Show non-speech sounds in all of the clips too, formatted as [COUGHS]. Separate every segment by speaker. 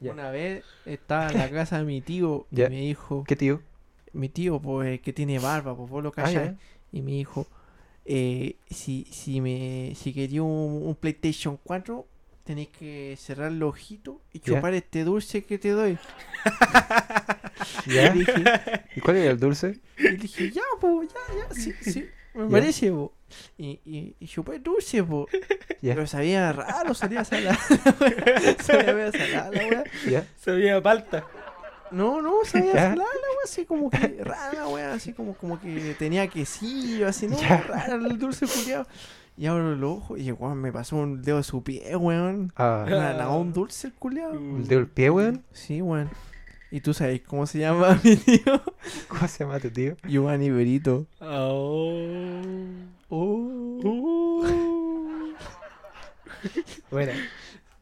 Speaker 1: Ya.
Speaker 2: Una vez estaba en
Speaker 1: [LAUGHS]
Speaker 2: la casa de mi tío y
Speaker 1: Ya.
Speaker 2: me dijo,
Speaker 1: ¿Qué tío?
Speaker 2: mi tío, pues, que tiene barba, pues vos lo
Speaker 1: Ah,
Speaker 2: callás.
Speaker 1: ya.
Speaker 2: y me dijo, eh, si, si me si quería un, un PlayStation 4, tenéis que cerrar los ojitos y
Speaker 1: Ya.
Speaker 2: chupar este dulce que te doy.
Speaker 1: [LAUGHS] [LAUGHS] ¿Ya?
Speaker 2: Y dije,
Speaker 1: ¿Y cuál era el dulce?
Speaker 2: y dije, ya, po, ya, ya, sí, sí, me
Speaker 1: [LAUGHS] Ya.
Speaker 2: parece, po. Y, y, y chupé dulce, po.
Speaker 1: Ya.
Speaker 2: Pero sabía raro, salía
Speaker 1: [LAUGHS]
Speaker 2: salada. [LAUGHS] sabía medio salada la wea.
Speaker 1: ¿Ya?
Speaker 3: Sabía palta.
Speaker 2: No, no,
Speaker 1: [LAUGHS]
Speaker 2: sabía
Speaker 1: Ya.
Speaker 2: salada la wea, así como que rara, wea, así como, como que tenía quesillo, así, no,
Speaker 1: Ya.
Speaker 2: raro el dulce culiao. Y abro los ojos y, weón, me pasó un dedo de su pie, weón.
Speaker 1: Ah,
Speaker 2: Una nahón dulce, el culiao.
Speaker 1: ¿El dedo del pie, weón? [LAUGHS]
Speaker 2: Sí, weón. ¿Y tú sabes cómo se llama [LAUGHS] mi tío?
Speaker 1: ¿Cómo se llama tu tío?
Speaker 2: Giovanni Berito.
Speaker 3: Oh.
Speaker 1: Bueno,
Speaker 3: Uh.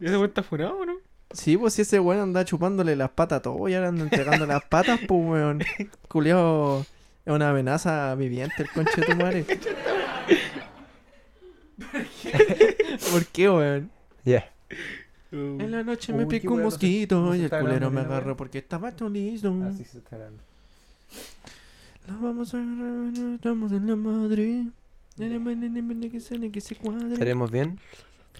Speaker 3: ¿Ese weón está funado, no?
Speaker 2: Sí, pues si ese weón anda chupándole las patas a todo y ahora anda entregando las patas, pues weón. Culeado es una amenaza viviente el conche de tu madre. ¿Por qué, weón?
Speaker 1: ya.
Speaker 2: En
Speaker 3: Uh.
Speaker 2: la noche
Speaker 1: Uy,
Speaker 2: me
Speaker 1: qué
Speaker 2: picó un
Speaker 1: weón, no se- no
Speaker 2: mosquito
Speaker 1: se
Speaker 2: y el
Speaker 1: está
Speaker 2: culero me
Speaker 1: grabando ni una
Speaker 2: agarró
Speaker 1: weá.
Speaker 2: porque estaba listo. Nos
Speaker 1: se está hablando.
Speaker 2: vamos a agarrar, estamos en la madre. Nene, nene, nene, nene, que se, que se cuadre.
Speaker 1: ¿Estaremos bien?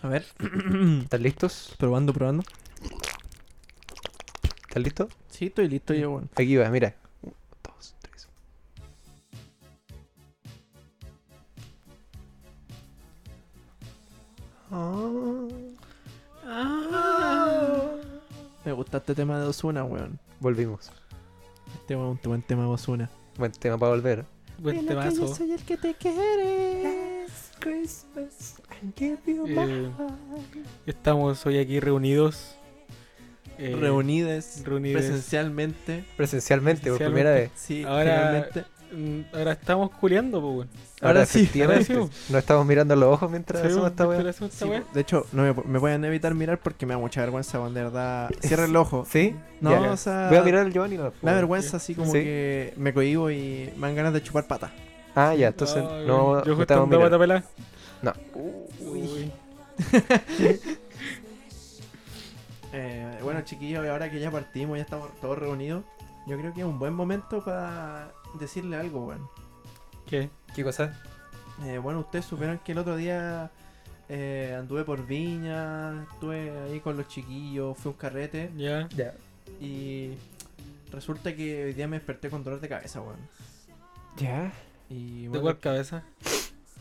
Speaker 2: A ver,
Speaker 1: [CLEARS THROAT] ¿Están listos?
Speaker 2: probando, probando.
Speaker 1: ¿Están listos?
Speaker 2: Sí, estoy listo yo, weón.
Speaker 1: Aquí va, mira. Uno, dos, tres.
Speaker 3: Ah.
Speaker 2: Me gusta este tema de Osuna, weón.
Speaker 1: Volvimos.
Speaker 2: Este weón es un buen tema de Osuna.
Speaker 1: Buen tema para volver.
Speaker 3: Buen temazo.
Speaker 2: soy el que te quiere. Christmas,
Speaker 3: Eh, Estamos hoy aquí reunidos. eh,
Speaker 2: Reunidas
Speaker 3: reunidos.
Speaker 2: presencialmente.
Speaker 1: Presencialmente, por primera vez.
Speaker 2: Sí,
Speaker 3: Ahora-
Speaker 2: finalmente.
Speaker 3: Mm, Ahora estamos culeando, pues, weón.
Speaker 2: Ahora sí,
Speaker 1: efectivamente,
Speaker 3: ahora sí,
Speaker 1: Nos estamos mirando los ojos mientras
Speaker 3: Sí,
Speaker 1: hacemos esta
Speaker 3: weón,
Speaker 1: weá.
Speaker 3: hacemos esta
Speaker 2: Sí,
Speaker 3: weá.
Speaker 2: de hecho, no me, me pueden evitar mirar porque me da mucha vergüenza, weón, de verdad. Cierra el ojo.
Speaker 1: ¿Sí?
Speaker 2: No,
Speaker 1: Ya.
Speaker 2: o sea.
Speaker 1: Voy a mirar al Giovanni. No,
Speaker 2: Me da vergüenza, así como
Speaker 1: Sí.
Speaker 2: que me cohibo y me dan ganas de chupar pata.
Speaker 1: Ah, ya, entonces
Speaker 3: Ay,
Speaker 1: no,
Speaker 3: weón, Yo
Speaker 1: no
Speaker 3: justo
Speaker 1: estamos
Speaker 3: andaba
Speaker 1: mirando.
Speaker 3: tapelada.
Speaker 1: No.
Speaker 3: Uy.
Speaker 2: Eh, bueno, chiquillos, ahora que ya partimos, ya estamos todos reunidos, yo creo que es un buen momento para decirle algo, weón.
Speaker 3: ¿Qué?
Speaker 1: ¿Qué cosa?
Speaker 2: Eh, bueno, ustedes supieron que el otro día eh, anduve por Viña, estuve ahí con los chiquillos, fue un carrete
Speaker 3: Ya.
Speaker 1: Ya.
Speaker 2: y resulta que hoy día me desperté con dolor de cabeza, weón.
Speaker 1: ¿Ya?
Speaker 2: Y
Speaker 3: ¿De
Speaker 2: bueno,
Speaker 3: cuál cabeza?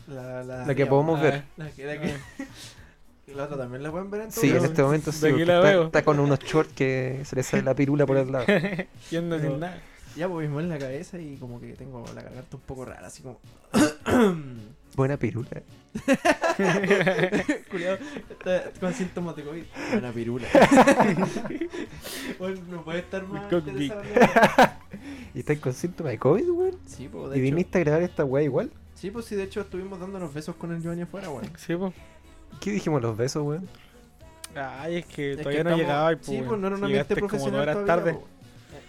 Speaker 2: la, la,
Speaker 1: La que
Speaker 2: ya,
Speaker 1: podemos
Speaker 3: Ah,
Speaker 1: ver.
Speaker 2: La que, la que- la otra también la pueden ver en tu
Speaker 1: Sí,
Speaker 2: video,
Speaker 1: en
Speaker 3: veo.
Speaker 1: este momento sí.
Speaker 3: De aquí
Speaker 1: porque
Speaker 3: la
Speaker 1: Está,
Speaker 3: veo.
Speaker 1: está con unos shorts que se le sale la pirula por el lado.
Speaker 3: [LAUGHS] Yo ando
Speaker 2: Pero-
Speaker 3: Ah. sin nada.
Speaker 2: weón. Ya pues mismo en la cabeza y como que tengo la garganta un poco rara, así
Speaker 1: [LAUGHS]
Speaker 2: como.
Speaker 1: Buena pirula.
Speaker 2: Culeado, está con síntomas de COVID. Una pirula. [LAUGHS] bueno, no puede estar más.
Speaker 3: Cockpit.
Speaker 2: interesante.
Speaker 1: ¿Y estás con síntomas de COVID, weón?
Speaker 2: Sí, pues, de
Speaker 1: ¿Y
Speaker 2: hecho.
Speaker 1: viniste a grabar esta weá igual?
Speaker 2: Sí, pues sí, de hecho estuvimos dándonos besos con el Giovanni afuera,
Speaker 3: [LAUGHS]
Speaker 2: weón.
Speaker 3: Sí, pues.
Speaker 1: ¿Qué dijimos los besos, weón?
Speaker 3: Ay, es que
Speaker 2: Es que
Speaker 3: todavía no
Speaker 2: estamos-
Speaker 3: llegaba. y,
Speaker 2: Sí,
Speaker 3: weón,
Speaker 2: pues no era un ambiente
Speaker 3: llegaste
Speaker 2: profesional.
Speaker 3: Como dos horas
Speaker 2: todavía,
Speaker 3: tarde.
Speaker 2: pues. Eh,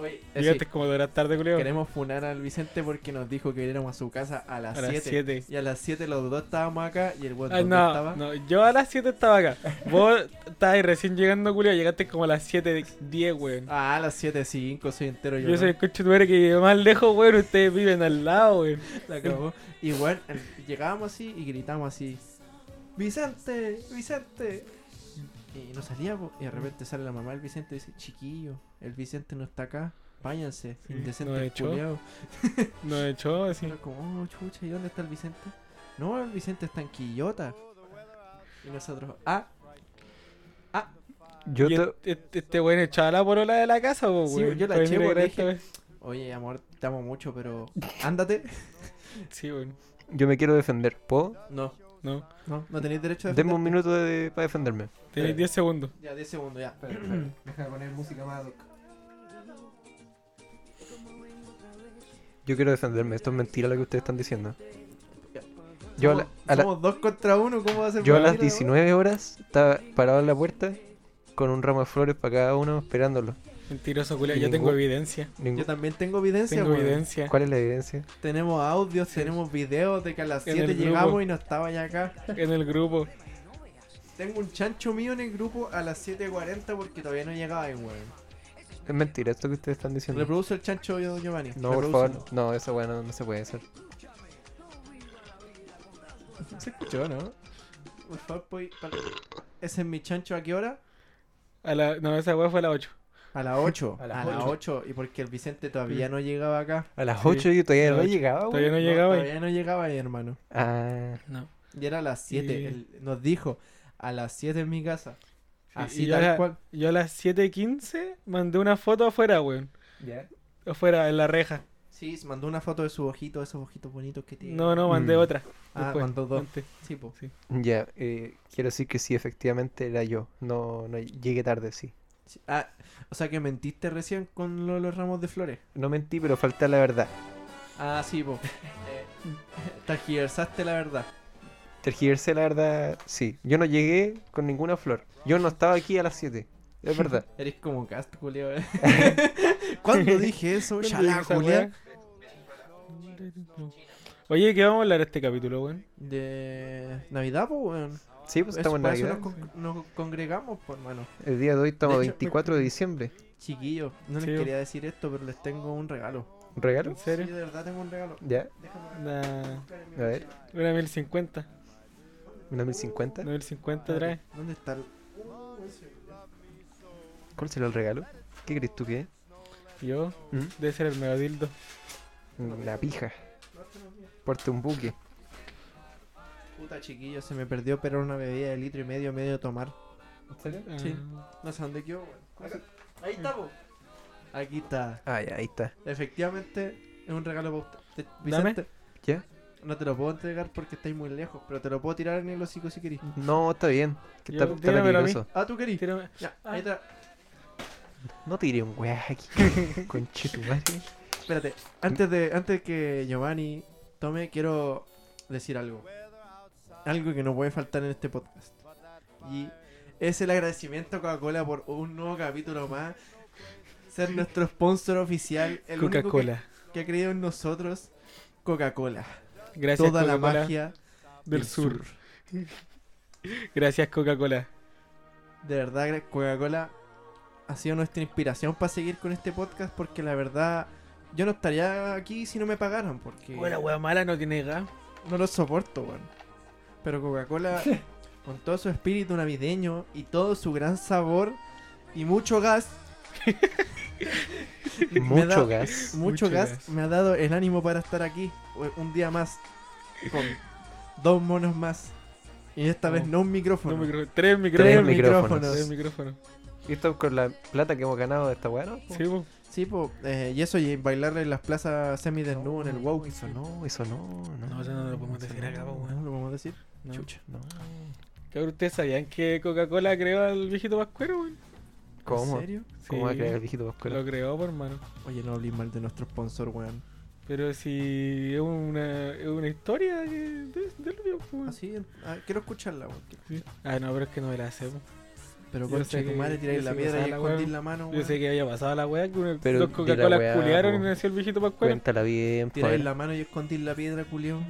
Speaker 2: Oye, eh,
Speaker 3: Llegaste
Speaker 2: sí,
Speaker 3: como dos horas tarde, culeo.
Speaker 2: queremos funar al Vicente porque nos dijo que iríamos a su casa a las
Speaker 3: A las
Speaker 2: 7.
Speaker 3: 7.
Speaker 2: Y a las 7 los dos estábamos acá y el weón
Speaker 3: Ay,
Speaker 2: ¿dónde
Speaker 3: no,
Speaker 2: estaba.
Speaker 3: no, yo a las 7 estaba acá. Vos
Speaker 2: [LAUGHS]
Speaker 3: estabas recién llegando, Julio, llegaste como a las 7, 10, weón.
Speaker 2: Ah, a las 7, 5, soy entero yo.
Speaker 3: yo soy el coche tuve que vive más lejos, weón. Ustedes viven al lado, weón.
Speaker 2: La
Speaker 1: [LAUGHS]
Speaker 2: cagó. Y weón, el- llegábamos así y gritábamos así: ¡Vicente! ¡Vicente! Y no salíamos. Y de repente sale la mamá del Vicente y dice: Chiquillo, el Vicente no está acá. Váyanse,
Speaker 3: Sí, nos
Speaker 2: indecente,
Speaker 1: [LAUGHS]
Speaker 3: echó.
Speaker 2: culiao.
Speaker 3: Nos echó así.
Speaker 2: Era como, oh, chucha, ¿y dónde está el Vicente? No, el Vicente está en Quillota. Y nosotros, ah,
Speaker 1: Yo
Speaker 3: Y
Speaker 1: te...
Speaker 3: este, este- este weón echaba la porola de la casa, po,
Speaker 2: Sí,
Speaker 3: weón.
Speaker 2: yo la
Speaker 3: Para
Speaker 2: eché,
Speaker 3: venir
Speaker 2: weón,
Speaker 3: a grabar
Speaker 2: dije-
Speaker 3: esta vez.
Speaker 2: oye, amor, te amo mucho,
Speaker 1: [LAUGHS]
Speaker 2: pero ándate.
Speaker 3: Sí, weón.
Speaker 1: Yo me quiero defender. ¿Puedo?
Speaker 2: No,
Speaker 3: No,
Speaker 2: no, no tenéis derecho a
Speaker 1: Denme un minuto de- para defenderme.
Speaker 3: tenéis 10 segundos.
Speaker 2: Ya, 10 segundos, ya.
Speaker 1: Deja poner música más Yo quiero defenderme. Esto es mentira lo que ustedes están diciendo. Yo a, la-
Speaker 2: Somos-
Speaker 1: a la-
Speaker 2: Somos dos contra uno, ¿cómo va a ser?
Speaker 1: yo a las
Speaker 2: mentira, weón?
Speaker 1: 19 horas estaba parado en la puerta con un ramo de flores para cada uno esperándolo.
Speaker 3: Mentiroso, culeo.
Speaker 1: Y
Speaker 3: Yo tengo
Speaker 1: ningún-
Speaker 3: evidencia.
Speaker 1: Ningún-
Speaker 2: Yo también tengo evidencia,
Speaker 3: Tengo
Speaker 2: weón.
Speaker 3: evidencia.
Speaker 1: ¿Cuál es la evidencia?
Speaker 2: Tenemos audios, tenemos videos de que a las
Speaker 3: En
Speaker 2: 7
Speaker 3: el grupo.
Speaker 2: llegamos y no estaba ya acá.
Speaker 3: En el grupo.
Speaker 2: Tengo un chancho mío en el grupo a las 7.40 porque todavía no llegaba ahí, weón.
Speaker 1: Es mentira esto que ustedes están diciendo.
Speaker 2: Reproduce el chancho yo, Giovanni.
Speaker 1: No, por
Speaker 2: Reprodúcelo.
Speaker 1: favor, no, esa weá no, no se puede hacer. Se escuchó, ¿no?
Speaker 2: Por favor, pues, pa- ¿Ese es mi chancho a qué hora?
Speaker 3: A la- no, esa weá fue a las 8.
Speaker 2: A
Speaker 3: [LAUGHS]
Speaker 2: las 8.
Speaker 1: A
Speaker 2: a
Speaker 1: las
Speaker 2: las 8. Y porque el Vicente todavía no llegaba acá.
Speaker 1: A las
Speaker 3: Sí.
Speaker 1: 8 yo todavía
Speaker 3: A las
Speaker 1: no
Speaker 3: ocho.
Speaker 1: llegaba, weón.
Speaker 3: Todavía no llegaba ahí.
Speaker 2: Todavía no llegaba ahí, hermano.
Speaker 1: Ah,
Speaker 3: No.
Speaker 2: Y era a las 7.
Speaker 3: Y-
Speaker 2: él Nos dijo, a las 7 en mi casa.
Speaker 3: y
Speaker 2: Así
Speaker 3: yo
Speaker 2: tal
Speaker 3: la-
Speaker 2: cual.
Speaker 3: Yo a las 7.15 mandé una foto afuera, weón.
Speaker 1: ya.
Speaker 3: Afuera, en la reja.
Speaker 2: Sí, se mandó una foto de sus ojitos, esos ojitos bonitos que tiene.
Speaker 3: No, no, mandé
Speaker 1: Mm.
Speaker 3: otra.
Speaker 2: Ah,
Speaker 3: después,
Speaker 2: mandó dos.
Speaker 3: antes.
Speaker 2: Sí, po.
Speaker 1: Ya, eh, quiero decir que sí, efectivamente era yo. No, no llegué tarde, sí.
Speaker 2: Sí. Ah, o sea que mentiste recién con lo- los ramos de flores.
Speaker 1: No mentí, pero falta la verdad.
Speaker 2: Ah, sí,
Speaker 3: [LAUGHS]
Speaker 2: po. Eh, Tergiversaste la verdad.
Speaker 1: Tergiversé la verdad, sí. Yo no llegué con ninguna flor. Yo no estaba aquí a las 7. Es verdad.
Speaker 2: Eres como cast, Julio.
Speaker 3: [LAUGHS]
Speaker 2: [LAUGHS] ¿Cuándo dije eso?
Speaker 3: ¿Dónde
Speaker 2: Ya la
Speaker 3: esa
Speaker 2: Julia.
Speaker 3: weá? Oye, ¿qué vamos a hablar este capítulo, weón?
Speaker 2: De Navidad, pues, weón.
Speaker 1: Sí, pues
Speaker 2: Eso-
Speaker 1: estamos en
Speaker 2: para eso
Speaker 1: Navidad.
Speaker 2: Nos, con- nos congregamos, pues, hermano.
Speaker 1: El día de hoy estamos
Speaker 2: De hecho,
Speaker 1: 24 de diciembre.
Speaker 2: Chiquillos, no
Speaker 3: Sí,
Speaker 2: les
Speaker 3: bo.
Speaker 2: quería decir esto, pero les tengo un regalo.
Speaker 1: ¿Un ¿Regalo?
Speaker 3: ¿En serio?
Speaker 2: Sí, de verdad tengo un regalo.
Speaker 1: ¿Ya?
Speaker 2: Déjame
Speaker 3: Una,
Speaker 2: buscar en mi
Speaker 1: A ver,
Speaker 2: mochila.
Speaker 3: una 1050.
Speaker 1: ¿una 1050?
Speaker 3: Una 1050 trae.
Speaker 2: ¿Dónde está el-
Speaker 1: ¿Cuál será el regalo? ¿Qué crees tú que es?
Speaker 3: Yo,
Speaker 1: ¿Mm?
Speaker 3: debe ser el megadildo.
Speaker 1: Una ¿Mm? pija. Porte un buque.
Speaker 2: Puta chiquillo, se me perdió, pero era una bebida de litro y medio, medio de tomar.
Speaker 1: ¿En serio?
Speaker 3: Ah,
Speaker 2: Sí. No sé dónde quedó, weón. Acá. Ahí está, po. Aquí está.
Speaker 1: Ah, ya, ahí está.
Speaker 2: Efectivamente, es un regalo para usted. Te-
Speaker 3: Dame.
Speaker 2: Vicente,
Speaker 1: ¿Ya?
Speaker 2: no te lo puedo entregar porque estáis muy lejos, pero te lo puedo tirar en el hocico si querís.
Speaker 1: No, está bien. Que está,
Speaker 3: Yo-
Speaker 1: está
Speaker 3: tíramelo a mí.
Speaker 1: peligroso.
Speaker 2: Ah, tú querís.
Speaker 3: Tírame.
Speaker 2: Ya, ahí está.
Speaker 1: No tiré un weá [LAUGHS] aquí. Conche tu madre.
Speaker 2: Espérate, antes de antes que Giovanni tome, quiero decir algo. Algo que no puede faltar en este podcast. Y es el agradecimiento a Coca-Cola por un nuevo capítulo más. Ser nuestro sponsor oficial. el único que-
Speaker 3: Coca-Cola.
Speaker 2: Que, ha creído en nosotros. Coca-Cola.
Speaker 3: Gracias,
Speaker 2: Toda la
Speaker 3: Coca-Cola
Speaker 2: magia
Speaker 3: del sur. Gracias, Coca-Cola.
Speaker 2: De verdad, gra- Coca-Cola ha sido nuestra inspiración para seguir con este podcast porque la verdad yo no estaría aquí si no me pagaran. Porque...
Speaker 3: Hola, wea mala, no tiene gas.
Speaker 2: No lo soporto, weón. Pero Coca-Cola, con todo su espíritu navideño y todo su gran sabor y mucho
Speaker 3: [LAUGHS]
Speaker 2: gas, Me da-
Speaker 1: Mucho gas.
Speaker 2: mucho,
Speaker 3: Mucho
Speaker 2: gas,
Speaker 3: gas.
Speaker 2: me ha dado el ánimo para estar aquí u- un día más
Speaker 3: [LAUGHS]
Speaker 2: con dos monos más. Y esta
Speaker 3: No.
Speaker 2: vez no un micrófono.
Speaker 3: No, micro- Tres
Speaker 1: Tres
Speaker 3: micrófonos.
Speaker 2: micrófonos.
Speaker 1: micrófonos.
Speaker 3: Tres micrófonos.
Speaker 1: ¿Y esto con la plata que hemos ganado de esta weá, no?
Speaker 3: Sí, po.
Speaker 2: Sí, po, eh, y eso, y bailar en las plazas semidesnudo en el wow.
Speaker 1: Eso no, eso no. No,
Speaker 3: No, eso no lo podemos decir acá, po, weón.
Speaker 2: No lo podemos decir.
Speaker 3: No.
Speaker 2: Chucha.
Speaker 1: No.
Speaker 3: Cabrón, ¿ustedes sabían que Coca-Cola creó al viejito Pascuero, weón?
Speaker 1: ¿Cómo?
Speaker 2: ¿En serio?
Speaker 1: ¿Cómo va a
Speaker 3: Sí,
Speaker 1: creer el viejito Pascuero?
Speaker 3: Lo creó, por mano.
Speaker 2: Oye, no hablé mal de nuestro sponsor, weón.
Speaker 3: Ah, Pero si es una, es una historia que- de, del viejo, po, weón.
Speaker 2: Así, ah, quiero escucharla, weón. quiero
Speaker 3: Sí. Ah, no, pero es que no me la hacemos.
Speaker 2: Pero
Speaker 3: Yo
Speaker 2: concha
Speaker 3: sé
Speaker 2: de tu
Speaker 3: que-
Speaker 2: madre, tiráis
Speaker 3: yo
Speaker 2: la
Speaker 3: sé que
Speaker 2: piedra y
Speaker 3: pasaba la weá.
Speaker 2: escondís la mano,
Speaker 3: Yo
Speaker 2: weón.
Speaker 3: sé que había pasado la weá, que unos-
Speaker 1: Pero
Speaker 3: dos
Speaker 1: di la
Speaker 3: Coca-Colas
Speaker 1: weá,
Speaker 3: culiaron y
Speaker 1: po.
Speaker 3: nació el viejito Pascuero.
Speaker 1: Cuéntala bien, po, a
Speaker 2: Tiráis
Speaker 1: ver,
Speaker 2: la mano y escondís la piedra, culión.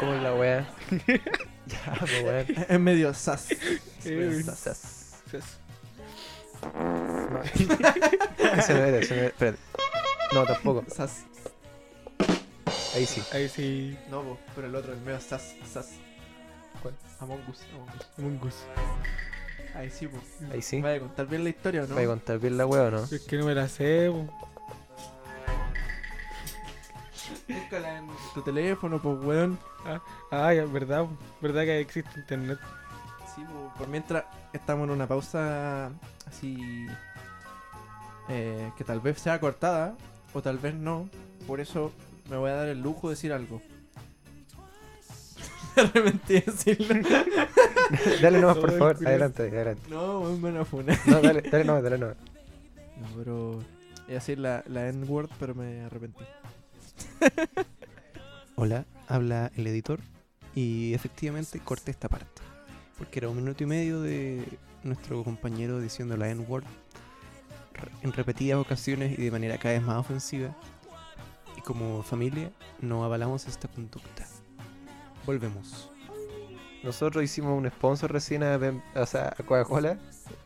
Speaker 1: ¿Cómo es la weá? [LAUGHS] ya, po, weón.
Speaker 2: [LAUGHS]
Speaker 3: [LAUGHS]
Speaker 2: Es medio sas.
Speaker 3: Eh,
Speaker 2: sas.
Speaker 1: Sas.
Speaker 3: Sas.
Speaker 1: No. eso no era, eso no era. Espérate. No, tampoco.
Speaker 2: Sas.
Speaker 1: Ahí sí.
Speaker 3: Ahí sí,
Speaker 2: No, po, pero el otro, el medio sas. Sas.
Speaker 1: ¿Cuál?
Speaker 2: Among Us. Among Us.
Speaker 3: Mungus.
Speaker 2: Ahí sí, po.
Speaker 1: Ahí sí.
Speaker 2: Vaya a contar bien la historia, ¿o ¿no?
Speaker 1: ¿Vais a contar bien la weá o no?
Speaker 3: Es que no me la sé, po.
Speaker 2: Búscala en tu teléfono, pues, weón.
Speaker 3: Ah, ya, verdad, po. verdad que existe internet.
Speaker 2: Sí, po. Por mientras estamos en una pausa así. eh, que tal vez sea cortada, o tal vez no. Por eso me voy a dar el lujo de decir algo. [LAUGHS] Me arrepentí de decirlo.
Speaker 1: [LAUGHS] Dale nomás, por
Speaker 3: Soy
Speaker 1: favor.
Speaker 3: curioso.
Speaker 1: Adelante, adelante.
Speaker 2: No, weón, me van a funar.
Speaker 1: No, dale, dale nomás, dale nomás.
Speaker 2: No, pero. Iba a decir la, la N-word, pero me arrepentí.
Speaker 4: Hola, habla el editor y efectivamente corté esta parte porque era un minuto y medio de nuestro compañero diciendo la N-word re- en repetidas ocasiones y de manera cada vez más ofensiva y como familia no avalamos esta conducta. Volvemos.
Speaker 1: Nosotros hicimos un sponsor recién a, Ben- o sea, a Coca-Cola.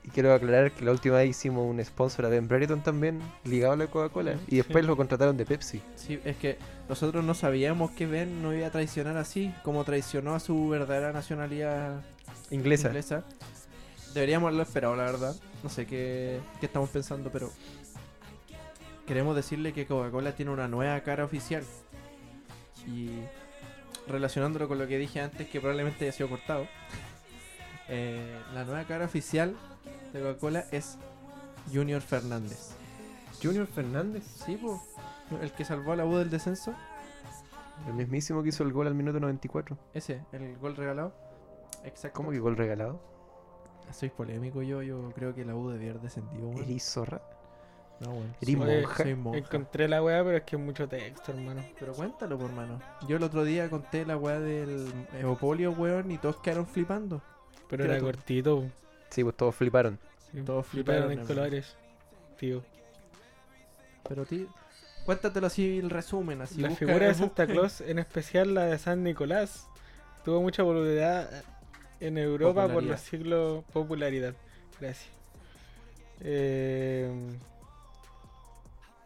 Speaker 1: Y quiero aclarar que la última vez hicimos un sponsor a Ben Brereton también, ligado a la Coca-Cola. Y después lo contrataron de Pepsi.
Speaker 2: Sí, es que nosotros no sabíamos que Ben no iba a traicionar así, como traicionó a su verdadera nacionalidad
Speaker 1: Inglesa.
Speaker 2: inglesa. Deberíamos haberlo esperado, la verdad. No sé qué, qué estamos pensando, pero queremos decirle que Coca-Cola tiene una nueva cara oficial. Y relacionándolo con lo que dije antes, que probablemente haya sido cortado, [LAUGHS] eh, la nueva cara oficial de Coca-Cola es Junior Fernández.
Speaker 1: Junior Fernández.
Speaker 2: Sí, po. El que salvó a la U del descenso.
Speaker 1: El mismísimo que hizo el gol al minuto 94.
Speaker 2: Ese, el gol regalado. Exacto.
Speaker 1: ¿Cómo que gol regalado?
Speaker 2: Soy polémico yo, yo creo que la U debía haber descendido, weón.
Speaker 1: Eris zorra.
Speaker 2: No, weón. Soy-
Speaker 1: Eres
Speaker 3: monja.
Speaker 2: soy monja.
Speaker 3: Encontré la weá, pero es que es mucho texto, hermano.
Speaker 2: Pero cuéntalo, por mano. Yo el otro día conté la weá del Evopolio, weón, y todos quedaron flipando.
Speaker 3: Pero
Speaker 2: Era
Speaker 3: era
Speaker 2: tú.
Speaker 3: cortito.
Speaker 1: Sí, pues todos fliparon.
Speaker 3: sí.
Speaker 2: Todos
Speaker 3: Fliparon
Speaker 2: fliparon,
Speaker 3: en
Speaker 2: hermano.
Speaker 3: colores. Tío.
Speaker 2: Pero ti. Cuéntatelo así el resumen, así
Speaker 3: la
Speaker 2: busca-
Speaker 3: figura de
Speaker 2: busca- [LAUGHS]
Speaker 3: Santa Claus, en especial la de San Nicolás, tuvo mucha popularidad eh, en Europa por
Speaker 2: Popularidad.
Speaker 3: los siglos popularidad. Gracias. Eh,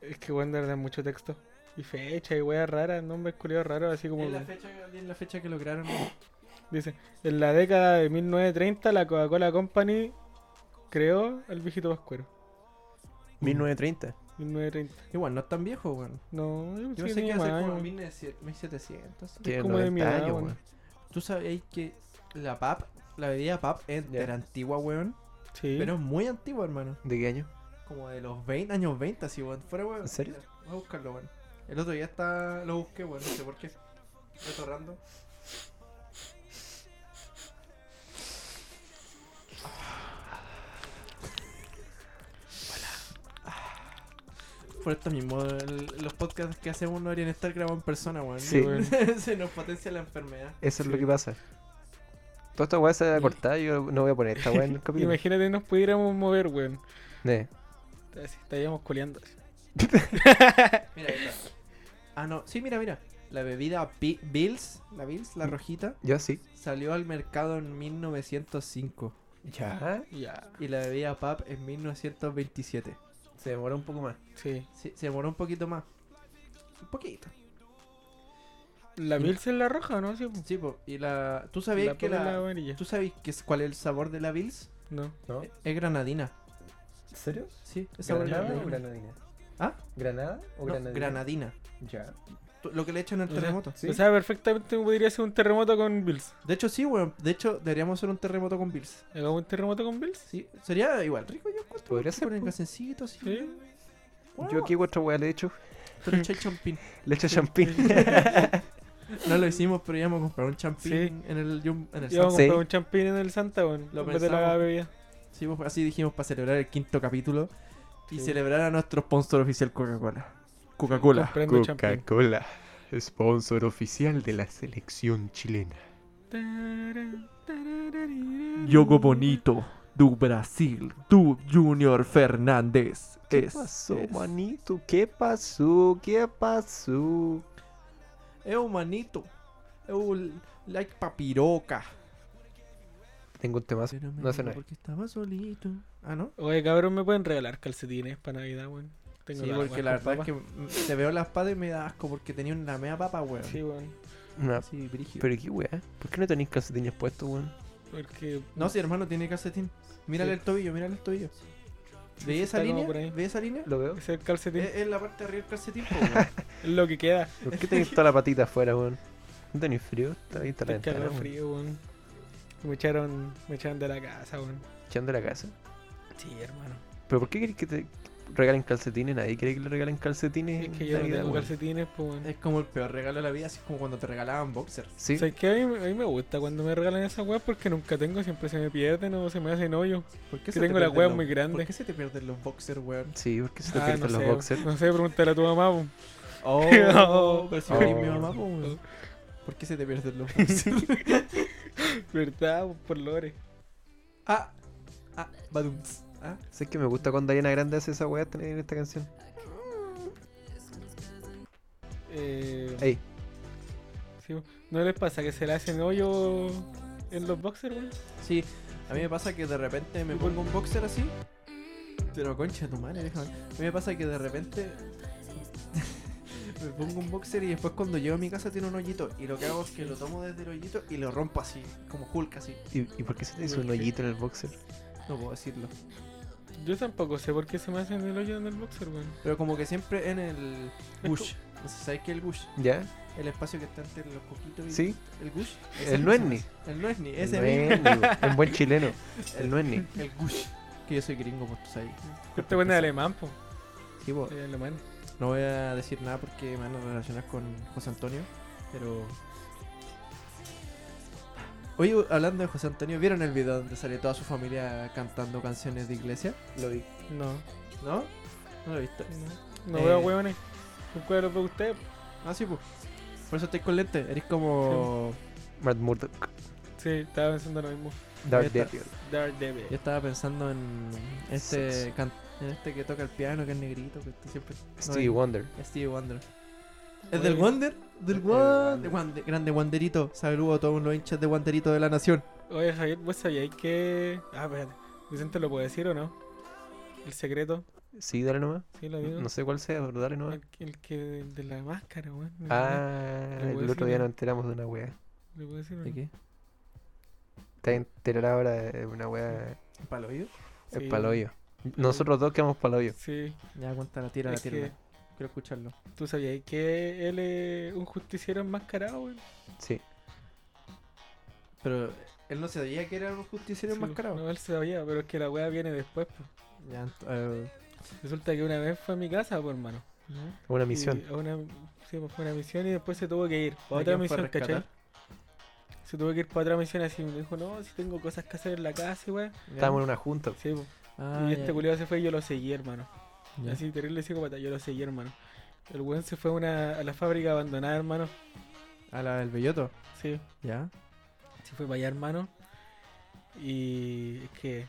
Speaker 3: es que Wander da mucho texto. Y fecha, y weas raras, nombres curiosos raros, así como
Speaker 2: En la, fecha, en la fecha que lograron.
Speaker 3: dice. En la década de 1930 la Coca-Cola Company creó al viejito Pascuero.
Speaker 1: 1930.
Speaker 3: 1930.
Speaker 2: Igual, no es tan viejo, weón. Yo
Speaker 3: No, pensé
Speaker 2: pensé que
Speaker 3: tenía
Speaker 2: iba a
Speaker 3: más
Speaker 2: ser como
Speaker 3: años.
Speaker 2: 1700, 1700.
Speaker 1: Tiene
Speaker 3: como de mi
Speaker 1: 90
Speaker 3: edad,
Speaker 1: años,
Speaker 3: weón.
Speaker 1: weón.
Speaker 2: ¿Tú sabéis que la PAP, la bebida PAP es-
Speaker 1: Ya.
Speaker 2: era antigua, weón?
Speaker 3: Sí.
Speaker 2: Pero es muy antigua, hermano.
Speaker 1: ¿De qué año?
Speaker 2: Como de los 20, años 20, así, weón. Fuera, weón.
Speaker 1: ¿En serio?
Speaker 2: Mira, Voy a buscarlo, weón. El otro día está... lo busqué, weón. No sé por qué. Estoy random. Por esto mismo, el- los podcasts que hacemos no deberían estar grabados en persona, weón.
Speaker 1: Sí.
Speaker 2: [LAUGHS] Se nos potencia la enfermedad.
Speaker 1: Eso es lo que pasa. Toda esta weá se va a cortar. Yo no voy a poner esta weá
Speaker 3: [LAUGHS]
Speaker 1: en el capítulo.
Speaker 3: Imagínate nos pudiéramos mover, weón.
Speaker 1: Ne.
Speaker 3: Así estaríamos coleando.
Speaker 2: Mira, ahí está. Ah, no. Sí, mira, mira. La bebida Bi- Bills, la Bills,
Speaker 1: Mm.
Speaker 2: la rojita,
Speaker 1: Yo sí.
Speaker 2: salió al mercado en 1905.
Speaker 1: Ya.
Speaker 3: Ya.
Speaker 2: Y la bebida PAP en 1927.
Speaker 1: Se demora un poco más.
Speaker 3: Sí.
Speaker 2: Sí, se demoró un poquito más. Un poquito.
Speaker 3: La
Speaker 2: Y-
Speaker 3: Mills es la roja, ¿no? Sí, po.
Speaker 2: Sí, po. Y la... ¿Tú sabías
Speaker 3: la
Speaker 2: que
Speaker 3: Pablo es la
Speaker 2: la...
Speaker 3: amarilla.
Speaker 2: ¿Tú sabías que es, cuál es el sabor de la Bills?
Speaker 3: No.
Speaker 1: ¿No?
Speaker 2: Es, es granadina.
Speaker 1: ¿En serio?
Speaker 2: Sí, es sabor
Speaker 3: ¿Granada
Speaker 1: ¿Granada
Speaker 3: o
Speaker 1: o
Speaker 2: granadina.
Speaker 1: granadina?
Speaker 2: ¿Ah?
Speaker 1: ¿Granada o
Speaker 2: No,
Speaker 1: granadina?
Speaker 2: granadina.
Speaker 1: Ya.
Speaker 2: Tú- Lo que le echan al
Speaker 3: O sea,
Speaker 2: terremoto.
Speaker 1: Sí.
Speaker 3: O sea, perfectamente podría ser un terremoto con Bills.
Speaker 2: De hecho, sí, weón. De hecho, deberíamos hacer un terremoto con Bills.
Speaker 3: ¿Hagamos un terremoto con Bills?
Speaker 2: Sí, sería igual rico yo encuentro.
Speaker 1: Podría
Speaker 2: Se
Speaker 1: ser,
Speaker 2: ponen
Speaker 1: po.
Speaker 2: gasencito así.
Speaker 3: Sí.
Speaker 1: Yo aquí otra weá le echo.
Speaker 2: Pero echai champín.
Speaker 1: Le echo champín.
Speaker 2: No lo hicimos, pero íbamos a comprar un champín
Speaker 3: Sí.
Speaker 2: en el Jum- en el
Speaker 3: Y vamos a
Speaker 1: Sí.
Speaker 3: comprar un champín en el Santa, weón.
Speaker 2: Lo
Speaker 3: en vez de la
Speaker 2: pensamos.
Speaker 3: bebida.
Speaker 2: Sam's. Sí, pues, así dijimos para celebrar el quinto capítulo y
Speaker 3: Sí.
Speaker 2: celebrar a nuestro sponsor oficial Coca-Cola. Coca-Cola.
Speaker 3: Comprando champín.
Speaker 1: sponsor oficial de la selección chilena.
Speaker 3: Tarán, tararararán.
Speaker 2: Yogo Bonito, do Brasil, do Junior Fernández.
Speaker 1: ¿Qué
Speaker 2: Es-
Speaker 1: pasó,
Speaker 2: es-
Speaker 1: manito? ¿Qué pasó? ¿Qué pasó?
Speaker 2: Eu, manito. Eu, like papiroca.
Speaker 1: Tengo un tema.
Speaker 2: Pero me
Speaker 1: No hace
Speaker 2: dijo
Speaker 1: nada.
Speaker 2: Porque estaba solito. Ah, ¿no?
Speaker 3: Oye, cabrón, ¿me pueden regalar calcetines para Navidad, weón? Tengo
Speaker 2: Sí, porque la verdad es que m- te veo la espada y me da asco porque tenía una mea papa, weón.
Speaker 3: Sí, weón.
Speaker 1: No,
Speaker 2: Así, brígido.
Speaker 1: pero qué weá. ¿Por qué no tenéis calcetines puestos, weón?
Speaker 3: Porque...
Speaker 2: No, si hermano tiene calcetín. Mírale
Speaker 3: Sí.
Speaker 2: el tobillo, mírale el tobillo.
Speaker 3: sí,
Speaker 2: ¿Ve esa
Speaker 3: está como
Speaker 2: línea?
Speaker 3: por ahí.
Speaker 2: ¿Ve esa línea?
Speaker 1: ¿Lo veo?
Speaker 3: Es el calcetín.
Speaker 2: Es, es la parte de arriba del calcetín, po, weón.
Speaker 3: Es lo que queda.
Speaker 1: ¿Por qué tenéis
Speaker 3: [LAUGHS]
Speaker 1: toda la patita afuera, weón? ¿No tenéis frío? Está ahí, está la
Speaker 3: Es que
Speaker 1: ventana,
Speaker 3: hago
Speaker 1: weón.
Speaker 3: frío, weón. Me echaron, me echaron de la casa, weón.
Speaker 1: Echando la casa.
Speaker 3: Sí, hermano.
Speaker 1: ¿Pero por qué queréis que te regalen calcetines? Nadie quiere que le regalen calcetines.
Speaker 3: Es
Speaker 1: en
Speaker 3: que yo no
Speaker 1: Navidad,
Speaker 3: tengo
Speaker 1: weón.
Speaker 3: calcetines, pues, weón.
Speaker 2: es como el peor regalo de la vida, así como cuando te regalaban boxers.
Speaker 1: Sí,
Speaker 3: ¿Sabes qué? A mí, a mí me gusta cuando me regalan esa weas porque nunca tengo, siempre se me pierden o se me hacen hoyo.
Speaker 2: ¿Por qué
Speaker 3: Que tengo las
Speaker 2: pierden
Speaker 3: weas
Speaker 2: los-
Speaker 3: muy
Speaker 2: ¿Por
Speaker 3: grandes.
Speaker 2: qué se te pierden los boxers,
Speaker 1: [LAUGHS]
Speaker 2: weón?
Speaker 1: sí, porque se te
Speaker 3: Ah,
Speaker 1: pierden
Speaker 3: no
Speaker 1: los
Speaker 3: sé,
Speaker 1: boxers.
Speaker 3: No sé, pregúntale a tu mamá. [LAUGHS] po.
Speaker 2: Oh, pero si
Speaker 1: Oh.
Speaker 2: eres mi mamá, po, weón. ¿Por qué se te pierden los boxers?
Speaker 3: ¿Verdad? po, Por lore.
Speaker 2: ah, ah, badums. Ah,
Speaker 1: ¿Sabes que me gusta cuando Ariana Grande hace esa weá en esta canción?
Speaker 3: Eh,
Speaker 1: Ey,
Speaker 3: sí, po. ¿No les pasa que se le hacen hoyo en los boxers, weón.
Speaker 2: Sí, a mí me pasa que de repente me pongo un boxer así. Pero concha tu madre, déjame. A mí me pasa que de repente [LAUGHS] me pongo un boxer y después cuando llego a mi casa tiene un hoyito. Y lo que hago es que lo tomo desde el hoyito y lo rompo así, como Hulk así.
Speaker 1: ¿Y, y por qué se te hizo un hoyito en el boxer?
Speaker 2: No puedo decirlo.
Speaker 3: Yo tampoco sé por qué se me hacen el hoyo en el boxer, weón.
Speaker 2: Pero como que siempre en el gush. No sé, ¿sabes qué es el gush?
Speaker 1: ¿Ya?
Speaker 2: El espacio que está entre los coquitos y
Speaker 1: ¿Sí?
Speaker 2: el gush.
Speaker 1: El
Speaker 2: ese mismo
Speaker 1: nuesni.
Speaker 2: se me hace. El nuesni,
Speaker 1: El
Speaker 2: ese mismo.
Speaker 1: nueni, weón. En [LAUGHS] buen chileno. El nueni.
Speaker 2: El gush. Que yo soy gringo, pues tú sabes.
Speaker 3: Este weón es alemán, po.
Speaker 2: Sí, po.
Speaker 3: Es alemán.
Speaker 2: No voy a decir nada porque me van a relacionar con José Antonio, pero... Oye, hablando de José Antonio, ¿vieron el video donde salió toda su familia cantando canciones de iglesia?
Speaker 1: Lo vi.
Speaker 3: No, no.
Speaker 2: ¿No? No lo he visto.
Speaker 3: No
Speaker 2: Eh.
Speaker 3: veo weones. ¿Con cuál lo ve usted?
Speaker 2: Ah, sí, pues. Por eso estoy con lente. Eres como...
Speaker 1: Matt Murdock.
Speaker 3: Sí, estaba pensando lo mismo.
Speaker 1: Dark
Speaker 2: Ahí está.
Speaker 1: Devil.
Speaker 3: Daredevil.
Speaker 2: Yo estaba pensando en este,
Speaker 1: Sexy.
Speaker 2: can- en este que toca el piano, que es negrito, que tú siempre... no,
Speaker 1: Stevie
Speaker 2: es-
Speaker 1: Wonder.
Speaker 2: Stevie Wonder. ¿Es
Speaker 3: Bueno.
Speaker 2: del Wonder? Del
Speaker 1: El
Speaker 2: Wonder.
Speaker 1: Wander.
Speaker 2: Wander- Grande Wanderito. Saludo a todos los hinchas de Wanderito de la Nación.
Speaker 3: Oye, Javier, ¿vos sabíais que. Ah, espérate. Vicente lo puede decir o no? El secreto,
Speaker 1: Sí, dale nomás.
Speaker 3: sí lo digo.
Speaker 1: No sé cuál sea, pero dale nomás.
Speaker 3: El, el que de, de la máscara, weón.
Speaker 1: Ah,
Speaker 3: ¿Le puedo
Speaker 1: el otro
Speaker 3: decir?
Speaker 1: día nos enteramos de una wea.
Speaker 3: ¿Le puedo decir o no?
Speaker 2: ¿De qué?
Speaker 1: Está enterada ahora de una wea.
Speaker 2: ¿Para el oído?
Speaker 1: Es
Speaker 3: Sí.
Speaker 1: paloyo. Nosotros dos quedamos paloyo.
Speaker 3: Sí,
Speaker 2: Ya, cuéntala, tírala,
Speaker 3: es
Speaker 2: tírala.
Speaker 3: que
Speaker 2: Quiero escucharlo.
Speaker 3: tú sabías que él es un justiciero enmascarado, weón.
Speaker 1: Sí.
Speaker 2: Pero él no se sabía que era un justiciero
Speaker 3: Sí,
Speaker 2: enmascarado.
Speaker 3: No, él se sabía, pero es que la weá viene después, pues.
Speaker 2: Ya, ent- eh,
Speaker 3: Resulta que una vez fue a mi casa, pues, hermano.
Speaker 1: Una
Speaker 3: Y
Speaker 1: misión.
Speaker 3: a una, sí, pues, fue una misión y después se tuvo que ir.
Speaker 2: ¿A
Speaker 3: Para otra
Speaker 2: quién fue a
Speaker 3: misión, ¿cachai?
Speaker 2: rescatar?
Speaker 3: Se tuvo que ir para otra misión así. Me dijo, no, si tengo cosas que hacer en la casa, weón.
Speaker 2: ya.
Speaker 1: Estábamos en una junta.
Speaker 3: Sí, pues.
Speaker 2: Ah,
Speaker 3: y
Speaker 2: ya,
Speaker 3: este culiado se fue y yo lo seguí, hermano.
Speaker 2: ya.
Speaker 3: Así terrible psicópata, yo lo seguí, hermano. El weón se fue a, una, a la fábrica abandonada, hermano.
Speaker 2: A la del Belloto.
Speaker 3: Sí,
Speaker 2: Ya.
Speaker 3: se fue para allá, hermano. Y es que,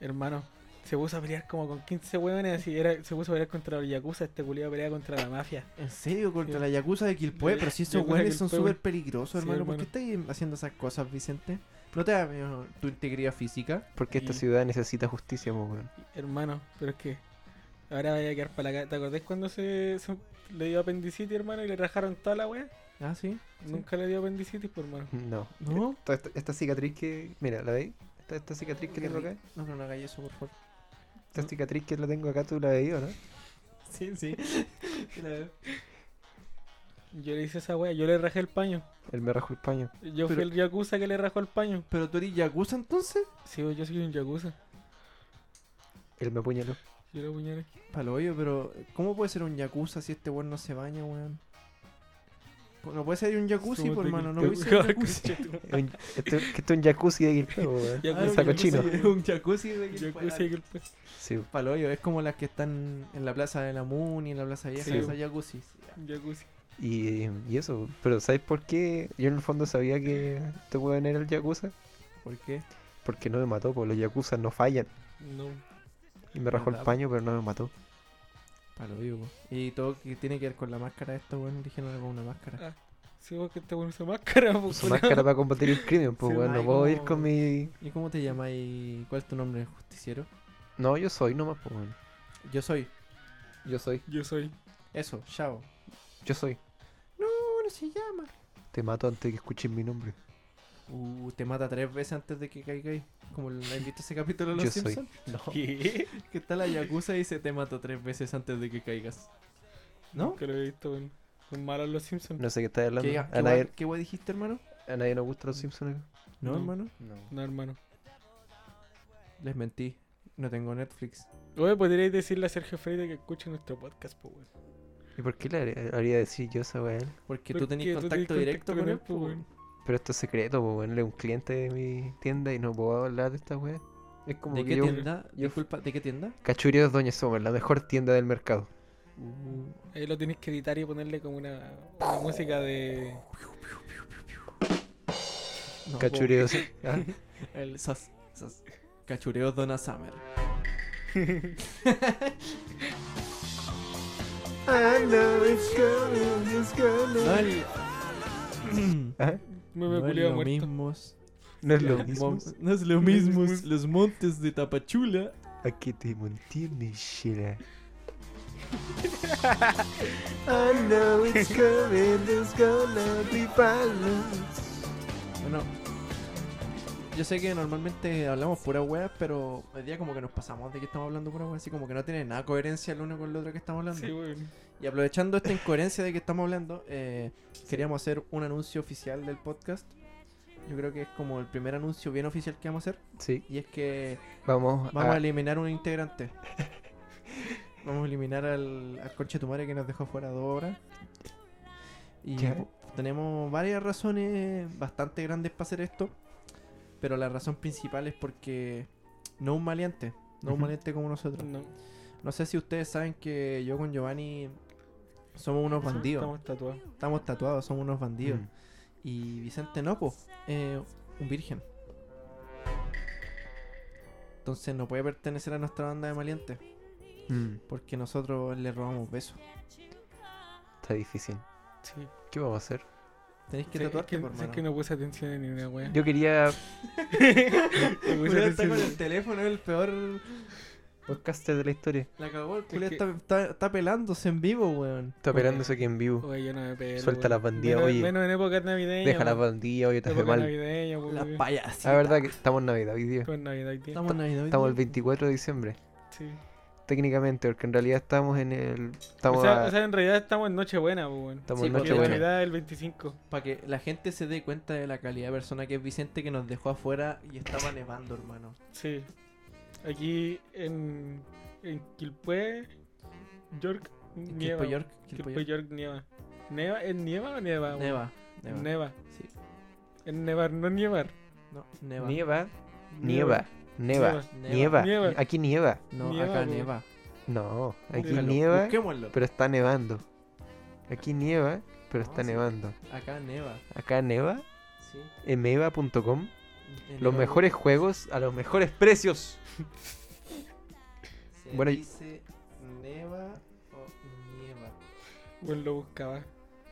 Speaker 3: hermano, se puso a pelear como con 15 hueones. Así era, se puso a pelear contra los yakuza. Este culiado pelea contra la mafia.
Speaker 2: ¿En serio? ¿Contra
Speaker 3: Sí.
Speaker 2: la Yakuza de Quilpue? Pero si esos
Speaker 3: Yakuza de
Speaker 2: güeyes son
Speaker 3: Quilpué, güey.
Speaker 2: súper peligrosos,
Speaker 3: Sí,
Speaker 2: hermano. ¿Por qué
Speaker 3: hermano.
Speaker 2: estás haciendo esas cosas, Vicente? ¿No te da miedo tu integridad física?
Speaker 1: Porque esta
Speaker 3: Y-
Speaker 1: ciudad necesita justicia, po, weón.
Speaker 3: Hermano, pero es que ahora vaya a quedar para la casa. ¿Te acordás cuando se, se- le dio apendicitis, hermano, y le rajaron toda la wea?
Speaker 2: Ah, sí.
Speaker 3: Nunca le dio apendicitis, por hermano.
Speaker 1: No.
Speaker 2: ¿No?
Speaker 1: Esta, esta- esta cicatriz que. Mira, ¿la veis? Esta, esta cicatriz que
Speaker 2: Qué
Speaker 1: tengo acá.
Speaker 2: rico. No, pero no hagáis eso, por favor.
Speaker 1: Esta cicatriz que la tengo acá, tú la veis, ¿o ¿no?
Speaker 2: Sí, sí. La veo.
Speaker 3: Yo le hice esa wea, yo le rajé el paño.
Speaker 1: Él me rajó el paño.
Speaker 3: Yo
Speaker 2: Pero-
Speaker 3: fui el yakuza que le rajó el paño.
Speaker 2: ¿Pero tú eres Yakuza entonces?
Speaker 3: Sí, yo soy un yakuza.
Speaker 1: Él me apuñaló.
Speaker 3: Yo lo apuñalé.
Speaker 2: Palo hoyo, pero ¿cómo puede ser un yakuza si este weón no se baña, weón? Pues No puede ser un jacuzzi,
Speaker 3: Somos
Speaker 2: por
Speaker 3: de
Speaker 2: hermano, no
Speaker 3: Quilpue.
Speaker 2: puede ser un
Speaker 3: [LAUGHS]
Speaker 2: jacuzzi.
Speaker 3: Conchetumare.
Speaker 1: Es un- Esto que esto es un jacuzzi de Quilpue, po, [LAUGHS] weón.
Speaker 3: Ya,
Speaker 2: Ah,
Speaker 3: pues,
Speaker 1: saco
Speaker 2: jacuzzi,
Speaker 1: chino.
Speaker 2: Es un jacuzzi de
Speaker 3: Yakuza
Speaker 2: Quilpue.
Speaker 3: y Quilpue.
Speaker 1: Sí.
Speaker 2: Palo hoyo, es como las que están en la plaza de la Muni, en la plaza vieja,
Speaker 3: Sí.
Speaker 2: esos jacuzzis.
Speaker 3: Jacuzzi.
Speaker 1: Y, y eso. Pero ¿sabes por qué? Yo en el fondo sabía que este weón era el yakuza.
Speaker 2: ¿Por qué?
Speaker 1: Porque no me mató, porque los yakuza no fallan.
Speaker 3: No.
Speaker 1: Y me rajó el
Speaker 2: ¿Verdad?
Speaker 1: paño, pero no
Speaker 2: [LAUGHS]
Speaker 1: me mató.
Speaker 2: Palo hoyo, po. Y todo que tiene que ver con la máscara de estos weón, dijeron algo con una máscara.
Speaker 3: Sí, vos que te pones una máscara, pues,
Speaker 1: Su
Speaker 3: culiao.
Speaker 1: máscara para combatir el crimen, pues
Speaker 2: Sí,
Speaker 1: weón.
Speaker 2: ay,
Speaker 1: No puedo ir
Speaker 2: como-
Speaker 1: con mi.
Speaker 2: ¿Y cómo te llamáis? ¿Cuál es tu nombre, justiciero?
Speaker 1: No, yo soy nomás, pues weón.
Speaker 2: Yo soy.
Speaker 1: Yo soy.
Speaker 3: Yo soy.
Speaker 2: Eso, chao.
Speaker 1: Yo soy.
Speaker 2: No, no se llama.
Speaker 1: Te mato antes de que escuchen mi nombre.
Speaker 2: Uh, te mata tres veces antes de que caigáis. Como el- ¿has visto ese capítulo de Los
Speaker 1: Yo soy.
Speaker 2: Simpsons?
Speaker 1: [LAUGHS]
Speaker 2: [LAUGHS]
Speaker 1: No.
Speaker 3: ¿Qué?
Speaker 2: Que está la Yakuza y dice te mato tres veces antes de que caigas. ¿No?
Speaker 3: Nunca lo he visto, weón. Son malos los Simpsons.
Speaker 1: No sé qué estás hablando.
Speaker 2: ¿Qué,
Speaker 1: A,
Speaker 2: qué,
Speaker 1: nadie,
Speaker 2: guay- qué guay dijiste, hermano?
Speaker 1: a nadie nos gustan los Simpsons acá.
Speaker 2: No,
Speaker 3: No.
Speaker 2: hermano.
Speaker 1: No.
Speaker 3: No, hermano.
Speaker 2: Les mentí. No tengo Netflix.
Speaker 3: Oye, podríais decirle a Sergio Freire que escuche nuestro podcast, pues, weón.
Speaker 1: ¿Y por qué le haría- haría decir yo esa weá a él?
Speaker 2: Porque
Speaker 3: ¿Por
Speaker 2: tú
Speaker 3: qué
Speaker 2: tenés
Speaker 3: tú
Speaker 2: contacto
Speaker 3: tenés
Speaker 2: directo con él,
Speaker 3: po,
Speaker 2: po,
Speaker 3: pues, weón?
Speaker 1: Pero esto es secreto, pues weón. Él es un cliente de mi tienda y no puedo hablar de esta weá. Es como
Speaker 2: ¿De
Speaker 1: que
Speaker 2: qué
Speaker 1: yo.
Speaker 2: tienda?
Speaker 1: yo-
Speaker 2: Disculpa, ¿de qué tienda?
Speaker 1: Cachurios Doña Sommer, la mejor tienda del mercado. Uh.
Speaker 3: Ahí lo tienes que editar y ponerle como una,
Speaker 2: Oh.
Speaker 3: una música de.
Speaker 2: No,
Speaker 1: [LAUGHS] Cachureos. Ah,
Speaker 2: po, El sas, sas. Cachureos Donna [LAUGHS] Summer. no, el-
Speaker 1: ¿Ah?
Speaker 3: Meme
Speaker 2: es
Speaker 3: culiao
Speaker 2: lo
Speaker 3: muerto.
Speaker 2: mismo.
Speaker 1: No es lo
Speaker 2: Los
Speaker 1: mismo.
Speaker 2: mom- No es [LAUGHS] lo mismo. Los montes de Tapachula.
Speaker 1: Aquí te mantiene [LAUGHS] Shira.
Speaker 2: Bueno, yo sé que normalmente hablamos pura wea, pero hoy día como que nos pasamos de que estamos hablando pura wea, así como que no tiene nada coherencia el uno con el otro que estamos hablando.
Speaker 3: Sí, weón.
Speaker 2: Y aprovechando [LAUGHS] esta incoherencia de que estamos hablando, eh, queríamos hacer un anuncio oficial del podcast. Yo creo que es como el primer anuncio bien oficial que vamos a hacer.
Speaker 1: Sí,
Speaker 2: Y es que
Speaker 1: vamos,
Speaker 2: vamos
Speaker 1: a,
Speaker 2: a eliminar un integrante. [LAUGHS] Vamos a eliminar al, al conche tu madre que nos dejó fuera dos horas. Y
Speaker 1: Ya.
Speaker 2: po- tenemos varias razones bastante grandes para hacer esto. Pero la razón principal es porque no un maleante. No un
Speaker 1: Ujú.
Speaker 2: maleante como nosotros.
Speaker 3: No.
Speaker 2: No sé si ustedes saben que yo con Giovanni somos unos bandidos.
Speaker 3: Estamos tatuados.
Speaker 2: Estamos tatuados, somos unos bandidos.
Speaker 1: Mm.
Speaker 2: Y Vicente no, po, eh, un virgen. Entonces no puede pertenecer a nuestra banda de malientes.
Speaker 1: Mm,
Speaker 2: Porque nosotros le robamos besos.
Speaker 1: está difícil.
Speaker 3: Sí.
Speaker 1: ¿Qué vamos a hacer?
Speaker 2: Tenéis que
Speaker 3: Sí, es
Speaker 2: tatuarte,
Speaker 3: que,
Speaker 2: por
Speaker 3: sí, es que no puse atención en ninguna wea. [LAUGHS]
Speaker 1: Yo quería
Speaker 3: No puse
Speaker 2: está con
Speaker 3: atención.
Speaker 2: el teléfono, es el peor.
Speaker 1: podcaster de la historia.
Speaker 2: La cagó, el
Speaker 3: culiao
Speaker 2: culiao está, está- está pelándose en vivo, weón.
Speaker 1: Está
Speaker 3: Oye.
Speaker 1: operándose aquí en vivo.
Speaker 3: Oye, yo no me pego.
Speaker 1: Suelta las bandidas,
Speaker 3: menos,
Speaker 1: oye.
Speaker 3: Menos en época navideña.
Speaker 1: Deja la
Speaker 3: weón.
Speaker 1: bandilla, hoy te hace
Speaker 3: Época
Speaker 1: mal.
Speaker 3: navideña, weón.
Speaker 2: La payasita.
Speaker 1: La verdad que estamos en Navidad hoy día.
Speaker 3: Estamos en Navidad hoy día.
Speaker 2: Estamos en Navidad hoy
Speaker 1: Estamos el
Speaker 2: día.
Speaker 1: 24 de diciembre.
Speaker 3: Sí.
Speaker 1: Técnicamente, porque en realidad estamos en el. Estamos
Speaker 3: o, sea,
Speaker 1: a-
Speaker 3: o sea, en realidad estamos en Nochebuena, pues, weón.
Speaker 1: Estamos
Speaker 2: Sí,
Speaker 1: en
Speaker 2: porque
Speaker 3: Porque
Speaker 1: Nochebuena.
Speaker 3: Navidad es el 25.
Speaker 2: Para que la gente se dé cuenta de la calidad de persona que es Vicente que nos dejó afuera y estaba nevando, hermano.
Speaker 3: Sí. Aquí en, en Quilpué, York,
Speaker 2: En
Speaker 3: nieva.
Speaker 2: Quilpo
Speaker 3: weón.
Speaker 2: York, Quilpo
Speaker 3: Quilpué,
Speaker 2: York.
Speaker 3: York, nieva. ¿Neva? ¿Es nieva o nieva? weón?
Speaker 2: Neva. Neva.
Speaker 3: Neva.
Speaker 2: Sí.
Speaker 3: Es nevar, no es nievar.
Speaker 2: No, neva.
Speaker 1: Nieva, nieva, nieva,
Speaker 2: Nieva.
Speaker 1: nieva.
Speaker 3: Nieva.
Speaker 1: Aquí nieva.
Speaker 2: No,
Speaker 3: Nieva,
Speaker 2: acá
Speaker 3: po.
Speaker 2: neva.
Speaker 1: No, aquí
Speaker 2: Búscalo,
Speaker 1: nieva,
Speaker 2: Busquémoslo.
Speaker 1: pero está nevando. Aquí nieva, pero
Speaker 2: No,
Speaker 1: está
Speaker 2: sí.
Speaker 1: nevando.
Speaker 2: Acá neva.
Speaker 1: Acá neva,
Speaker 2: Sí.
Speaker 1: emeva.com.
Speaker 2: En
Speaker 1: Los
Speaker 2: Neva-
Speaker 1: mejores juegos a los mejores precios.
Speaker 2: Se
Speaker 1: bueno, y-
Speaker 2: dice neva o nieva.
Speaker 3: Bueno, lo buscaba.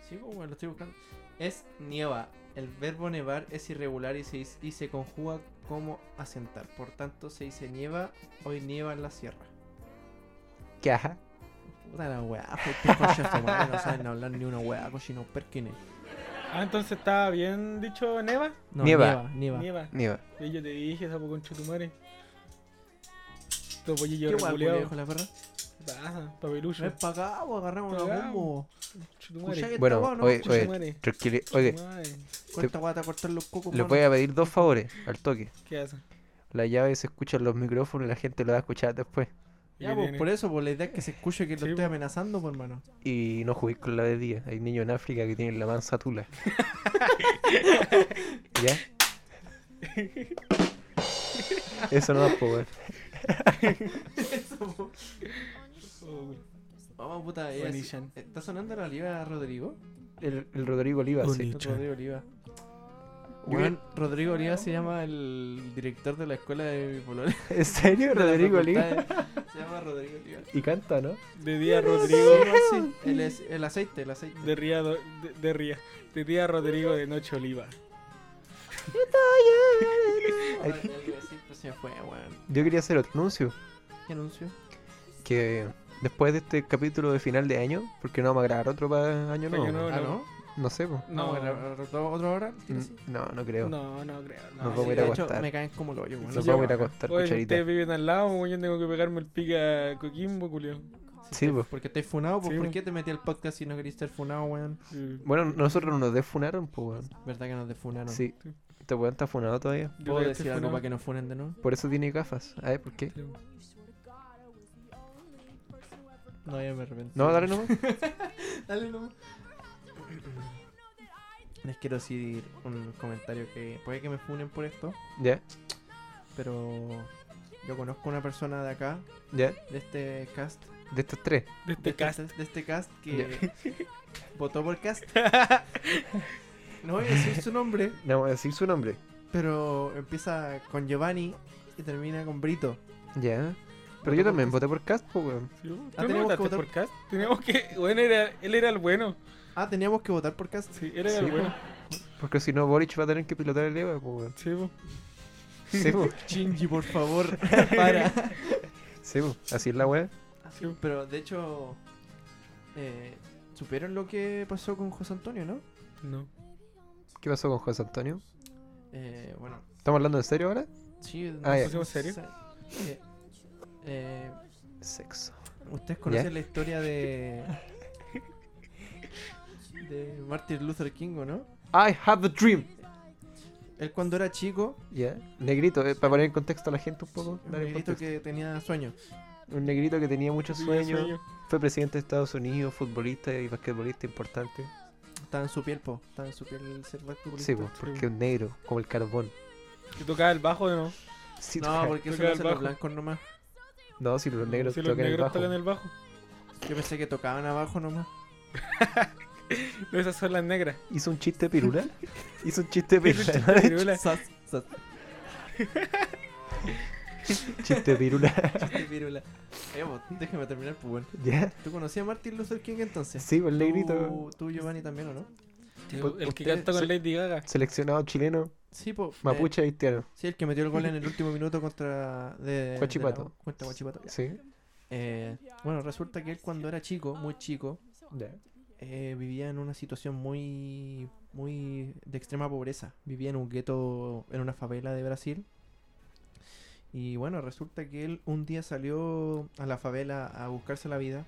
Speaker 2: Sí, po, weón, lo estoy buscando. Es nieva. El verbo nevar es irregular y se, dice- y se conjuga como asentar. Por tanto, se dice nieva, hoy nieva en la sierra.
Speaker 1: ¿Qué ajá?
Speaker 2: Puta la weá, este coche de su madre, no saben hablar ni una weá, cochino perkines.
Speaker 3: Ah, entonces estaba bien dicho neva.
Speaker 2: No,
Speaker 1: Nieva.
Speaker 2: nieva. nieva.
Speaker 3: Nieva.
Speaker 1: Nieva.
Speaker 3: Y yo te dije, sapo con chutumare. Todo
Speaker 2: ¿Qué
Speaker 3: pollillo
Speaker 2: weá, culiao,
Speaker 3: reculeado.
Speaker 2: hijo de la perra?
Speaker 3: ¿Qué pasa?
Speaker 2: No
Speaker 3: Papelucho.
Speaker 2: es pa' acá, po, agarramos
Speaker 3: Pa'
Speaker 2: los
Speaker 3: acá,
Speaker 2: bombos. Escuchá que
Speaker 3: Chutumare.
Speaker 2: esta
Speaker 1: Bueno,
Speaker 2: weá no
Speaker 1: oye,
Speaker 2: escucha
Speaker 1: oye.
Speaker 3: Chutumare.
Speaker 1: Tranquilo. Oye,
Speaker 3: Chutumare.
Speaker 2: Corta guata, cortar los cocos.
Speaker 1: les
Speaker 2: mano.
Speaker 1: voy a pedir dos favores al toque.
Speaker 3: ¿Qué haces?
Speaker 1: La llave se escucha en los micrófonos y la gente lo va a escuchar después.
Speaker 2: Ya, pues por eso, por la idea es que se escuche que lo
Speaker 3: Sí,
Speaker 2: estoy
Speaker 3: po.
Speaker 2: amenazando, pues hermano.
Speaker 1: Y no juguéis con la de día. Hay niños en África que tienen la mansa tula. [LAUGHS] ¿Ya? Eso no va a poder.
Speaker 3: Oh,
Speaker 2: Vamos, puta, es-
Speaker 3: Buenísimo.
Speaker 2: ¿Está sonando la oliva Rodrigo?
Speaker 1: El, el Rodrigo Oliva, sí.
Speaker 2: El Rodrigo Oliva. Weón, Rodrigo Oliva se llama el director de la escuela de mi [LAUGHS] polola.
Speaker 1: [LAUGHS] ¿En serio,
Speaker 2: de la
Speaker 1: Rodrigo Oliva?
Speaker 2: facultad de- Se llama Rodrigo Oliva.
Speaker 1: Y canta, ¿no?
Speaker 3: De día
Speaker 2: Sí,
Speaker 3: Rodrigo.
Speaker 2: weón, sí, El, es- el aceite, el aceite.
Speaker 3: De ría. do- De, de ría. De día Rodrigo de Noche Oliva.
Speaker 2: Ay, algo así, pero se me fue, weón.
Speaker 1: Yo quería hacer otro anuncio.
Speaker 2: ¿Qué anuncio?
Speaker 1: Que después de este capítulo de final de año, porque no vamos a grabar otro para año
Speaker 3: Para
Speaker 1: nuevo.
Speaker 3: Año
Speaker 1: No,
Speaker 3: Nuevo. No,
Speaker 2: ah,
Speaker 3: no.
Speaker 2: ¿no?
Speaker 1: sé, po.
Speaker 3: No,
Speaker 2: No, ¿ra- ra- ra- ¿otra hora?
Speaker 1: Mm,
Speaker 2: Sí,
Speaker 1: No, no creo.
Speaker 3: no, no creo. No,
Speaker 1: Nos vamos
Speaker 3: sí.
Speaker 1: a ir a
Speaker 2: de hecho,
Speaker 1: acostar.
Speaker 2: me caen como lo yo, weón.
Speaker 1: Nos
Speaker 3: sí,
Speaker 1: vamos a ir a
Speaker 2: acostar.
Speaker 1: acostar,
Speaker 3: Oye, si
Speaker 1: cucharita.
Speaker 3: ustedes viven al lado, weón, yo tengo que pegarme el pica a Coquimbo, culio.
Speaker 1: Sí, po.
Speaker 2: Porque estáis funado, po,
Speaker 3: Sí,
Speaker 2: ¿por
Speaker 3: po.
Speaker 2: qué te metí al podcast si no querías estar funado, weón?
Speaker 3: Sí.
Speaker 1: Bueno, nosotros nos defunaron, pues, weón.
Speaker 2: ¿Verdad que nos defunaron?
Speaker 1: Sí.
Speaker 3: Sí.
Speaker 1: Este weón está funado todavía.
Speaker 2: ¿Puedo
Speaker 3: Yo creo que
Speaker 2: decir
Speaker 3: estoy
Speaker 2: algo
Speaker 3: funado.
Speaker 2: para que nos funen de nuevo?
Speaker 1: Por eso tiene gafas. A ver, ¿por qué?
Speaker 2: No, ya me arrepentí.
Speaker 1: No, dale nomás.
Speaker 2: [LAUGHS] Dale nomás. [CLEARS THROAT] Les quiero decir un comentario que puede que me funen por esto,
Speaker 1: ya,
Speaker 2: pero yo conozco una persona de acá,
Speaker 1: ya.
Speaker 2: de este cast,
Speaker 1: De estos tres.
Speaker 3: De
Speaker 2: de
Speaker 3: este
Speaker 2: este
Speaker 3: cast.
Speaker 2: de este cast que [LAUGHS] votó por cast.
Speaker 3: [LAUGHS]
Speaker 2: No voy a decir su nombre,
Speaker 1: No vamos a decir su nombre.
Speaker 2: pero empieza con Giovanni y termina con Brito.
Speaker 1: Ya.
Speaker 2: Votó
Speaker 1: Pero yo
Speaker 2: por
Speaker 1: también
Speaker 2: Cast.
Speaker 1: voté por Cast, po, weón.
Speaker 3: Sí, weón.
Speaker 2: Ah,
Speaker 3: ¿Tú no
Speaker 2: tenemos que
Speaker 3: votaste
Speaker 2: votar.
Speaker 3: por cast? Teníamos que. Bueno, era, él era el bueno.
Speaker 2: [LAUGHS] Ah, teníamos que votar por cast.
Speaker 3: Sí, él era
Speaker 1: Sí,
Speaker 3: el bueno.
Speaker 1: Yo Porque si no, Boric va a tener que pilotar el EVA, pues, [LAUGHS] weón.
Speaker 3: Sí, po.
Speaker 1: Sí, pues.
Speaker 2: Shinji, por favor, para.
Speaker 1: Sí, pues. Así es la weá.
Speaker 3: Sí.
Speaker 2: Pero de hecho, eh, supieron lo que pasó con José Antonio, ¿no?
Speaker 3: No.
Speaker 1: ¿Qué pasó con José Antonio?
Speaker 2: Eh, bueno,
Speaker 1: ¿Estamos hablando en serio ahora?
Speaker 2: sí. no
Speaker 1: Ah, ya.
Speaker 2: sé
Speaker 3: ¿Pusimos
Speaker 2: si
Speaker 3: serio?
Speaker 2: sa- eh, eh,
Speaker 1: Sexo.
Speaker 2: ¿Ustedes conocen la historia de. de Martin Luther King, ¿o no?
Speaker 1: I have a dream.
Speaker 2: Él cuando era chico,
Speaker 1: Ya. Negrito, eh, para poner en contexto a la gente un poco.
Speaker 2: un
Speaker 1: dar en
Speaker 2: negrito
Speaker 1: contexto.
Speaker 2: que tenía sueños.
Speaker 1: Un negrito que tenía muchos sueños.
Speaker 3: Sueño.
Speaker 1: Fue presidente de Estados Unidos, futbolista y basquetbolista importante.
Speaker 2: Estaba en su piel, po. Estaba en su piel el ser basquetbolista.
Speaker 1: Sí, pues, porque un negro, como el carbón.
Speaker 3: Que tocaba el bajo, ¿no?
Speaker 1: Sí,
Speaker 2: No,
Speaker 1: toca-
Speaker 2: porque eso
Speaker 3: Tocaba
Speaker 2: lo
Speaker 3: el
Speaker 2: hacen los
Speaker 3: bajo.
Speaker 2: blancos nomás.
Speaker 1: no, si los negros
Speaker 3: si los
Speaker 1: tocan el
Speaker 3: negros
Speaker 1: bajo.
Speaker 3: tocan el bajo.
Speaker 2: Yo pensé que tocaban abajo nomás.
Speaker 3: No, esas son las negras.
Speaker 1: ¿Hizo un chiste [LAUGHS] pirula? Hizo un chiste
Speaker 3: [LAUGHS]
Speaker 1: pirula.
Speaker 3: Esas son las pirulas.
Speaker 2: Sas, sas,
Speaker 1: [LAUGHS] chiste pirula.
Speaker 2: [LAUGHS] qué pirula. Eh, po, déjame terminar, pues bueno.
Speaker 1: [LAUGHS] ¿Ya?
Speaker 2: ¿Tú conocías a Martin Luther King entonces?
Speaker 1: Sí, pues, el negrito. Pues,
Speaker 2: Tú, tú, Giovanni, también, ¿o no?
Speaker 3: El que
Speaker 1: Ustedes-
Speaker 3: canta con
Speaker 1: se-
Speaker 3: Lady Gaga.
Speaker 1: Seleccionado chileno,
Speaker 2: Sí, pues.
Speaker 1: mapuche haitiano.
Speaker 2: sí, el que metió el gol
Speaker 1: [LAUGHS]
Speaker 2: en el último minuto contra. De,
Speaker 1: Huachipato.
Speaker 2: de la- contra Huachipato, ya.
Speaker 1: Sí.
Speaker 2: Eh, bueno, resulta que él cuando era chico, muy chico, eh, vivía en una situación muy, muy de extrema pobreza. Vivía en un gueto, en una favela de Brasil. Y bueno, resulta que él un día salió a la favela a buscarse la vida,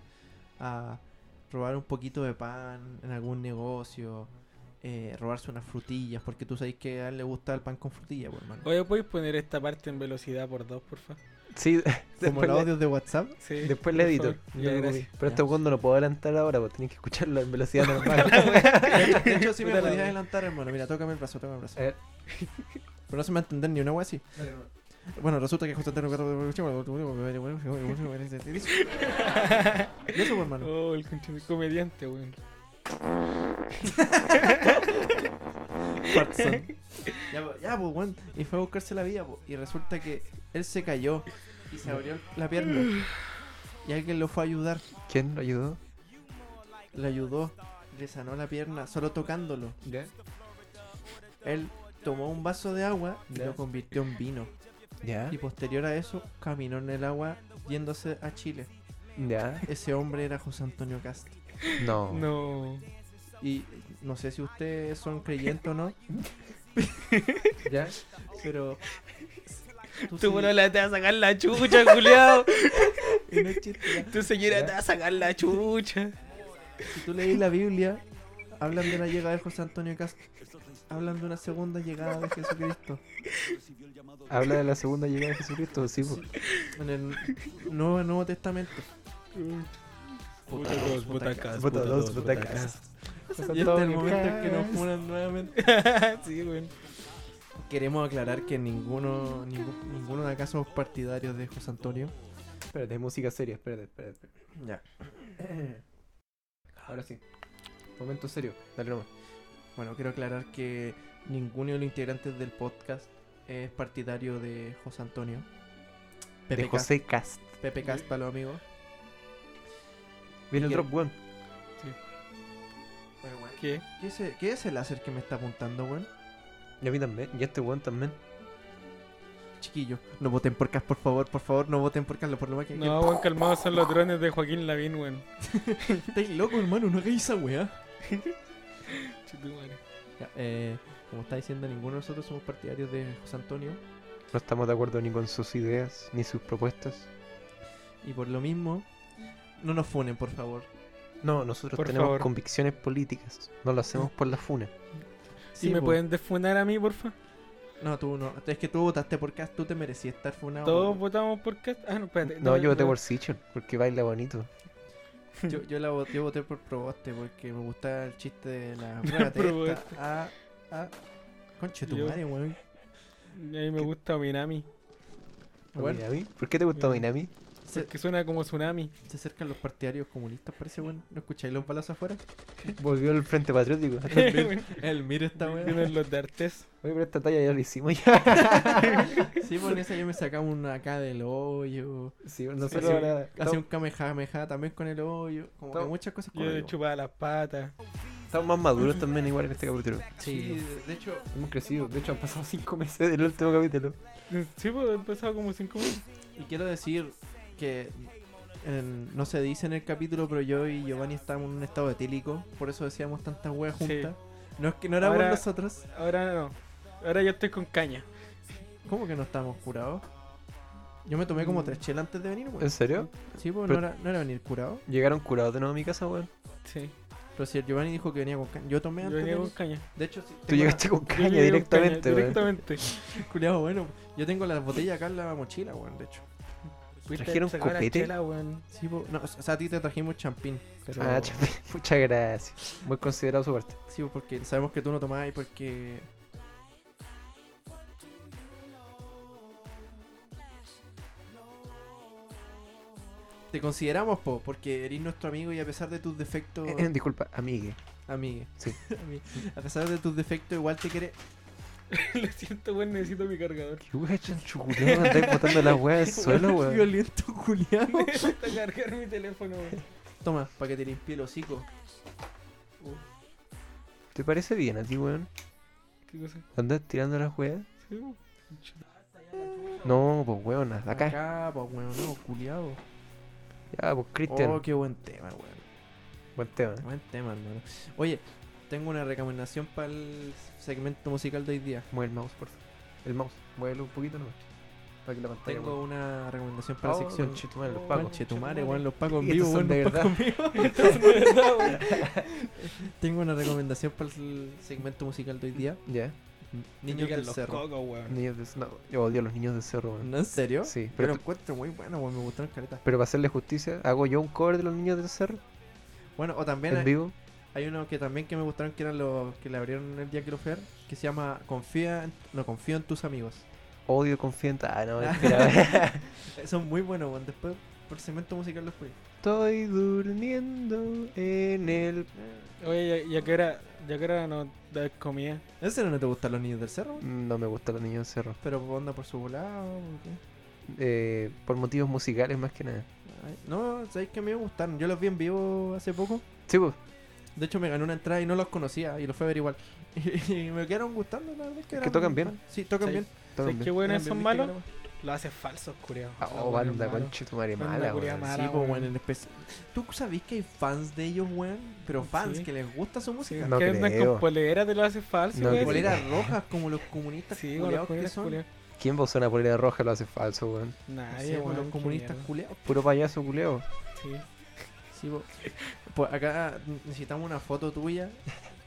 Speaker 2: a robar un poquito de pan en algún negocio, eh, robarse unas frutillas, porque tú sabes que a él le gusta el pan con frutilla, pues, hermano.
Speaker 3: Oye, ¿puedes poner esta parte en velocidad por dos, por favor?
Speaker 1: Sí,
Speaker 2: Como
Speaker 1: después
Speaker 2: los
Speaker 1: le,
Speaker 2: audios de WhatsApp.
Speaker 3: Sí.
Speaker 1: [LAUGHS] después le
Speaker 3: por
Speaker 1: edito.
Speaker 3: favor.
Speaker 1: No te
Speaker 3: Ya,
Speaker 1: preocupes.
Speaker 3: gracias.
Speaker 1: Pero
Speaker 2: Ya.
Speaker 1: este weón no lo puedo adelantar ahora, pues tenés que escucharlo en velocidad [LAUGHS] normal.
Speaker 2: De hecho, sí me
Speaker 3: Puta la
Speaker 2: podía
Speaker 3: wea.
Speaker 2: adelantar, hermano. Mira, tócame el brazo, tócame el brazo.
Speaker 1: A ver.
Speaker 2: Pero no se me va a entender ni una wea así. Bueno, resulta que José Antonio
Speaker 3: [LAUGHS]
Speaker 2: Y eso, pues, hermano.
Speaker 3: Oh, el conche- comediante, weón.
Speaker 2: Ya, pues, ya, pues, weón. Y fue a buscarse la vida, pues. Y resulta que él se cayó y se abrió la pierna. Y alguien lo fue a ayudar.
Speaker 1: ¿Quién lo ayudó?
Speaker 2: Le ayudó. Le sanó la pierna solo tocándolo.
Speaker 1: ¿Ya?
Speaker 2: Él tomó un vaso de agua y
Speaker 1: Ya.
Speaker 2: lo convirtió en vino.
Speaker 1: ¿Ya?
Speaker 2: Y posterior a eso, caminó en el agua yéndose a Chile.
Speaker 1: ¿Ya?
Speaker 2: Ese hombre era José Antonio Castro.
Speaker 1: No.
Speaker 3: No.
Speaker 2: Y no sé si ustedes son creyentes o no,
Speaker 1: ¿Ya?
Speaker 2: pero. tú
Speaker 3: Tu
Speaker 2: sí-
Speaker 3: polola te va a sacar la chucha, [LAUGHS] culiao.
Speaker 2: y no es chiste, ya.
Speaker 3: Tu señora te va a sacar la chucha.
Speaker 2: Si tú lees la Biblia, hablan de la llegada de José Antonio Castro. Hablan de una segunda llegada de Jesucristo.
Speaker 1: Habla de la segunda llegada de Jesucristo, sí, pues.
Speaker 2: En el Nuevo, Nuevo Testamento.
Speaker 3: Puta dos, butacas.
Speaker 1: Puta dos, butacas.
Speaker 2: Y este es el momento en que nos funan nuevamente.
Speaker 3: [LAUGHS] sí, weón.
Speaker 2: Queremos aclarar que ninguno, ningún- ninguno de acá somos partidarios de José Antonio.
Speaker 1: Espérate, es música seria, espérate, espérate. espérate.
Speaker 2: [COUGHS] Ya.
Speaker 1: Ahora sí. Momento serio, dale nomás.
Speaker 2: Bueno, quiero aclarar que ninguno de los integrantes del podcast es partidario de José Antonio. Pepe
Speaker 1: de José Cast.
Speaker 2: Cast, Pepe Cast para los amigos.
Speaker 1: Viene el
Speaker 2: Ya.
Speaker 1: drop, weón.
Speaker 3: ¿Qué?
Speaker 2: ¿Qué es, el- qué es el láser que me está apuntando, weón?
Speaker 1: Y a mí también, y a este weón también.
Speaker 2: Chiquillo, no voten por Cast, por favor, por favor, no voten por Carlos, por lo más que...
Speaker 3: No, weón, calmado, son los drones de Joaquín Lavín, weón.
Speaker 2: Estáis loco, hermano, no hagáis esa weá.
Speaker 3: Chetumare.
Speaker 2: Ya, eh, como está diciendo, ninguno de nosotros somos partidarios de José Antonio.
Speaker 1: No estamos de acuerdo ni con sus ideas, ni sus propuestas.
Speaker 2: Y por lo mismo, no nos funen, por favor.
Speaker 1: No, nosotros
Speaker 3: Por
Speaker 1: tenemos
Speaker 3: favor.
Speaker 1: convicciones políticas. No lo hacemos por la funa.
Speaker 3: ¿Y me
Speaker 2: po.
Speaker 3: pueden desfunar a mí, porfa?
Speaker 2: No, tú no. Es que tú votaste por Cast, tú te merecías estar funado.
Speaker 3: Todos
Speaker 2: weón.
Speaker 3: votamos por Cast. Ah, no, espérate.
Speaker 1: No, yo voté
Speaker 3: no.
Speaker 1: por Sichon, porque baila bonito.
Speaker 2: Yo, yo la voté, yo voté por Proboste porque me gustaba el chiste de
Speaker 3: [LAUGHS]
Speaker 2: la prueba testa.
Speaker 3: Proboste.
Speaker 2: Ah, ah. Conche tu
Speaker 3: Yo-
Speaker 2: madre,
Speaker 3: [LAUGHS]
Speaker 2: weón.
Speaker 3: Y A mí me gusta Minami.
Speaker 2: Bueno.
Speaker 1: ¿Minami? ¿Por qué te gusta
Speaker 3: Bueno.
Speaker 1: [LAUGHS] Minami?
Speaker 2: Se,
Speaker 3: Porque suena como tsunami.
Speaker 2: se acercan los partidarios comunistas, parece, weón. ¿No escucháis los balazos
Speaker 3: [LAUGHS]
Speaker 2: afuera?
Speaker 1: Volvió el Frente Patriótico.
Speaker 3: Vienen
Speaker 2: El mira esta weón.
Speaker 3: los de Artes.
Speaker 1: [LAUGHS] Oye, pero esta talla ya la hicimos ya.
Speaker 2: Sí, por esa yo me sacaba una acá del hoyo.
Speaker 1: [LAUGHS] Sí, nosotros
Speaker 3: sí.
Speaker 1: ahora-
Speaker 2: Hacía un kamehameha también con el hoyo. Como que
Speaker 1: Tom.
Speaker 2: muchas cosas con
Speaker 3: Yo
Speaker 2: el
Speaker 3: le
Speaker 2: hoyo.
Speaker 3: chupaba las patas.
Speaker 1: Estamos más maduros también igual en este capítulo.
Speaker 2: Sí, de hecho,
Speaker 1: Hemos crecido. De hecho, han pasado 5 meses del último capítulo.
Speaker 3: Sí, pues he empezado como 5 minutos.
Speaker 2: y quiero decir que en- no se dice en el capítulo, pero yo y Giovanni estábamos en un estado etílico, por eso decíamos tantas weas
Speaker 3: Sí.
Speaker 2: juntas. No es que no éramos
Speaker 3: Ahora-
Speaker 2: nosotros.
Speaker 3: Ahora no. Ahora yo estoy con caña.
Speaker 2: ¿Cómo que no estamos curados? Yo me tomé como tres chelas antes de venir, weón.
Speaker 1: ¿En serio?
Speaker 2: Sí, pues
Speaker 1: Pero-
Speaker 2: no, era, no era venir curado.
Speaker 1: Llegaron curados de nuevo a mi casa, weón.
Speaker 3: Sí.
Speaker 2: Pero si el Giovanni dijo que venía con caña. Yo tomé
Speaker 3: Yo
Speaker 2: antes de
Speaker 3: venía con
Speaker 2: venir.
Speaker 3: caña.
Speaker 2: De hecho, sí,
Speaker 1: Tú
Speaker 2: tengo [LAUGHS] la-
Speaker 1: llegaste con
Speaker 3: Yo
Speaker 1: caña
Speaker 3: llegué con
Speaker 1: directamente,
Speaker 3: caña,
Speaker 1: weón.
Speaker 3: Directamente.
Speaker 2: Culeado, bueno, yo tengo las botellas acá en la mochila, weón, de hecho.
Speaker 3: Fuiste
Speaker 1: ¿Trajeron
Speaker 3: a sacar la
Speaker 1: copete?
Speaker 3: chela, weón. [LAUGHS]
Speaker 2: Sí, po, no, o sea, a ti te trajimos champín. Pero,
Speaker 1: Ah, chapín, [LAUGHS] muchas gracias. Muy considerado su parte.
Speaker 2: Sí, po, porque sabemos que tú no tomás y porque... Te consideramos, po, porque eres nuestro amigo y a pesar de tus defectos,
Speaker 1: Eh, eh, disculpa, amigue.
Speaker 2: amigue.
Speaker 1: Sí.
Speaker 2: Ami- a pesar de tus defectos, igual te queremos.
Speaker 3: Lo siento, weón, necesito mi cargador. [LAUGHS]
Speaker 1: ¿Qué weón chanchuculeado? Andáis botando las weas [LAUGHS]
Speaker 2: [LAUGHS]
Speaker 1: del [LAUGHS] suelo, weón.
Speaker 2: Violento, culiado.
Speaker 3: Necesito cargar mi teléfono, weón.
Speaker 2: Toma, para que te limpie el hocico.
Speaker 1: ¿Te parece bien a ti, weón?
Speaker 3: ¿Qué cosa?
Speaker 1: ¿Andas tirando las weas?
Speaker 3: Sí, weón. [LAUGHS]
Speaker 1: No, pues weón, hasta acá.
Speaker 2: Acá, po, weón, no, culiado.
Speaker 1: Ya, pues Cristian.
Speaker 2: Oh, qué buen tema, weón.
Speaker 1: Buen tema.
Speaker 2: Buen tema, hermano. Oye, tengo una recomendación para el segmento musical de hoy día.
Speaker 1: Mueve el mouse, por favor. El mouse, muévelo un poquito nomás. Para que la pantalla.
Speaker 2: Tengo
Speaker 1: weón.
Speaker 2: una recomendación para la
Speaker 1: Oh,
Speaker 2: sección.
Speaker 1: conchetumare, los
Speaker 3: Oh,
Speaker 1: pagos.
Speaker 2: Conchetumare, weón, los pagos en
Speaker 1: Y
Speaker 2: vivo,
Speaker 1: estos son
Speaker 2: weón,
Speaker 1: de
Speaker 2: los pagos [LAUGHS] en vivo.
Speaker 3: Esto es de verdad,
Speaker 1: [LAUGHS]
Speaker 3: weón.
Speaker 2: Tengo una recomendación para el segmento musical de hoy día.
Speaker 1: Ya.
Speaker 2: Niños del
Speaker 3: Los
Speaker 2: Cerro.
Speaker 3: cocos, weón.
Speaker 1: Niños de... No, yo odio a los niños del cerro, weón.
Speaker 2: ¿No? ¿En serio?
Speaker 1: Sí,
Speaker 2: Yo
Speaker 1: pero,
Speaker 2: lo encuentro muy bueno, weón, me gustaron caletas.
Speaker 1: pero para hacerle justicia, hago yo un cover de los niños del cerro
Speaker 2: Bueno, o también
Speaker 1: en
Speaker 2: hay,
Speaker 1: vivo.
Speaker 2: hay uno que también que me gustaron que eran los que le abrieron el día que lo fui a ver, que se llama Confía en, no, Confío en tus amigos.
Speaker 1: Odio confiante.
Speaker 2: [LAUGHS]
Speaker 1: Ah, no, mentira.
Speaker 2: Eh, Son muy buenos, weón. Después, por el segmento musical los fui.
Speaker 1: Estoy durmiendo en el.
Speaker 3: Oye, ya, ya que era, ya que era no dar comida.
Speaker 2: ¿En serio no te gustan los niños del cerro?
Speaker 1: No me gustan los niños del cerro.
Speaker 2: Pero onda por su volado, ¿por qué?
Speaker 1: Eh, por motivos musicales más que nada.
Speaker 2: Ay, No, sabéis que a mí me gustaron. Yo los vi en vivo hace poco.
Speaker 1: Sí, pues.
Speaker 2: De hecho, me ganó una entrada y no los conocía y los fue a ver igual. [LAUGHS] Y me quedaron gustando, la verdad. Es que,
Speaker 1: Es que
Speaker 2: eran-
Speaker 1: tocan bien.
Speaker 2: Sí, tocan
Speaker 3: Sí.
Speaker 2: bien.
Speaker 1: tomen
Speaker 3: ¿Sabes
Speaker 1: bien.
Speaker 3: qué
Speaker 2: Eran
Speaker 3: weones
Speaker 2: bien
Speaker 3: son
Speaker 2: místicas,
Speaker 3: malos?
Speaker 2: la wea.
Speaker 3: Lo hace falso, curioso.
Speaker 1: Ah, Oh, banda, conche tu madre
Speaker 3: Banda
Speaker 1: mala,
Speaker 3: culiá
Speaker 1: weón.
Speaker 3: mala.
Speaker 2: Sí,
Speaker 3: Ahora,
Speaker 2: pues,
Speaker 3: weón.
Speaker 2: weón, en especial. ¿Tú sabés que hay fans de ellos, weón? Pero fans
Speaker 3: Sí.
Speaker 2: que les gusta su música.
Speaker 1: No
Speaker 3: que andan
Speaker 1: creo.
Speaker 3: con poleras de lo hace falso,
Speaker 1: No
Speaker 3: weón.
Speaker 1: creo.
Speaker 2: Poleras rojas como los comunistas
Speaker 3: Sí, con las
Speaker 2: culiados que
Speaker 3: poleras
Speaker 2: son.
Speaker 3: culiadas.
Speaker 1: ¿Quién vos una polera roja lo hace falso, weón?
Speaker 2: No
Speaker 3: Nadie,
Speaker 2: sé, pues,
Speaker 3: weón.
Speaker 2: los
Speaker 3: qué
Speaker 2: comunistas
Speaker 3: mierda.
Speaker 2: culiados.
Speaker 1: Puro
Speaker 2: [LAUGHS]
Speaker 1: payaso culeo.
Speaker 3: Sí.
Speaker 2: Sí, po. pues acá necesitamos una foto
Speaker 3: [LAUGHS]
Speaker 2: tuya.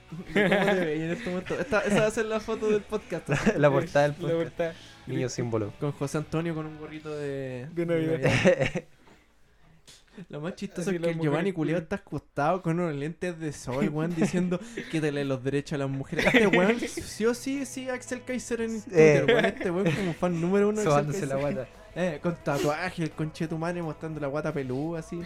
Speaker 2: ¿Cómo te veis en este momento? Esta, esa va a ser la foto del podcast. así,
Speaker 1: la portada del
Speaker 3: La
Speaker 1: podcast.
Speaker 3: verdad.
Speaker 1: Niño símbolo.
Speaker 2: Con José Antonio con un gorrito de,
Speaker 3: De Navidad.
Speaker 2: Lo más chistoso
Speaker 3: Así
Speaker 2: es
Speaker 3: las
Speaker 2: que el
Speaker 3: mujeres
Speaker 2: Giovanni Culeo
Speaker 3: culian.
Speaker 2: está acostado con unos lentes de sol, weón, diciendo que te lee los derechos a las mujeres. Este weón, sí o sí, sí, Axel Kaiser en Twitter, weón. Este weón como fan número uno de Axel
Speaker 1: Sobándose la
Speaker 2: Kaiser. [LAUGHS]
Speaker 1: guata.
Speaker 2: Eh, con tatuaje, el conchetumare mostrando la guata peluda,
Speaker 1: [LAUGHS]
Speaker 2: así.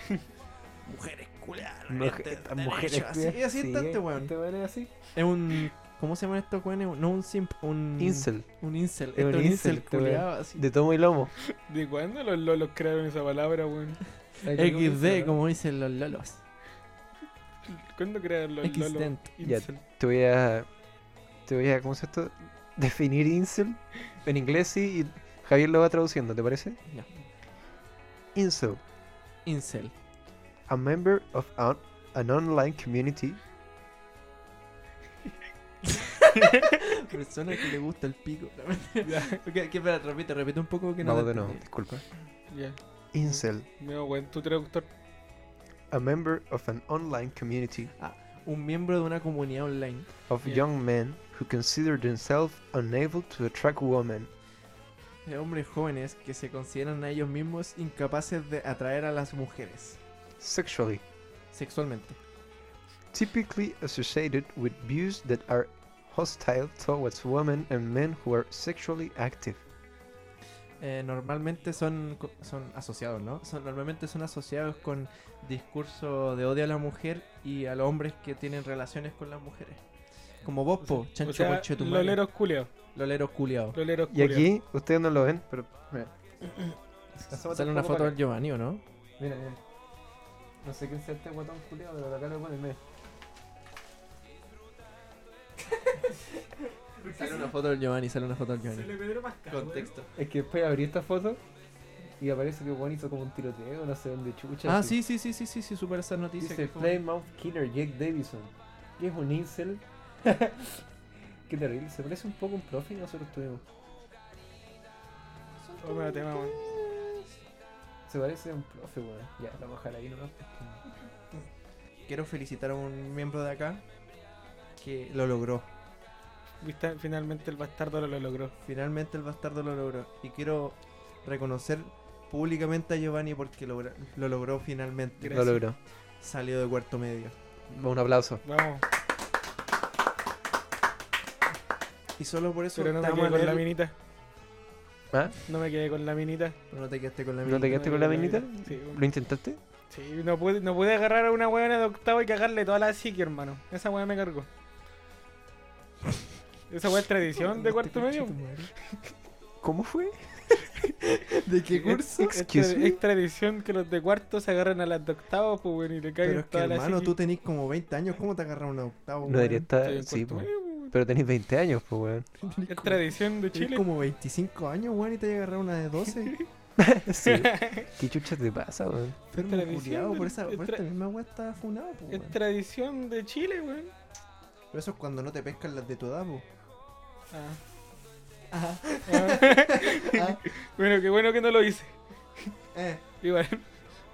Speaker 2: Mujeres culiadas,
Speaker 1: Estas mujeres
Speaker 2: Este así,
Speaker 1: culiadas.
Speaker 2: así está este weón.
Speaker 1: Este weón es así.
Speaker 2: Es un. ¿Cómo se llaman estos weones? No un simp, un.
Speaker 1: Incel.
Speaker 2: Un incel.
Speaker 1: Es
Speaker 2: Este
Speaker 1: un
Speaker 2: es un incel,
Speaker 1: incel, este weón.
Speaker 2: culiado así.
Speaker 1: De tomo y lomo.
Speaker 3: ¿De cuándo los lolos crearon esa palabra, weón?
Speaker 2: XD, como dicen los lolos.
Speaker 3: ¿Cuándo crearon los lolos?
Speaker 2: XD.
Speaker 1: Ya.
Speaker 3: Incel.
Speaker 1: Te voy a. Te voy a. ¿Cómo se esto? [LAUGHS] Definir incel en inglés sí, y Javier lo va traduciendo, ¿te parece?
Speaker 2: Ya.
Speaker 1: Incel.
Speaker 2: Incel.
Speaker 1: A member of an, an online community.
Speaker 2: [LAUGHS] Persona que le gusta el pico. [LAUGHS]
Speaker 3: Ya,
Speaker 2: que, que, espera, repite, repite un poco que no.
Speaker 1: Vamos
Speaker 2: te
Speaker 1: de nuevo,
Speaker 2: entendí.
Speaker 1: disculpa.
Speaker 3: ya.
Speaker 1: Incel.
Speaker 3: No, weón, tu traductor.
Speaker 1: A member of an online community
Speaker 2: Un miembro de una comunidad online.
Speaker 1: of
Speaker 3: Yeah.
Speaker 1: young men who consider themselves unable to attract women.
Speaker 2: De hombres jóvenes que se consideran a ellos mismos incapaces de atraer a las mujeres.
Speaker 1: sexually,
Speaker 2: Sexualmente.
Speaker 1: typically associated with views that are hostile towards women and men who are sexually active.
Speaker 2: Eh, normalmente son, co- son asociados, ¿no? Son, normalmente son asociados con discurso de odio a la mujer y a los hombres que tienen relaciones con las mujeres. Como vos, po, chancho
Speaker 3: O sea,
Speaker 2: conchetumare.
Speaker 3: loleros culiados.
Speaker 2: Lolero culiao.
Speaker 3: Loleros
Speaker 1: Y
Speaker 3: culiados.
Speaker 1: aquí, ustedes no lo ven, pero mira.
Speaker 2: Sale una foto del Giovanni, ¿o no?
Speaker 1: Mira, mira. No sé quién sea este guatón culiado, pero acá lo ponen, mira.
Speaker 2: Sale una foto del Giovanni, sale una foto del
Speaker 3: Se
Speaker 2: Giovanni.
Speaker 3: le quedaron más caras.
Speaker 2: Contexto.
Speaker 1: Es que después abrí esta foto y aparece que Juan hizo como un tiroteo, no sé dónde chucha.
Speaker 2: Ah,
Speaker 1: así.
Speaker 2: sí, sí, sí, sí, sí, sí, supera esas noticias.
Speaker 1: Dice
Speaker 2: que fue-
Speaker 1: Playmouth Killer Jake Davison, que es un incel. [LAUGHS] Qué terrible, se parece un poco a un profe que nosotros tuvimos.
Speaker 3: Otro tema, weón.
Speaker 1: Se parece a un profe, weón. Ya, la vamos a dejar ahí nomás.
Speaker 2: Quiero felicitar a un miembro de acá que lo logró.
Speaker 3: Viste, Finalmente el bastardo lo logró.
Speaker 2: Finalmente el bastardo lo logró. Y quiero reconocer públicamente a Giovanni porque logra- lo logró finalmente.
Speaker 3: Gracias.
Speaker 1: Lo logró.
Speaker 2: Salió de cuarto medio.
Speaker 1: Un aplauso.
Speaker 3: Vamos,
Speaker 2: Y solo por eso
Speaker 3: pero no me
Speaker 2: estamos
Speaker 3: quedé
Speaker 2: en
Speaker 3: con la
Speaker 2: el-
Speaker 3: minita.
Speaker 1: ¿Ah?
Speaker 3: No me quedé con la minita.
Speaker 2: Pero no te quedaste con la
Speaker 1: ¿No te
Speaker 2: minita.
Speaker 1: quedaste con la minita?
Speaker 3: Sí,
Speaker 1: ¿Lo intentaste?
Speaker 3: sí, no pude, no pude agarrar a una weona de octavo y cagarle toda la psique, hermano. Esa weona me cargó. Esa weá es tradición de
Speaker 2: Este
Speaker 3: cuarto medio. [LAUGHS]
Speaker 1: ¿Cómo fue?
Speaker 2: ¿De qué
Speaker 3: Es,
Speaker 2: curso?
Speaker 3: es
Speaker 1: Excuse
Speaker 3: tra-
Speaker 1: me.
Speaker 3: es tradición que los de cuarto se agarren a las de octavo, pues, weón, y le caguen
Speaker 2: Pero es que
Speaker 3: toda la
Speaker 2: hermano,
Speaker 3: psique.
Speaker 2: tú tenés como 20 años, ¿cómo te agarras un octavo?
Speaker 1: No debería
Speaker 2: weón?
Speaker 1: estar.
Speaker 3: Estoy
Speaker 1: Sí,
Speaker 3: en cuarto
Speaker 1: po.
Speaker 3: medio, weón.
Speaker 1: Pero tenéis 20 años, pues, weón.
Speaker 2: [LAUGHS]
Speaker 3: [LAUGHS]
Speaker 2: Tenés
Speaker 3: Es
Speaker 2: como-
Speaker 3: tradición de
Speaker 2: tenés
Speaker 3: Chile.
Speaker 2: como 25 años, weón, y te vas a agarrar una de
Speaker 3: [LAUGHS]
Speaker 2: 12.
Speaker 1: Sí. ¿Qué chucha te pasa, weón?
Speaker 2: Enfermo
Speaker 3: tradición
Speaker 2: culiao,
Speaker 3: del-
Speaker 2: por esa
Speaker 3: es
Speaker 2: por
Speaker 3: tra-
Speaker 2: esta misma weá está funado, po,
Speaker 3: Es
Speaker 2: weón.
Speaker 3: tradición de Chile, weón.
Speaker 2: Pero eso es cuando no te pescan las de tu edad, po.
Speaker 3: Ah.
Speaker 2: Ajá.
Speaker 3: [LAUGHS] Bueno, qué bueno que no lo hice.
Speaker 2: [LAUGHS] Eh,
Speaker 3: Igual.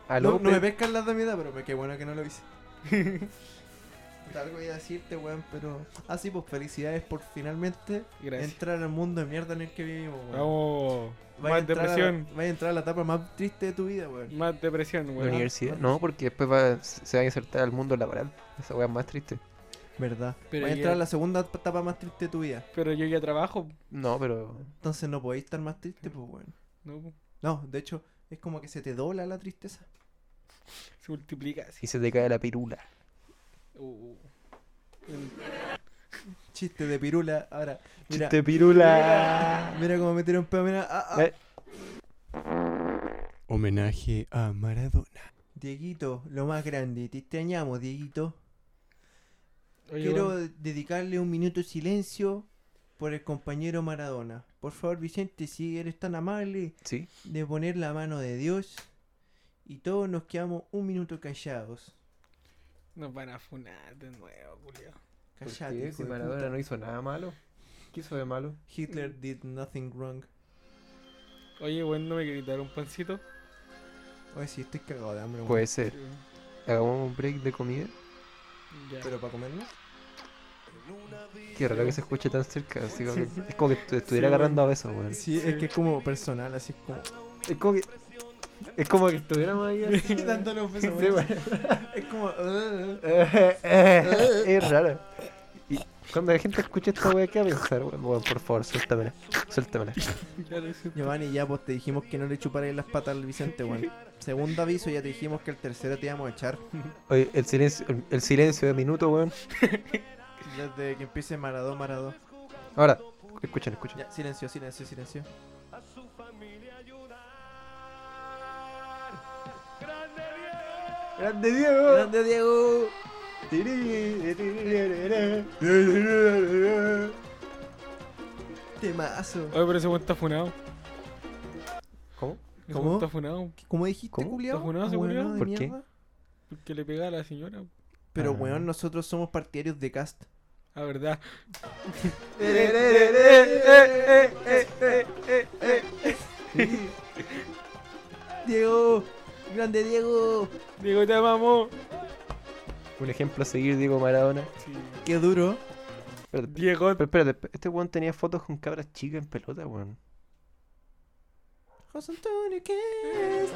Speaker 1: Aló,
Speaker 2: no, no me
Speaker 1: pe-
Speaker 2: pescan las de mi edad, pero me- qué bueno que no lo
Speaker 3: [LAUGHS]
Speaker 2: hice. Puta, Algo voy a decirte, weón, pero. Ah, sí, pues felicidades por finalmente
Speaker 3: Gracias.
Speaker 2: entrar al mundo de mierda en el que vivimos, weón.
Speaker 3: Vamos.
Speaker 2: Vas a
Speaker 3: Más
Speaker 2: entrar a la-
Speaker 3: depresión.
Speaker 2: vas a entrar a la etapa más triste de tu vida, weón.
Speaker 3: Más depresión,
Speaker 1: la
Speaker 3: weón.
Speaker 1: universidad. No, porque después va, se va a insertar al mundo laboral. Esa weá es más triste.
Speaker 2: Verdad.
Speaker 3: Pero
Speaker 2: vas a
Speaker 3: ya-
Speaker 2: entrar a la segunda etapa más triste de tu vida.
Speaker 3: Pero yo ya trabajo.
Speaker 1: No, pero.
Speaker 2: Entonces no podéis estar más triste, pues, weón.
Speaker 3: No,
Speaker 2: No, de hecho, es como que se te dobla la tristeza.
Speaker 3: se multiplica así.
Speaker 1: Si se te cae la pirula.
Speaker 3: Uh,
Speaker 2: Chiste de pirula, ahora. Mira,
Speaker 1: Chiste pirula.
Speaker 2: mira cómo me tiraron pedo, mira. ah, ah.
Speaker 1: Eh.
Speaker 4: Homenaje a Maradona.
Speaker 2: Dieguito, lo más grande. Te extrañamos, Dieguito.
Speaker 3: Oye,
Speaker 2: Quiero
Speaker 3: weón,
Speaker 2: dedicarle un minuto de silencio por el compañero Maradona. Por favor, Vicente, si eres tan amable
Speaker 1: Sí.
Speaker 2: de poner la mano de Dios. Y todos nos quedamos un minuto callados.
Speaker 3: nos van a funar de nuevo, Julio.
Speaker 2: Callate, hijo
Speaker 1: si
Speaker 2: de
Speaker 1: Maradona
Speaker 2: puta.
Speaker 1: no hizo nada malo. ¿Qué hizo de malo?
Speaker 2: Hitler did nothing wrong.
Speaker 3: Oye, weón, no me gritaron pancito.
Speaker 2: Oye, sí, estoy cagado de hambre, weón.
Speaker 1: Puede ser. Hagamos un break de comida.
Speaker 3: Ya.
Speaker 2: Pero para comerlo.
Speaker 1: Qué raro que se escuche tan cerca. así como que- es como que te estuviera agarrando a besos, weón.
Speaker 2: Sí, es que es como personal, así como.
Speaker 1: Es como que. Es como que estuviéramos ahí. así.
Speaker 2: [LAUGHS]
Speaker 1: [LAUGHS]
Speaker 2: Dándole un beso,
Speaker 1: Sí,
Speaker 2: weón.
Speaker 1: weón.
Speaker 2: Es como. uh.
Speaker 1: Eh, eh, [LAUGHS] es raro. Y cuando la gente escucha esta wea, ¿qué va a pensar? Weón, Weón, por favor, suéltamela. Suéltamela.
Speaker 3: Ya lo hice.
Speaker 2: Giovanni, ya pues te dijimos que no le chuparais las patas al Vicente, weón. Segundo aviso, ya te dijimos que el tercero te íbamos a echar.
Speaker 1: Oye, el silencio, el- el silencio de minuto, weón.
Speaker 2: Desde que empiece Maradó, Maradó.
Speaker 1: Ahora, escuchen, escuchen.
Speaker 2: Ya, silencio, silencio, silencio.
Speaker 1: ¡Grande Diego!
Speaker 2: ¡Grande Diego! Temazo.
Speaker 3: Oye, pero ese weón está funado.
Speaker 1: ¿Cómo?
Speaker 3: Ese
Speaker 2: ¿Cómo?
Speaker 3: weón está funado.
Speaker 2: ¿Cómo dijiste,
Speaker 1: ¿Cómo?
Speaker 2: culiao?
Speaker 3: ¿Está funado ese
Speaker 2: Ahueonado
Speaker 3: culiao?
Speaker 2: de
Speaker 1: ¿Por qué?
Speaker 2: mierda.
Speaker 3: Porque le pegaba a la señora.
Speaker 2: Pero
Speaker 1: Ah.
Speaker 2: weón, nosotros somos partidarios de cast.
Speaker 3: La verdad.
Speaker 2: eh, eh, [LAUGHS] Diego, grande Diego.
Speaker 3: Digo, te amamos.
Speaker 1: Un ejemplo a seguir, Diego Maradona.
Speaker 3: Sí.
Speaker 2: Qué duro.
Speaker 1: Espérate,
Speaker 3: Diego.
Speaker 1: pero espérate, espérate, este weón tenía fotos con cabras chicas en pelota, weón.
Speaker 2: José Antonio, ¿qué es?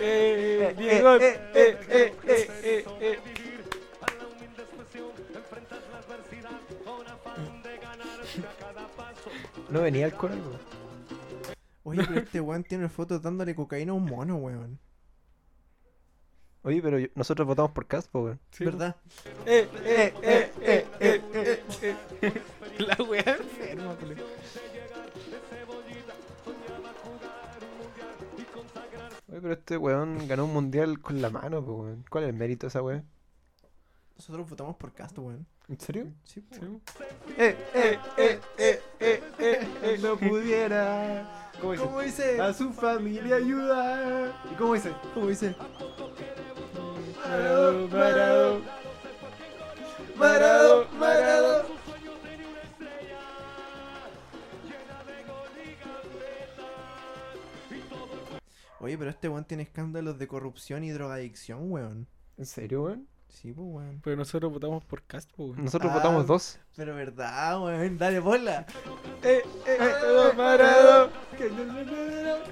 Speaker 3: Eh, Diego. Eh, eh, eh, eh, eh.
Speaker 1: No venía al coral, weón.
Speaker 2: Oye, pero este weón tiene fotos dándole cocaína a un mono, weón.
Speaker 1: Oye, pero yo- nosotros votamos por Caspo, weón.
Speaker 3: Sí,
Speaker 2: ¿Verdad?
Speaker 3: Eh, eh, eh, eh, eh, eh, eh. La wea enferma, culiao.
Speaker 1: Oye, pero este weón ganó un mundial con la mano, po, weón. ¿Cuál es el mérito de esa weón?
Speaker 2: Nosotros votamos por cast, weón.
Speaker 1: ¿En serio?
Speaker 2: Sí, po,
Speaker 3: Sí.
Speaker 1: Eh, eh, eh, eh, eh, eh, eh, no pudiera. ¿Cómo dice?
Speaker 2: ¿Cómo dice?
Speaker 1: A su familia ayudar. ¿Y cómo dice?
Speaker 2: ¿Cómo dice?
Speaker 3: Maradó, Maradó.
Speaker 1: Marado, marado.
Speaker 2: Oye, pero este weón tiene escándalos de corrupción y drogadicción, weón.
Speaker 1: ¿En serio, weón?
Speaker 2: Sí, pues, weón.
Speaker 3: Pero nosotros votamos por Cast, po, weón.
Speaker 1: Nosotros
Speaker 2: Ah.
Speaker 1: votamos dos.
Speaker 2: Pero verdad, weón. Dale bola.
Speaker 1: Eh, eh,
Speaker 2: Marado,
Speaker 1: marado.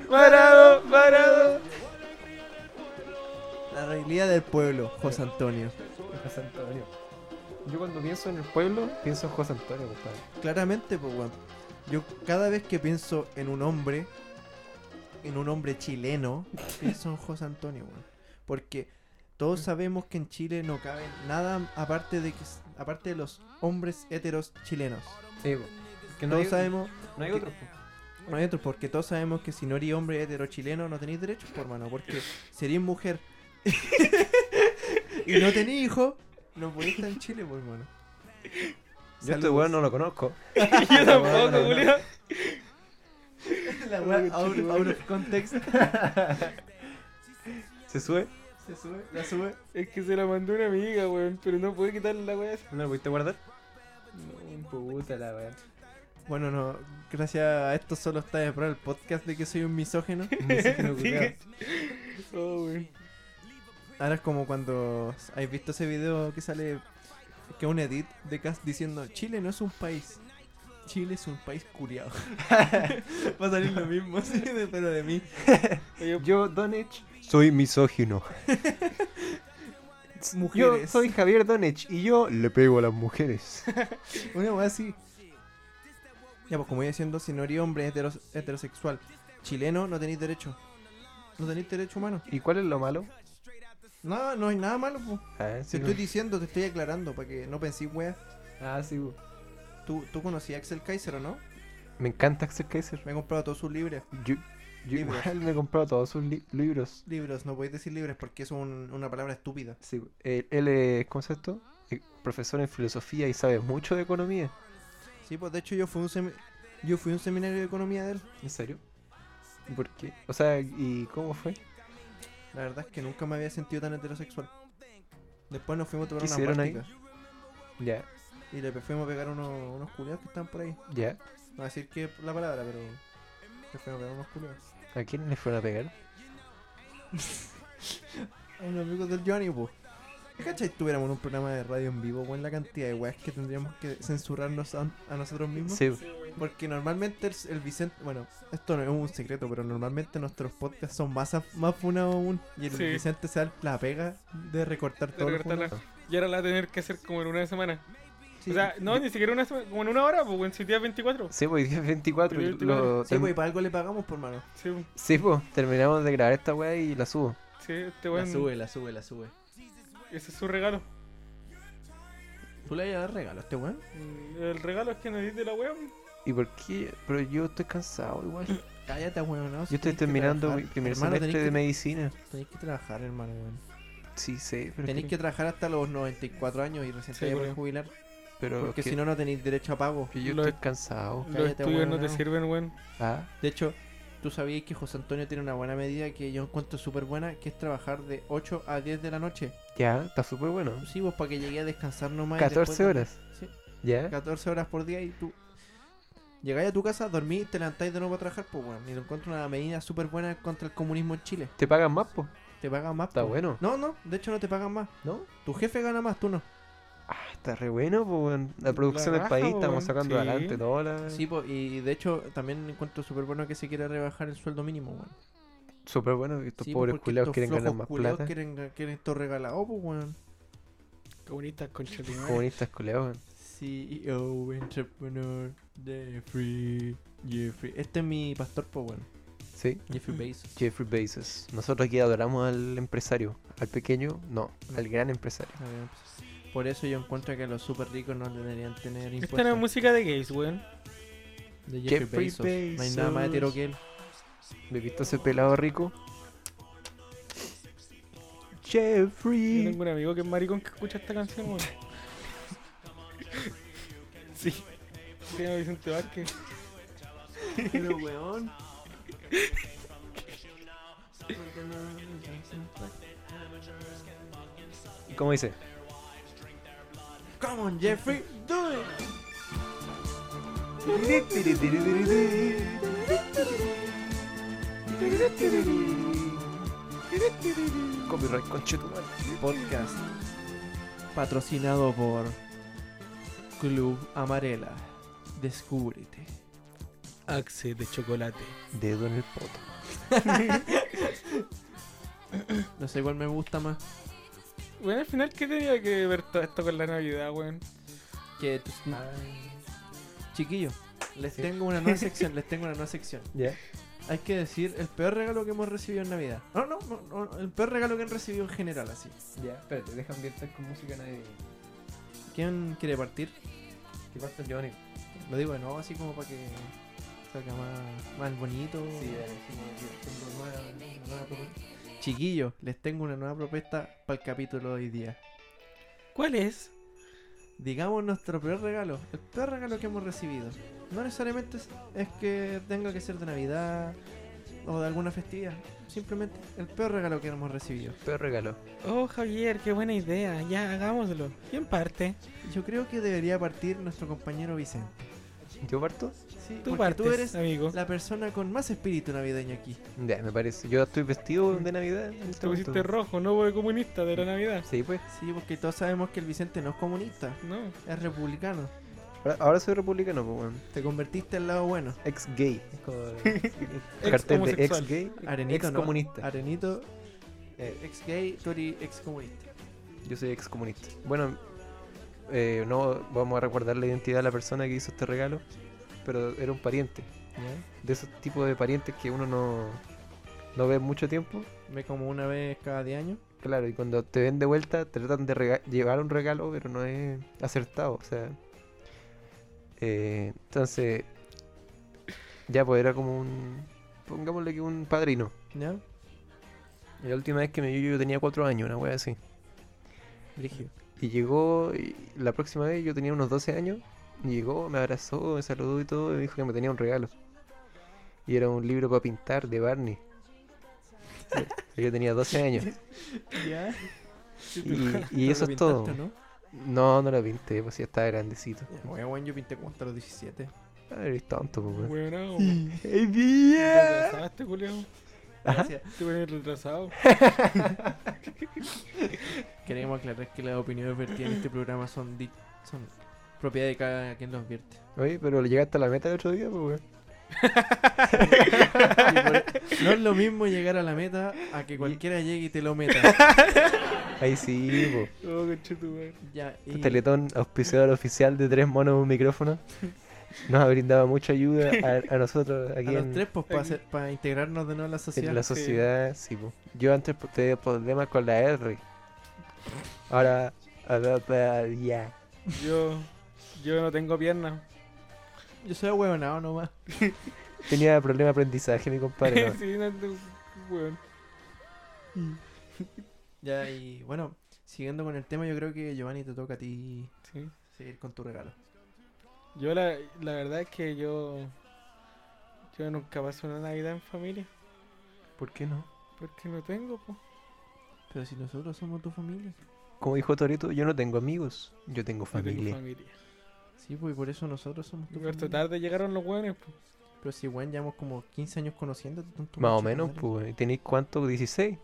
Speaker 1: Marado, marado.
Speaker 2: La realidad del pueblo, José Antonio.
Speaker 1: José Antonio. Yo cuando pienso en el pueblo, pienso en José Antonio, compadre.
Speaker 2: Claramente, pues, weón. Yo cada vez que pienso en un hombre, en un hombre chileno, pienso en José Antonio, weón. Porque todos sabemos que en Chile no cabe nada aparte de que aparte de los hombres heteros chilenos.
Speaker 1: que
Speaker 2: todos sabemos,
Speaker 1: No hay
Speaker 2: que-
Speaker 1: otro.
Speaker 2: no hay otro, porque todos sabemos que si no eres hombre hetero chileno no tenéis derechos, por mano, porque serías mujer [LAUGHS] y no tenéis hijo, no podéis estar en Chile, por mano.
Speaker 1: Yo este
Speaker 2: Saludos.
Speaker 1: weón no lo conozco.
Speaker 3: Yo
Speaker 1: Bueno,
Speaker 3: tampoco,
Speaker 1: no.
Speaker 3: Julio.
Speaker 2: [LAUGHS] La weá out, out of context.
Speaker 1: [LAUGHS] ¿Se sube?
Speaker 2: Se sube, la sube.
Speaker 3: Es que se la mandó una amiga, weón. Pero no pude quitarle la weá. esa.
Speaker 1: ¿No lo pudiste guardar? Mm, Puta la weón.
Speaker 2: Bueno, no, gracias a esto solo está de prueba el podcast de que soy un misógeno.
Speaker 3: Sigue. Oh, weón.
Speaker 2: Ahora es como cuando has visto ese video que sale, que es un edit de Cast diciendo, Chile no es un país, Chile es un país curiado. [LAUGHS] Va a salir lo mismo, [LAUGHS] así de- pero de mí.
Speaker 3: Oye,
Speaker 1: Yo, Donich, soy misógino. Yo
Speaker 2: Mujeres.
Speaker 1: soy Javier Donich y yo le pego a las mujeres.
Speaker 2: Una weá así. Ya, pues como iba diciendo, si no eres hombre heteros- heterosexual chileno, no tenéis derecho. No tenéis derecho humano.
Speaker 1: ¿Y cuál es lo malo?
Speaker 2: No, no hay nada malo, pues. po.
Speaker 1: Ah,
Speaker 2: Te estoy diciendo, te estoy aclarando, para que no penséis, weá.
Speaker 1: Ah, sí, bu.
Speaker 2: ¿Tú, tú conocías a Axel Kaiser o no?
Speaker 1: Me encanta Axel Kaiser.
Speaker 2: Me he comprado todos sus libros.
Speaker 1: Yo, yo
Speaker 2: Libros.
Speaker 1: igual me he comprado todos sus li- libros.
Speaker 2: Libros, no podéis decir libres porque es un- una palabra estúpida.
Speaker 1: Sí, bu. Eh, él es, ¿cómo se llama esto? Eh, profesor en filosofía y sabe mucho de economía.
Speaker 2: Sí, pues de hecho yo fui a un, semi- yo fui a un seminario de economía de él.
Speaker 1: ¿En serio? ¿Por qué? O sea, ¿y cómo fue?
Speaker 2: La verdad es que nunca me había sentido tan heterosexual. Después nos fuimos a tomar
Speaker 1: ¿Qué
Speaker 2: unas
Speaker 1: hicieron ahí?
Speaker 2: prácticas
Speaker 1: Ya,
Speaker 2: y le fuimos a pegar unos, unos culiados que están por ahí.
Speaker 1: ya.
Speaker 2: No voy a decir que la palabra, pero le fuimos a pegar unos culiados.
Speaker 1: ¿A quién le fueron a pegar?
Speaker 2: A unos amigos del Johnny, pues. ¿Qué cachai tuviéramos un programa de radio en vivo, weón? La cantidad de weas que tendríamos que censurarnos a, a nosotros mismos.
Speaker 1: Sí, bu.
Speaker 2: Porque normalmente el, el Vicente, bueno, esto no es un secreto, pero normalmente nuestros podcasts son más, af- más funados aún. Y el
Speaker 3: Sí.
Speaker 2: Vicente se da la pega de recortar todo. lo
Speaker 3: recortarla.
Speaker 2: funado.
Speaker 3: Y ahora la va a tener que hacer como en una semana.
Speaker 2: Sí.
Speaker 3: O sea, no, ni siquiera una semana, como en una hora, pues, weón, si día 24.
Speaker 1: Sí, pues, [LAUGHS] 24.
Speaker 3: Pero yo te
Speaker 1: Lo,
Speaker 2: Sí,
Speaker 1: term-
Speaker 2: pues, y para algo le pagamos, por mano.
Speaker 3: Sí, pues,
Speaker 1: sí, pues, terminamos de grabar esta weá y la subo.
Speaker 3: sí, este weón.
Speaker 2: la sube, la sube.
Speaker 3: Ese es su regalo.
Speaker 2: ¿Tú le vas a dar regalo a este weón?
Speaker 3: Mm, El regalo es que nos diste la weón.
Speaker 1: ¿Y por qué? Pero yo estoy cansado
Speaker 2: [CLEARS THROAT]
Speaker 1: igual.
Speaker 2: Cállate, weón. No,
Speaker 1: Yo estoy terminando mi primer semestre de
Speaker 2: medicina.
Speaker 1: medicina.
Speaker 2: Tenéis que trabajar, hermano, weón.
Speaker 1: Sí, sé, pero, es
Speaker 2: Tenéis que trabajar hasta los 94 años y recién
Speaker 3: Sí,
Speaker 2: te vais a
Speaker 3: por
Speaker 2: poder
Speaker 3: ahí.
Speaker 2: jubilar.
Speaker 1: que- pero
Speaker 2: Porque
Speaker 1: es que-
Speaker 2: si no, no tenéis derecho a pago.
Speaker 1: que yo
Speaker 3: Lo-
Speaker 1: estoy cansado.
Speaker 3: Los
Speaker 2: Cállate,
Speaker 3: estudios
Speaker 2: weón,
Speaker 3: no te
Speaker 2: no.
Speaker 3: sirven, weón.
Speaker 1: Ah,
Speaker 2: De hecho, tú sabías que José Antonio tiene una buena medida que yo encuentro súper buena, que es trabajar de 8 a 10 de la noche.
Speaker 1: ya, está súper bueno.
Speaker 2: Sí, vos para que llegué a descansar nomás. y después
Speaker 1: 14
Speaker 2: dormir.
Speaker 1: horas.
Speaker 2: Sí,
Speaker 1: Ya.
Speaker 2: 14 horas por día y tú llegáis a tu casa, dormís, te levantáis de nuevo a trabajar, pues bueno, y lo encuentro una medida súper buena contra el comunismo en Chile.
Speaker 1: ¿Te pagan más, po?
Speaker 2: Te pagan más.
Speaker 1: Está
Speaker 2: po.
Speaker 1: bueno,
Speaker 2: No, no, de hecho no te pagan más.
Speaker 1: ¿no?
Speaker 2: Tu jefe gana más, tú no.
Speaker 1: Ah, está re bueno, po. weón. La producción del
Speaker 3: raja,
Speaker 1: país
Speaker 3: po,
Speaker 1: estamos
Speaker 3: weón.
Speaker 1: sacando
Speaker 3: Sí.
Speaker 1: adelante toda la...
Speaker 2: Sí, pues, y de hecho también encuentro súper bueno que se quiera rebajar el sueldo mínimo, bueno.
Speaker 1: Súper bueno. y Estos
Speaker 2: Sí, po,
Speaker 1: pobres
Speaker 2: porque
Speaker 1: culeados
Speaker 2: estos
Speaker 1: quieren ganar
Speaker 2: flojos
Speaker 1: más
Speaker 2: culiaos
Speaker 1: plata.
Speaker 2: Quieren, ga- quieren esto regalado, pues, weón.
Speaker 3: Comunistas, concha de tu madre.
Speaker 1: Comunistas culeados, weón.
Speaker 2: CEO, E entrepreneur, Jeffrey, Jeffrey. Este es mi pastor, pues, weón.
Speaker 1: Sí.
Speaker 2: Jeffrey Bezos.
Speaker 1: Jeffrey Bezos. Nosotros aquí adoramos al empresario. Al pequeño, no. Al gran empresario.
Speaker 2: A ver, pues, Por eso yo encuentro que a los super ricos no deberían tener
Speaker 3: Esta no es
Speaker 2: impuestos.
Speaker 3: música de gays, weón.
Speaker 2: de Jeffrey,
Speaker 1: Jeffrey
Speaker 2: Bezos. No hay nada más hetero
Speaker 1: Bezos.
Speaker 2: que él.
Speaker 1: ¿Me viste ese pelado rico?
Speaker 3: Yo
Speaker 1: Jeffrey.
Speaker 3: tengo un amigo que es maricón que escucha esta canción, weón. [LAUGHS] Sí. Se llama Vicente Vázquez.
Speaker 2: Pero weón.
Speaker 1: ¿Y cómo dice?
Speaker 2: Come on, Jeffrey, do it.
Speaker 1: Copyright conchetumal.
Speaker 2: Podcast patrocinado por Club Amarela. Descúbrete.
Speaker 3: Axe de chocolate.
Speaker 4: Dedo en el poto.
Speaker 2: No sé cuál me gusta más.
Speaker 3: Bueno, al final, ¿qué tenía que ver todo esto con la Navidad, weón?
Speaker 2: Que tus...
Speaker 1: Ah.
Speaker 2: Chiquillos, les tengo una
Speaker 1: [LAUGHS]
Speaker 2: nueva sección, les tengo una nueva sección.
Speaker 1: Ya.
Speaker 2: Hay que decir el peor regalo que hemos recibido en Navidad. No, no, no, no, el peor regalo que han recibido en general, así.
Speaker 1: Ya, espérate, deja ambientar con música nadie.
Speaker 2: ¿Quién quiere partir?
Speaker 1: ¿Qué pasa, Johnny?
Speaker 2: Lo digo de nuevo, así como para que salga más, más bonito. Chiquillos, les tengo una nueva propuesta para el capítulo de hoy día.
Speaker 3: ¿Cuál es?
Speaker 2: Digamos nuestro peor regalo, el peor regalo que hemos recibido. No necesariamente es, es que tenga que ser de Navidad o de alguna festividad, simplemente el peor regalo que hemos recibido.
Speaker 1: Peor regalo.
Speaker 3: Oh, Javier, qué buena idea. Ya, hagámoslo. ¿Quién parte?
Speaker 2: Yo creo que debería partir nuestro compañero Vicente.
Speaker 1: ¿Yo parto?
Speaker 2: Sí,
Speaker 3: Tú
Speaker 2: porque
Speaker 3: partes,
Speaker 2: tú eres
Speaker 3: amigo.
Speaker 2: la persona con más espíritu navideño aquí.
Speaker 1: Ya, me parece. Yo estoy vestido de Navidad. en este
Speaker 3: Te pusiste
Speaker 1: momento.
Speaker 3: rojo, no de comunista de la Navidad.
Speaker 1: Sí, pues.
Speaker 2: Sí, porque todos sabemos que el Vicente no es comunista,
Speaker 3: No.
Speaker 2: es republicano.
Speaker 1: Ahora, ahora soy republicano, pues, weón.
Speaker 2: Te convertiste al lado bueno.
Speaker 1: Ex gay. Es
Speaker 2: [LAUGHS]
Speaker 1: como el cartel de
Speaker 3: homosexual.
Speaker 1: ex gay.
Speaker 2: Arenito,
Speaker 1: Ex
Speaker 2: ¿no?
Speaker 1: comunista.
Speaker 2: Arenito,
Speaker 1: Eh,
Speaker 2: ex gay, tú eres ex comunista.
Speaker 1: Yo soy ex comunista. Bueno, eh, no vamos a recordar la identidad de la persona que hizo este regalo, pero era un pariente. De esos tipos de parientes que uno no, no ve mucho tiempo.
Speaker 2: Ve como una vez cada 10 años.
Speaker 1: Claro, y cuando te ven de vuelta, tratan de rega- llevar un regalo, pero no es acertado. O sea. eh, entonces. Ya, pues era como un. Pongámosle que un padrino.
Speaker 2: ¿Ya?
Speaker 1: Y La última vez que me vio yo tenía cuatro años, una wea así. Y llegó, y la próxima vez yo tenía unos 12 años, y llegó, me abrazó, me saludó y todo, y me dijo que me tenía un regalo. Y era un libro para pintar de Barney. yo tenía
Speaker 2: [LAUGHS]
Speaker 1: 12 años.
Speaker 2: ¿Ya?
Speaker 1: Y, y eso es todo.
Speaker 2: ¿no?
Speaker 1: No, no lo pinté, pues ya estaba grandecito.
Speaker 2: Ya, bueno, bueno, yo pinté como hasta los 17.
Speaker 1: Ah, eres tonto, pues. weón.
Speaker 3: Bueno,
Speaker 1: ¡Ey,
Speaker 3: [LAUGHS] retrasado este culiao.
Speaker 2: Gracias.
Speaker 3: Te pones [LAUGHS] retrasado.
Speaker 2: Queremos aclarar que las opiniones vertidas en este programa son, di- son propiedad de cada quien los vierte. [LAUGHS]
Speaker 1: Oye, pero llegaste a la meta el otro día, pues, weón.
Speaker 2: Y por- no es lo mismo llegar a la meta a que cualquiera llegue y te lo meta.
Speaker 1: Ahí sí, pues.
Speaker 3: Oh, conchetumare.
Speaker 2: Ya, y-
Speaker 1: Este Teletón, auspiciador oficial de tres monos y un micrófono. Nos ha brindado mucha ayuda a, a nosotros aquí
Speaker 2: a los
Speaker 1: en-
Speaker 2: tres, pues, para
Speaker 3: aquí.
Speaker 2: integrarnos de nuevo a la sociedad.
Speaker 1: En la
Speaker 3: sí.
Speaker 1: sociedad, sí. po. Yo antes po- tenía problemas con la R. Ahora, ahora, ahora, ya.
Speaker 3: Yo, yo no tengo piernas.
Speaker 2: Yo soy huevonado nomás.
Speaker 1: Tenía problema de aprendizaje, mi
Speaker 3: [LAUGHS]
Speaker 1: compadre. ¿no?
Speaker 3: sí, no, no, weón.
Speaker 2: Ya, y bueno, siguiendo con el tema, yo creo que Giovanni te toca a ti
Speaker 3: Sí.
Speaker 2: seguir con tu regalo.
Speaker 3: Yo la, la verdad es que yo yo nunca paso una Navidad en familia
Speaker 1: ¿Por qué no?
Speaker 3: porque no tengo, po.
Speaker 2: Pero si nosotros somos tu familia.
Speaker 1: Como dijo Toreto, yo no tengo amigos, yo tengo
Speaker 3: No tengo
Speaker 1: familia.
Speaker 3: familia.
Speaker 2: Sí, pues y por eso nosotros somos tu
Speaker 3: Y harto
Speaker 2: familia.
Speaker 3: tarde llegaron los weones, po.
Speaker 2: Pero si, weón, llevamos como 15 años conociéndote. tonto
Speaker 1: Más o
Speaker 2: concha de
Speaker 1: menos,
Speaker 2: madre.
Speaker 1: pues. ¿y ¿Tenéis cuánto? ¿16?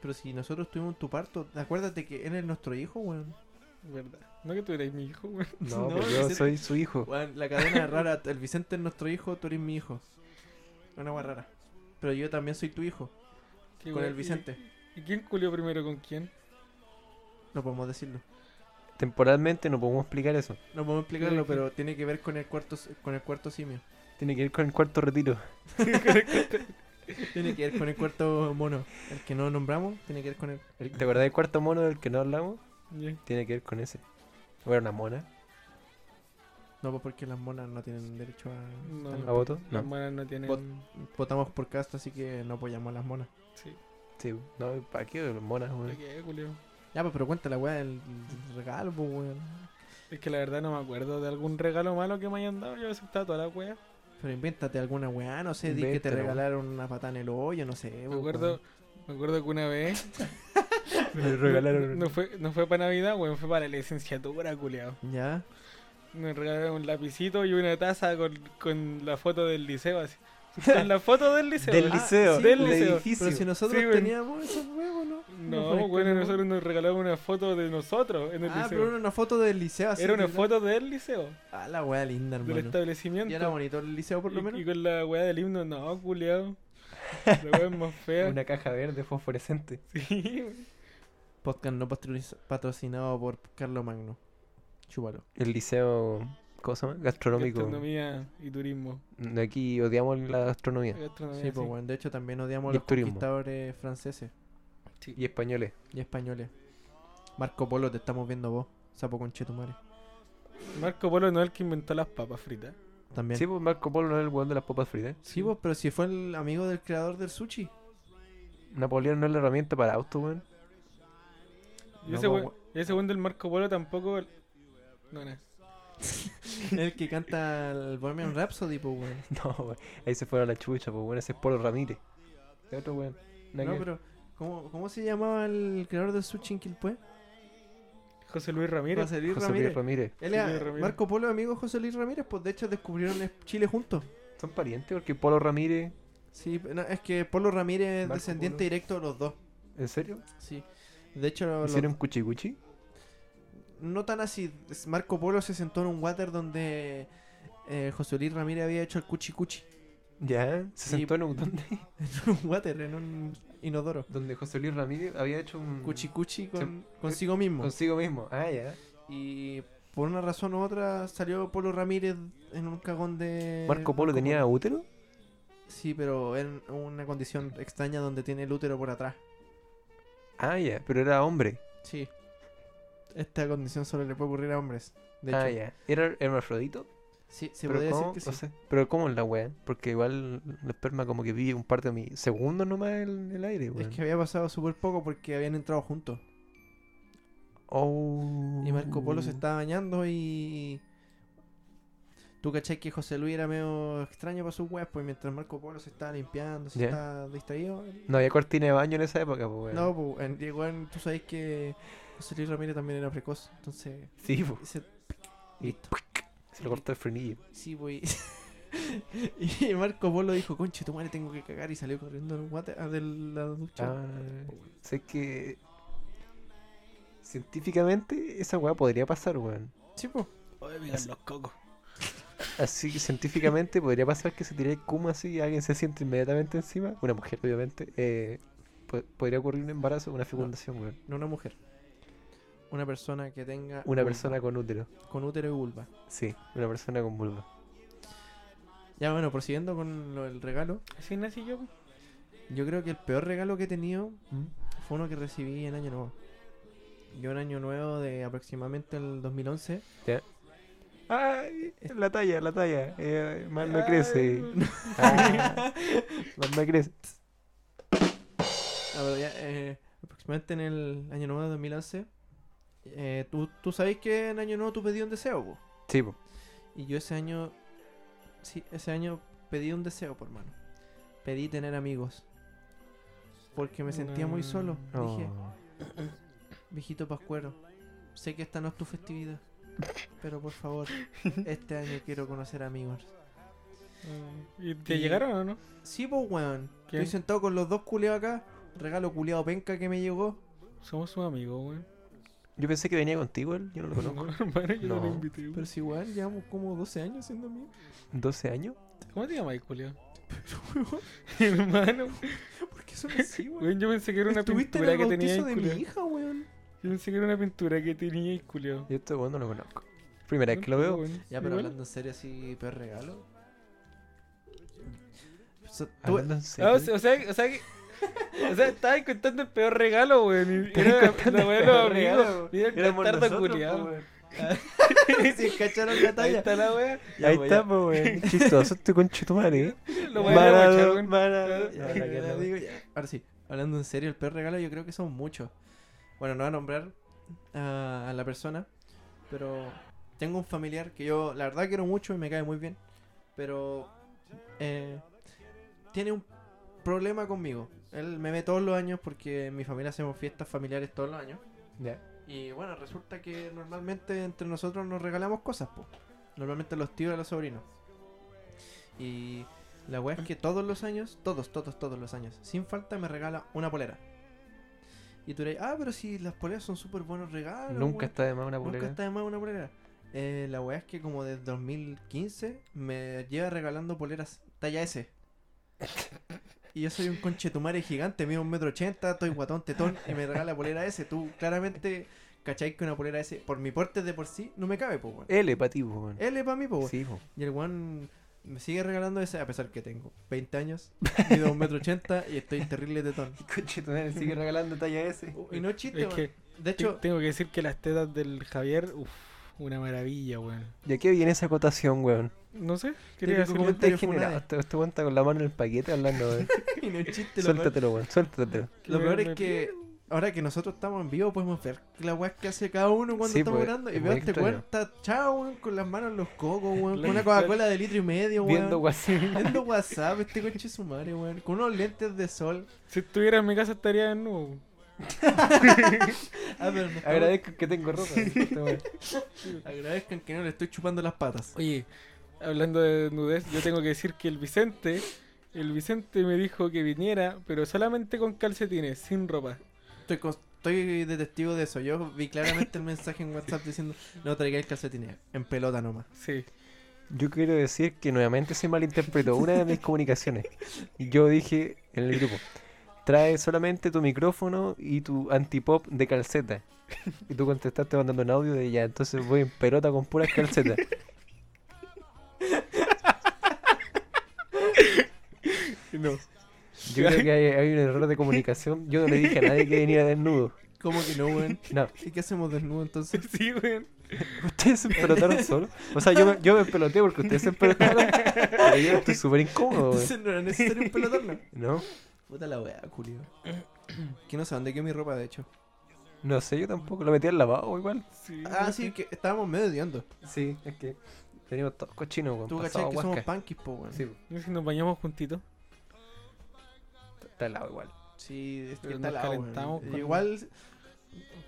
Speaker 2: Pero si nosotros tuvimos tu parto, acuérdate que eres nuestro hijo, weón.
Speaker 3: ¿Verdad? No que tú eres mi hijo, weón.
Speaker 1: No,
Speaker 2: No,
Speaker 1: pues yo
Speaker 2: Vicente-
Speaker 1: soy su hijo.
Speaker 2: Weón, [LAUGHS] la cadena es rara. El Vicente es nuestro hijo, tú eres mi hijo. Una weá rara. Pero yo también soy tu hijo,
Speaker 3: Qué
Speaker 2: con
Speaker 3: weón.
Speaker 2: el Vicente.
Speaker 3: ¿Y, y quién culió primero con quién?
Speaker 2: No podemos decirlo.
Speaker 1: Temporalmente no podemos explicar eso.
Speaker 2: No podemos
Speaker 3: Pero
Speaker 2: explicarlo,
Speaker 3: es que-
Speaker 2: pero tiene que ver con el cuarto con el cuarto simio.
Speaker 1: Tiene que ir con el cuarto retiro.
Speaker 2: Tiene que ver con el cuarto mono. El que no nombramos, tiene que ver con el...
Speaker 1: El- ¿Te acordás del cuarto mono del que no hablamos?
Speaker 3: Ya.
Speaker 1: Tiene que ver con ese. Bueno, una mona.
Speaker 2: No, pues porque las monas no tienen derecho a...
Speaker 3: No.
Speaker 2: a-
Speaker 1: ¿A voto?
Speaker 3: Las
Speaker 1: No.
Speaker 3: manos no tienen...
Speaker 2: Vot- Votamos por cast, así que no apoyamos a las monas.
Speaker 3: Sí.
Speaker 1: Sí, no, ¿para qué monas, weón?
Speaker 3: ¿Qué, culiao?
Speaker 2: Ya, pues, pero cuenta la weá del del regalo, pues, weón.
Speaker 3: Es que la verdad no me acuerdo de algún regalo malo que me hayan dado. Yo he aceptado toda la wea.
Speaker 2: Pero invéntate alguna weá, no sé, di que te
Speaker 1: Invéntala, weón.
Speaker 2: regalaron una patada en el hoyo, no sé. pues,
Speaker 3: Me
Speaker 2: po,
Speaker 3: acuerdo, me acuerdo que
Speaker 2: [LAUGHS]
Speaker 3: una vez.
Speaker 1: Me regalaron.
Speaker 3: No fue, no fue para Navidad, weón, fue para la licenciatura, culiao.
Speaker 2: weón. Ya.
Speaker 3: Me regalaron un lapicito y una taza con, con la foto del liceo así. Con la foto del liceo.
Speaker 1: Del
Speaker 3: Ah,
Speaker 1: liceo,
Speaker 3: sí,
Speaker 1: del
Speaker 3: del liceo.
Speaker 1: edificio.
Speaker 2: Pero si nosotros
Speaker 3: Sí, weón.
Speaker 2: teníamos esos huevos, ¿no?
Speaker 3: No,
Speaker 2: parece
Speaker 3: bueno,
Speaker 2: que
Speaker 3: nosotros nos regalaron una foto de nosotros en el
Speaker 2: Ah, pero
Speaker 3: liceo.
Speaker 2: era una foto del liceo. así,
Speaker 3: Era una
Speaker 2: ¿no?
Speaker 3: foto del liceo,
Speaker 2: Ah, la weá linda,
Speaker 3: del
Speaker 2: hermano.
Speaker 3: establecimiento.
Speaker 2: ¿Y era bonito el liceo por lo
Speaker 3: Y-
Speaker 2: menos?
Speaker 3: Y, con la weá del himno, no, culiao. La weá es más
Speaker 2: [LAUGHS]
Speaker 3: fea.
Speaker 1: Una caja verde fosforescente.
Speaker 3: Sí, weón.
Speaker 2: Podcast no patroniz- patrocinado por Carlos Magno. Chúpalo.
Speaker 1: El liceo, ¿cómo se llama? Gastronómico.
Speaker 3: gastronomía y turismo.
Speaker 1: De aquí odiamos la gastronomía.
Speaker 3: Gastronomía,
Speaker 2: Sí,
Speaker 3: Ah, sí.
Speaker 2: pues bueno, de hecho también odiamos a
Speaker 1: Y
Speaker 2: los
Speaker 1: el turismo.
Speaker 2: conquistadores franceses
Speaker 1: Y españoles.
Speaker 2: y españoles. Marco Polo, te estamos viendo vos, sapo conchetumare.
Speaker 3: Marco Polo no es el que inventó las papas fritas.
Speaker 2: También.
Speaker 1: Sí, pues Marco Polo no es el weón de las papas fritas.
Speaker 2: Sí, vos, pero si fue el amigo del creador del sushi.
Speaker 1: Napoleón no es la herramienta para auto, weón. pues,
Speaker 3: Y
Speaker 2: No,
Speaker 3: ese,
Speaker 2: po,
Speaker 3: weón, ese weón del Marco Polo tampoco. No, no.
Speaker 2: El que canta el Bohemian Rhapsody, pues, weón.
Speaker 1: [LAUGHS] No, weón. Ahí se fueron a la chucha, pues weón. Ese es Polo Ramírez. Es otro weón.
Speaker 2: No,
Speaker 1: Nada que ver.
Speaker 2: pero ¿cómo, ¿cómo se llamaba el creador del sushi en Quilpue?
Speaker 3: José Luis Ramírez.
Speaker 2: José Luis
Speaker 1: José
Speaker 2: Ramírez.
Speaker 1: Luis Ramírez.
Speaker 2: Él es-
Speaker 3: José Luis Ramírez.
Speaker 2: Marco Polo, amigo de José Luis Ramírez, pues de hecho descubrieron es- Chile juntos.
Speaker 1: Son parientes porque Polo Ramírez.
Speaker 2: Sí, no, es que Polo Ramírez es
Speaker 1: Marco
Speaker 2: descendiente
Speaker 1: Polo.
Speaker 2: directo de los dos.
Speaker 1: ¿En serio?
Speaker 2: Sí. De hecho, los-
Speaker 1: ¿Hicieron cuchiguchi?
Speaker 2: no tan así. Es- Marco Polo se sentó en un water donde eh, José Luis Ramírez había hecho el cuchi cuchi. [LAUGHS]
Speaker 1: Ya. Se
Speaker 2: Sí.
Speaker 1: sentó en un. ¿Dónde?
Speaker 2: En un water, en un inodoro.
Speaker 1: [LAUGHS] Donde José Luis Ramírez había hecho un.
Speaker 2: Cuchi cuchi con-
Speaker 1: Se-
Speaker 2: consigo mismo.
Speaker 1: Consigo mismo. Ah, ya.
Speaker 2: Y por una razón u otra salió Polo Ramírez en un cagón de.
Speaker 1: Marco Polo tenía útero.
Speaker 2: Sí, pero en una condición extraña donde tiene el útero por atrás.
Speaker 1: Ah, ya. Pero era hombre.
Speaker 2: Sí. Esta condición solo le puede ocurrir a hombres. De hecho,
Speaker 1: ah, ya. ¿Era hermafrodito?
Speaker 2: sí, se
Speaker 1: pero
Speaker 2: podría decir
Speaker 1: ¿cómo?
Speaker 2: que sí.
Speaker 1: No sé. Pero ¿cómo es la weá? Porque igual la esperma como que vive un par de mi segundos nomás en el aire, weón.
Speaker 2: Es que había pasado súper poco porque habían entrado juntos.
Speaker 1: Oh.
Speaker 2: Y Marco Polo se estaba bañando y. Tú cachai que José Luis era medio extraño para sus weas, pues mientras Marco Polo se estaba limpiando, se
Speaker 1: Ya.
Speaker 2: estaba distraído.
Speaker 1: No había cortina de baño en esa época, pues, weón.
Speaker 2: No, pues, en- igual tú sabes que José Luis Ramírez también era precoz, entonces.
Speaker 1: Sí, pues.
Speaker 2: se-
Speaker 1: Y
Speaker 2: Listo.
Speaker 1: se le cortó el frenillo.
Speaker 2: Sí, pues. [LAUGHS] y Marco Polo dijo, conche, tu madre tengo que cagar y salió corriendo del water- ah, de la ducha.
Speaker 1: Ah, sé que. Científicamente, esa weá podría pasar, weón.
Speaker 2: Sí, pues.
Speaker 3: Oye, miran los cocos.
Speaker 1: Así que científicamente podría pasar que se tire el cum así y alguien se siente inmediatamente encima. Una mujer, obviamente. eh, po- podría ocurrir un embarazo, una fecundación, weón.
Speaker 2: No una mujer. Una persona que tenga.
Speaker 1: Una
Speaker 2: vulva,
Speaker 1: persona con útero.
Speaker 2: Con útero y vulva.
Speaker 1: Sí, una persona con vulva.
Speaker 2: Ya bueno, prosiguiendo con lo del regalo.
Speaker 3: Así nací yo. po.
Speaker 2: Yo creo que el peor regalo que he tenido
Speaker 1: ¿Mm?
Speaker 2: fue uno que recibí en Año Nuevo. Yo en Año Nuevo de aproximadamente el 2011.
Speaker 1: Ay, la talla, la talla. eh, más no
Speaker 3: Ay,
Speaker 1: crece. Ah, más no crece.
Speaker 2: Ah, pero ya, eh, aproximadamente en el Año Nuevo de 2011. eh, tú, tú sabes que en Año Nuevo tú pedí un deseo, po.
Speaker 1: Sí, po.
Speaker 2: Y yo ese año. Sí, ese año pedí un deseo, por mano. Pedí tener amigos. Porque me sentía muy solo.
Speaker 1: Oh.
Speaker 2: Dije, viejito Pascuero, sé que esta no es tu festividad. Pero por favor, este año quiero conocer amigos.
Speaker 3: Mm. ¿Y te
Speaker 2: Y-
Speaker 3: llegaron o no?
Speaker 2: Sí, pues, weón.
Speaker 3: ¿Quién?
Speaker 2: Estoy sentado con los dos culeados acá. Regalo culeado penca que me llegó.
Speaker 3: Somos sus amigos, weón.
Speaker 1: Yo pensé que venía contigo él, yo no lo conozco.
Speaker 3: No, [LAUGHS] hermano, yo no lo
Speaker 1: No.
Speaker 3: invité, weón.
Speaker 2: Pero si, weón, llevamos como 12 años siendo amigos.
Speaker 1: ¿12 años?
Speaker 3: ¿Cómo te llamas,
Speaker 2: [LAUGHS]
Speaker 3: Julio? hermano,
Speaker 2: ¿Por qué son
Speaker 3: [LAUGHS]
Speaker 2: así, weón?
Speaker 3: weón, yo pensé que era una
Speaker 2: Estuviste en
Speaker 3: pintura
Speaker 2: el
Speaker 3: que tenía
Speaker 2: bautizo
Speaker 3: ahí,
Speaker 2: de mi
Speaker 3: culiao.
Speaker 2: hija, weón.
Speaker 3: Yo pensé que era una pintura que tenía ahí, culiao.
Speaker 1: Yo este weón no lo conozco. Primera vez que lo veo.
Speaker 3: Weón,
Speaker 2: Ya, pero
Speaker 3: igual.
Speaker 2: hablando en serio, así, peor regalo. So- tú-
Speaker 1: Hablando en
Speaker 3: Ah, o
Speaker 1: serio.
Speaker 3: sea, o sea, o sea que. O sea, estaba contando el peor regalo, weón. y Era
Speaker 1: contando
Speaker 3: la
Speaker 1: el
Speaker 3: weá de
Speaker 1: peor
Speaker 3: los amigos.
Speaker 1: regalo.
Speaker 3: Mira el
Speaker 1: Éramos
Speaker 3: bastardo
Speaker 1: nosotros, pues, po,
Speaker 3: culiao.
Speaker 1: weón.
Speaker 2: [LAUGHS] si cacharon la
Speaker 3: Ahí
Speaker 2: talla.
Speaker 3: está la weá.
Speaker 2: Ya,
Speaker 1: Ahí
Speaker 2: pues, ya.
Speaker 1: estamos, weón. Chistoso este conche tu madre. eh.
Speaker 3: Lo voy a guachar,
Speaker 1: Maradona,
Speaker 3: weón.
Speaker 2: [LAUGHS]
Speaker 1: Maradona.
Speaker 2: Ya,
Speaker 1: Ya, la que
Speaker 2: ya,
Speaker 1: la-
Speaker 2: digo, ya. Ahora sí, hablando en serio, el peor regalo yo creo que son muchos. Bueno, no voy a nombrar a, a la persona, pero Tengo un familiar que yo, la verdad, quiero mucho y me cae muy bien. Pero eh, tiene un problema conmigo. Él me ve todos los años porque en mi familia hacemos fiestas familiares todos los años.
Speaker 1: Ya.
Speaker 2: Y bueno, resulta que normalmente entre nosotros nos regalamos cosas, po. Normalmente los tíos y los sobrinos. Y la weá es que todos los años, todos, todos, todos los años, sin falta me regala una polera. Y tú dirás, ah, pero si las poleras son súper buenos regalos.
Speaker 1: Nunca
Speaker 2: Ah, weón".
Speaker 1: está de más una
Speaker 2: Nunca
Speaker 1: polera.
Speaker 2: está de más una polera. Eh, la weá es que como desde 2015 me lleva regalando poleras talla S. Y yo soy un conchetumare gigante, mido un metro ochenta, estoy guatón, tetón, y me regala polera S. Tú claramente, ¿cacháis que una polera S por mi porte de por sí no me cabe, po, weón?
Speaker 1: L para ti, po, weón.
Speaker 2: L para mí, po, weón.
Speaker 1: Sí, po.
Speaker 2: Y el weón me sigue regalando ese, a pesar que tengo 20 años, mido un metro ochenta y estoy terrible
Speaker 3: [LAUGHS]
Speaker 2: tetón.
Speaker 1: Conchetumare, sigue regalando talla S.
Speaker 2: Y no es chiste,
Speaker 3: Es
Speaker 2: weón.
Speaker 3: que
Speaker 2: De hecho,
Speaker 3: te- tengo que decir que las tetas del Javier, uff, una maravilla, weón.
Speaker 1: ¿Y a qué viene esa acotación, weón?
Speaker 3: No sé, quería
Speaker 2: Típico
Speaker 1: ¿Cómo te
Speaker 3: hacer
Speaker 2: Comentario
Speaker 1: has generado?
Speaker 2: funado.
Speaker 1: Este este weón está con la mano en el paquete hablando, weón.
Speaker 2: [LAUGHS] y no es chiste, lo Este peor-
Speaker 1: Suéltatelo, weón. Suéltatelo.
Speaker 2: Lo
Speaker 3: Me-
Speaker 2: peor es
Speaker 3: me
Speaker 2: que ahora que nosotros estamos en vivo podemos ver la weá que hace cada uno cuando
Speaker 1: Sí,
Speaker 2: estamos
Speaker 1: pues,
Speaker 2: grabando. Y
Speaker 1: es
Speaker 2: veo
Speaker 1: muy
Speaker 2: este
Speaker 1: extraño.
Speaker 2: cuenta, chao, weón, con las manos en los cocos, weón, con
Speaker 3: Claro.
Speaker 2: una Coca-Cola de litro y medio, weón.
Speaker 1: Viendo WhatsApp.
Speaker 2: [LAUGHS] Viendo WhatsApp, este coche es su madre, weón. Con unos lentes de sol.
Speaker 3: Si estuviera en mi casa estaría en nuevo.
Speaker 2: Ah, pero no estamos-
Speaker 1: Agradezco que tengo ropa. este weón.
Speaker 2: agradezcan que no le estoy chupando las patas.
Speaker 3: Oye, hablando de nudez, yo tengo que decir que el Vicente, el Vicente me dijo que viniera, pero solamente con calcetines, sin ropa.
Speaker 2: Estoy, con- estoy de testigo de eso. Yo vi claramente el mensaje en WhatsApp diciendo, no traigáis calcetines, en pelota nomás.
Speaker 3: Sí.
Speaker 1: Yo quiero decir que nuevamente se malinterpretó una de mis comunicaciones. Yo dije en el grupo, trae solamente tu micrófono y tu antipop de calceta. Y tú contestaste mandando un audio de ya, entonces voy en pelota con puras calcetas.
Speaker 3: No.
Speaker 1: Yo creo que hay, hay un error de comunicación. Yo no le dije a nadie que venía desnudo.
Speaker 2: ¿Cómo que no, weón?
Speaker 1: No,
Speaker 2: ¿Y qué hacemos desnudo entonces?
Speaker 3: [LAUGHS] Sí, weón.
Speaker 1: ustedes se pelotaron solos. O sea, yo me, yo me peloteé porque ustedes se pelotaron. Pero yo estoy súper incómodo, güey.
Speaker 2: Entonces no era necesario un pelotón, ¿no?
Speaker 1: ¿no?
Speaker 2: Puta la weá, Julio. [CLEARS THROAT] que no sé dónde quedó mi ropa, de hecho.
Speaker 1: No sé, yo tampoco. Lo metí al lavado igual.
Speaker 3: Sí.
Speaker 2: Ah, sí, que estábamos medio hediondo.
Speaker 1: Sí, es que tenemos todos cochinos, weón.
Speaker 2: Tú
Speaker 1: pasado
Speaker 2: cachai que somos
Speaker 1: huasca.
Speaker 2: punkis, po, weón. Sí,
Speaker 1: Sí, po,
Speaker 3: No sé Si nos bañamos juntitos.
Speaker 1: está al lado igual.
Speaker 2: es que
Speaker 3: Pero
Speaker 2: está
Speaker 3: nos
Speaker 2: la
Speaker 3: calentamos con-
Speaker 2: Igual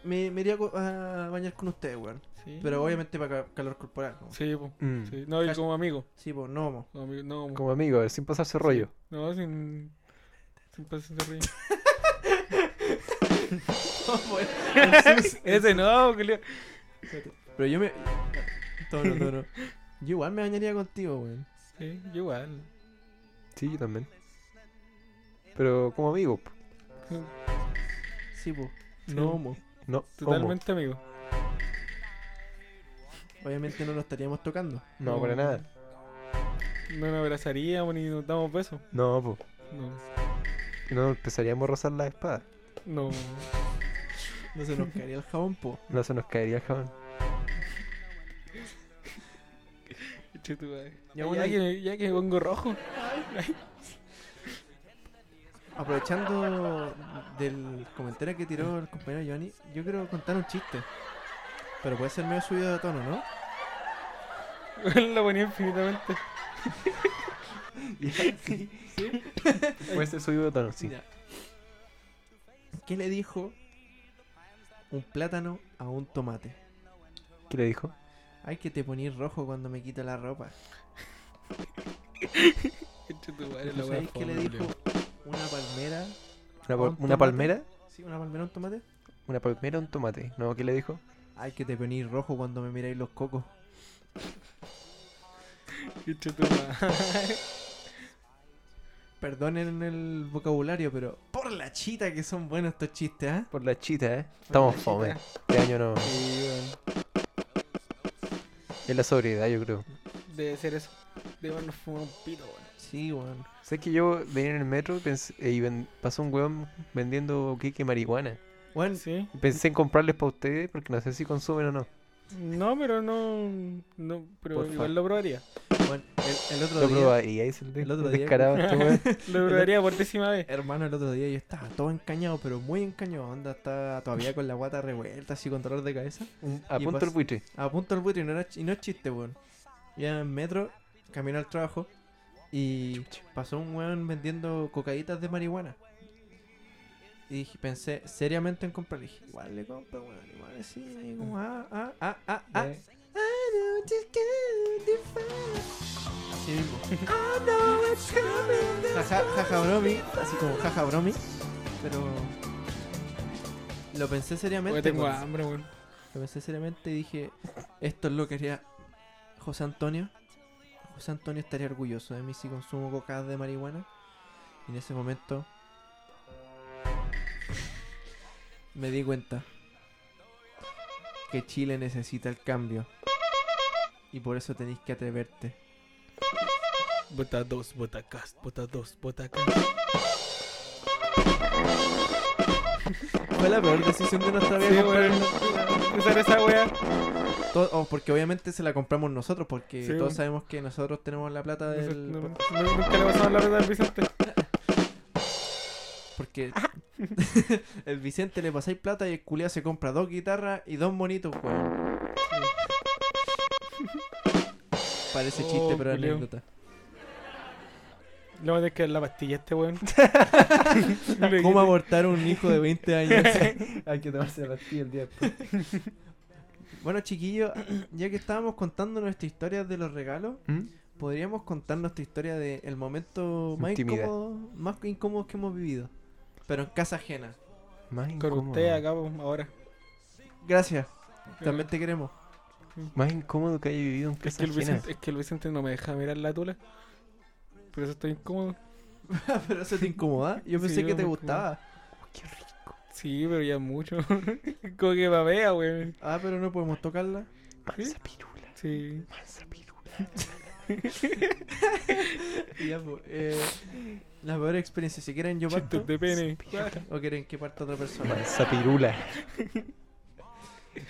Speaker 2: me, me iría co- a bañar con ustedes, weón.
Speaker 3: Sí.
Speaker 2: Pero obviamente para ca- calor corporal, ¿no? Sí,
Speaker 3: Sí, po. Sí. No, y
Speaker 2: Cas-
Speaker 3: como amigo.
Speaker 2: pues no, mo.
Speaker 3: Como amigo, no, como-
Speaker 1: Mm, Como amigo, a ver, sin pasarse rollo.
Speaker 3: no, sin. Sin pasar de reír. [LAUGHS] Ese no, culiao.
Speaker 2: Pero yo me. [LAUGHS] Tono, tono. Yo igual me bañaría contigo, weón.
Speaker 3: Sí, yo igual.
Speaker 1: Sí, yo también. Pero como amigo, po,
Speaker 2: Sí, po.
Speaker 3: Sí.
Speaker 2: No, mo.
Speaker 1: no. homo.
Speaker 3: Totalmente amigo.
Speaker 2: Obviamente no lo estaríamos tocando.
Speaker 1: No,
Speaker 3: No.
Speaker 1: para nada.
Speaker 3: No nos abrazaríamos ni nos damos besos.
Speaker 1: No, po.
Speaker 3: No.
Speaker 1: No empezaríamos a rozar la espada.
Speaker 3: No.
Speaker 2: No se nos caería el jabón, po.
Speaker 1: No se nos caería el jabón.
Speaker 3: [LAUGHS] Che, tu madre.
Speaker 2: Ya,
Speaker 3: Ya,
Speaker 2: bueno, y-
Speaker 3: que, me- ya que me pongo rojo. [LAUGHS]
Speaker 2: Aprovechando del comentario que tiró el compañero Giovanni, yo quiero contar un chiste. Pero puede ser medio subido de tono, ¿no?
Speaker 3: Lo ponía infinitamente.
Speaker 1: Puede ser subido de tono, sí.
Speaker 2: Ya. ¿Qué le dijo un plátano a un tomate?
Speaker 1: ¿Qué le dijo?
Speaker 2: Ay, que te ponís rojo cuando me quito la ropa.
Speaker 3: Che, tu madre, la
Speaker 2: ¿Tú
Speaker 3: wea
Speaker 2: ¿Sabéis qué le
Speaker 3: fome,
Speaker 2: dijo
Speaker 3: culiao.
Speaker 2: una palmera?
Speaker 1: ¿Una,
Speaker 2: ¿A un
Speaker 1: pal- una
Speaker 2: tomate?
Speaker 1: palmera?
Speaker 2: ¿Sí? ¿Una palmera a un tomate?
Speaker 1: ¿Una palmera o un tomate? No, ¿qué le dijo?
Speaker 2: Ay, que te ponís rojo cuando me miráis los cocos.
Speaker 3: Che, tu madre. [LAUGHS]
Speaker 2: Perdonen el vocabulario, pero por la chita que son buenos estos chistes, ¿ah?
Speaker 1: Por la chita, ¿eh? Estamos fome. Este año no.
Speaker 3: Sí, weón.
Speaker 1: Es la sobriedad, yo creo.
Speaker 3: Debe ser eso. Debemos fumar un pito, weón.
Speaker 2: Sí, weón.
Speaker 1: ¿Sabes que yo venía en el metro y, pens- eh, y ven- pasó un weón vendiendo queque marihuana?
Speaker 2: Weón,
Speaker 3: Sí.
Speaker 1: Pensé en comprarles para ustedes porque no sé si consumen o no.
Speaker 3: No, pero no. no pero
Speaker 2: Por
Speaker 3: igual
Speaker 2: fa- [LAUGHS]
Speaker 3: lo probaría.
Speaker 2: Bueno, el, el otro
Speaker 1: Lo
Speaker 2: día,
Speaker 1: probaría, es el, de-
Speaker 2: el otro
Speaker 1: el
Speaker 2: día-
Speaker 1: descarado este weón.
Speaker 3: [LAUGHS] Lo probaría por décima vez.
Speaker 2: hermano, el otro día yo estaba todo encañado, pero muy encañado. Onda, estaba todavía con la guata revuelta, así con dolor de cabeza.
Speaker 1: A
Speaker 2: Y
Speaker 1: punto
Speaker 2: pasa-
Speaker 1: el buitre.
Speaker 2: A punto del buitre y no, era, ch- y no es chiste, weón. Ya en metro, camino al trabajo y pasó un weón vendiendo cocaditas de marihuana. Y dije- pensé seriamente en comprar. Dije, igual le compro, weón. Igual sí, ahí como, ah, ah, ah, ah, ah.
Speaker 1: Eh.
Speaker 2: I know it's gonna be fine. Así mismo. I know it's gonna be Jaja, jaja bromi. Así como jaja bromi. Pero. Lo pensé seriamente.
Speaker 3: Porque tengo
Speaker 2: weón.
Speaker 3: hambre, weón.
Speaker 2: Lo pensé seriamente y dije, esto es lo que haría José Antonio. José Antonio estaría orgulloso de mí si consumo cocadas de marihuana. Y en ese momento me di cuenta que Chile necesita el cambio. Y por eso tenéis que atreverte.
Speaker 3: Bota dos, bota cast, bota dos, bota cast.
Speaker 2: Fue la peor decisión de nuestra vida.
Speaker 3: Sí,
Speaker 2: comprar-
Speaker 3: weón. Usar esa wea.
Speaker 2: To- oh, porque obviamente se la compramos nosotros, porque
Speaker 3: Sí,
Speaker 2: todos
Speaker 3: bueno.
Speaker 2: sabemos que nosotros tenemos la plata
Speaker 3: No sé,
Speaker 2: del...
Speaker 3: no- no- Nunca le pasaron la verdad al Vicente.
Speaker 2: Porque [LAUGHS] el Vicente le pasáis plata y el culiao se compra dos guitarras y dos monitos, weón. Parece
Speaker 3: Oh,
Speaker 2: chiste, pero es
Speaker 3: culiao.
Speaker 2: anécdota.
Speaker 3: Le voy a tener que dar la pastilla a
Speaker 2: [LAUGHS]
Speaker 3: este weón.
Speaker 2: ¿Cómo abortar un hijo de 20
Speaker 3: [LAUGHS]
Speaker 2: años?
Speaker 1: Hay que tomarse la pastilla el día después.
Speaker 2: bueno, chiquillos, ya que estábamos contando nuestra historia de los regalos,
Speaker 1: ¿Mm?
Speaker 2: podríamos contar nuestra historia del el momento más
Speaker 1: Intimidad.
Speaker 2: incómodo, más incómodo que hemos vivido. Pero en casa ajena.
Speaker 1: Más
Speaker 3: Con
Speaker 1: incómodo.
Speaker 3: usted acá, po, ahora.
Speaker 2: Gracias, también te queremos. [LAUGHS]
Speaker 1: Más incómodo que haya vivido en
Speaker 3: Es
Speaker 1: casa
Speaker 3: que, el
Speaker 1: ajena.
Speaker 3: Vicente, es que el Vicente no me deja mirar la tula. Por eso estoy incómodo.
Speaker 2: pero eso te incomoda. Yo
Speaker 3: Sí,
Speaker 2: pensé que
Speaker 3: me
Speaker 2: te
Speaker 3: incomoda.
Speaker 2: gustaba.
Speaker 3: Sí, pero ya mucho. [LAUGHS] Como que babea, weón.
Speaker 2: Ah, pero no podemos tocarla.
Speaker 1: Mansa pirula,
Speaker 3: Sí.
Speaker 1: mansa pirula.
Speaker 2: Ya, po, eh, la peor experiencia, si quieren yo parto
Speaker 3: Chistes de pene.
Speaker 2: o quieren que parta otra persona.
Speaker 1: Mansa pirula.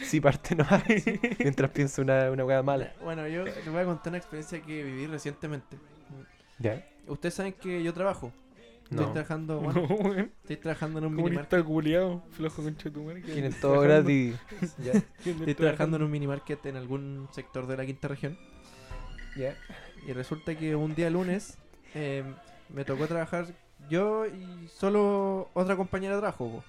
Speaker 1: Sí, parte no Mientras pienso una, una hueá mala.
Speaker 2: Bueno, yo les voy a contar una experiencia que viví recientemente.
Speaker 1: ¿Ya?
Speaker 2: Ustedes saben que yo trabajo.
Speaker 1: No.
Speaker 2: Estoy
Speaker 1: [LAUGHS]
Speaker 2: trabajando,
Speaker 3: [LAUGHS] No,
Speaker 2: bueno,
Speaker 3: weón.
Speaker 2: estoy trabajando en un minimarket.
Speaker 3: Comunista culiado. Flojo con chetumare.
Speaker 1: Tienen
Speaker 3: [LAUGHS]
Speaker 1: todo gratis.
Speaker 2: ya. Estoy trabajando en un minimarket en algún sector de la quinta región.
Speaker 1: ¿Ya?
Speaker 2: Y resulta que un día lunes eh, me tocó trabajar yo y solo otra compañera de trabajo. po.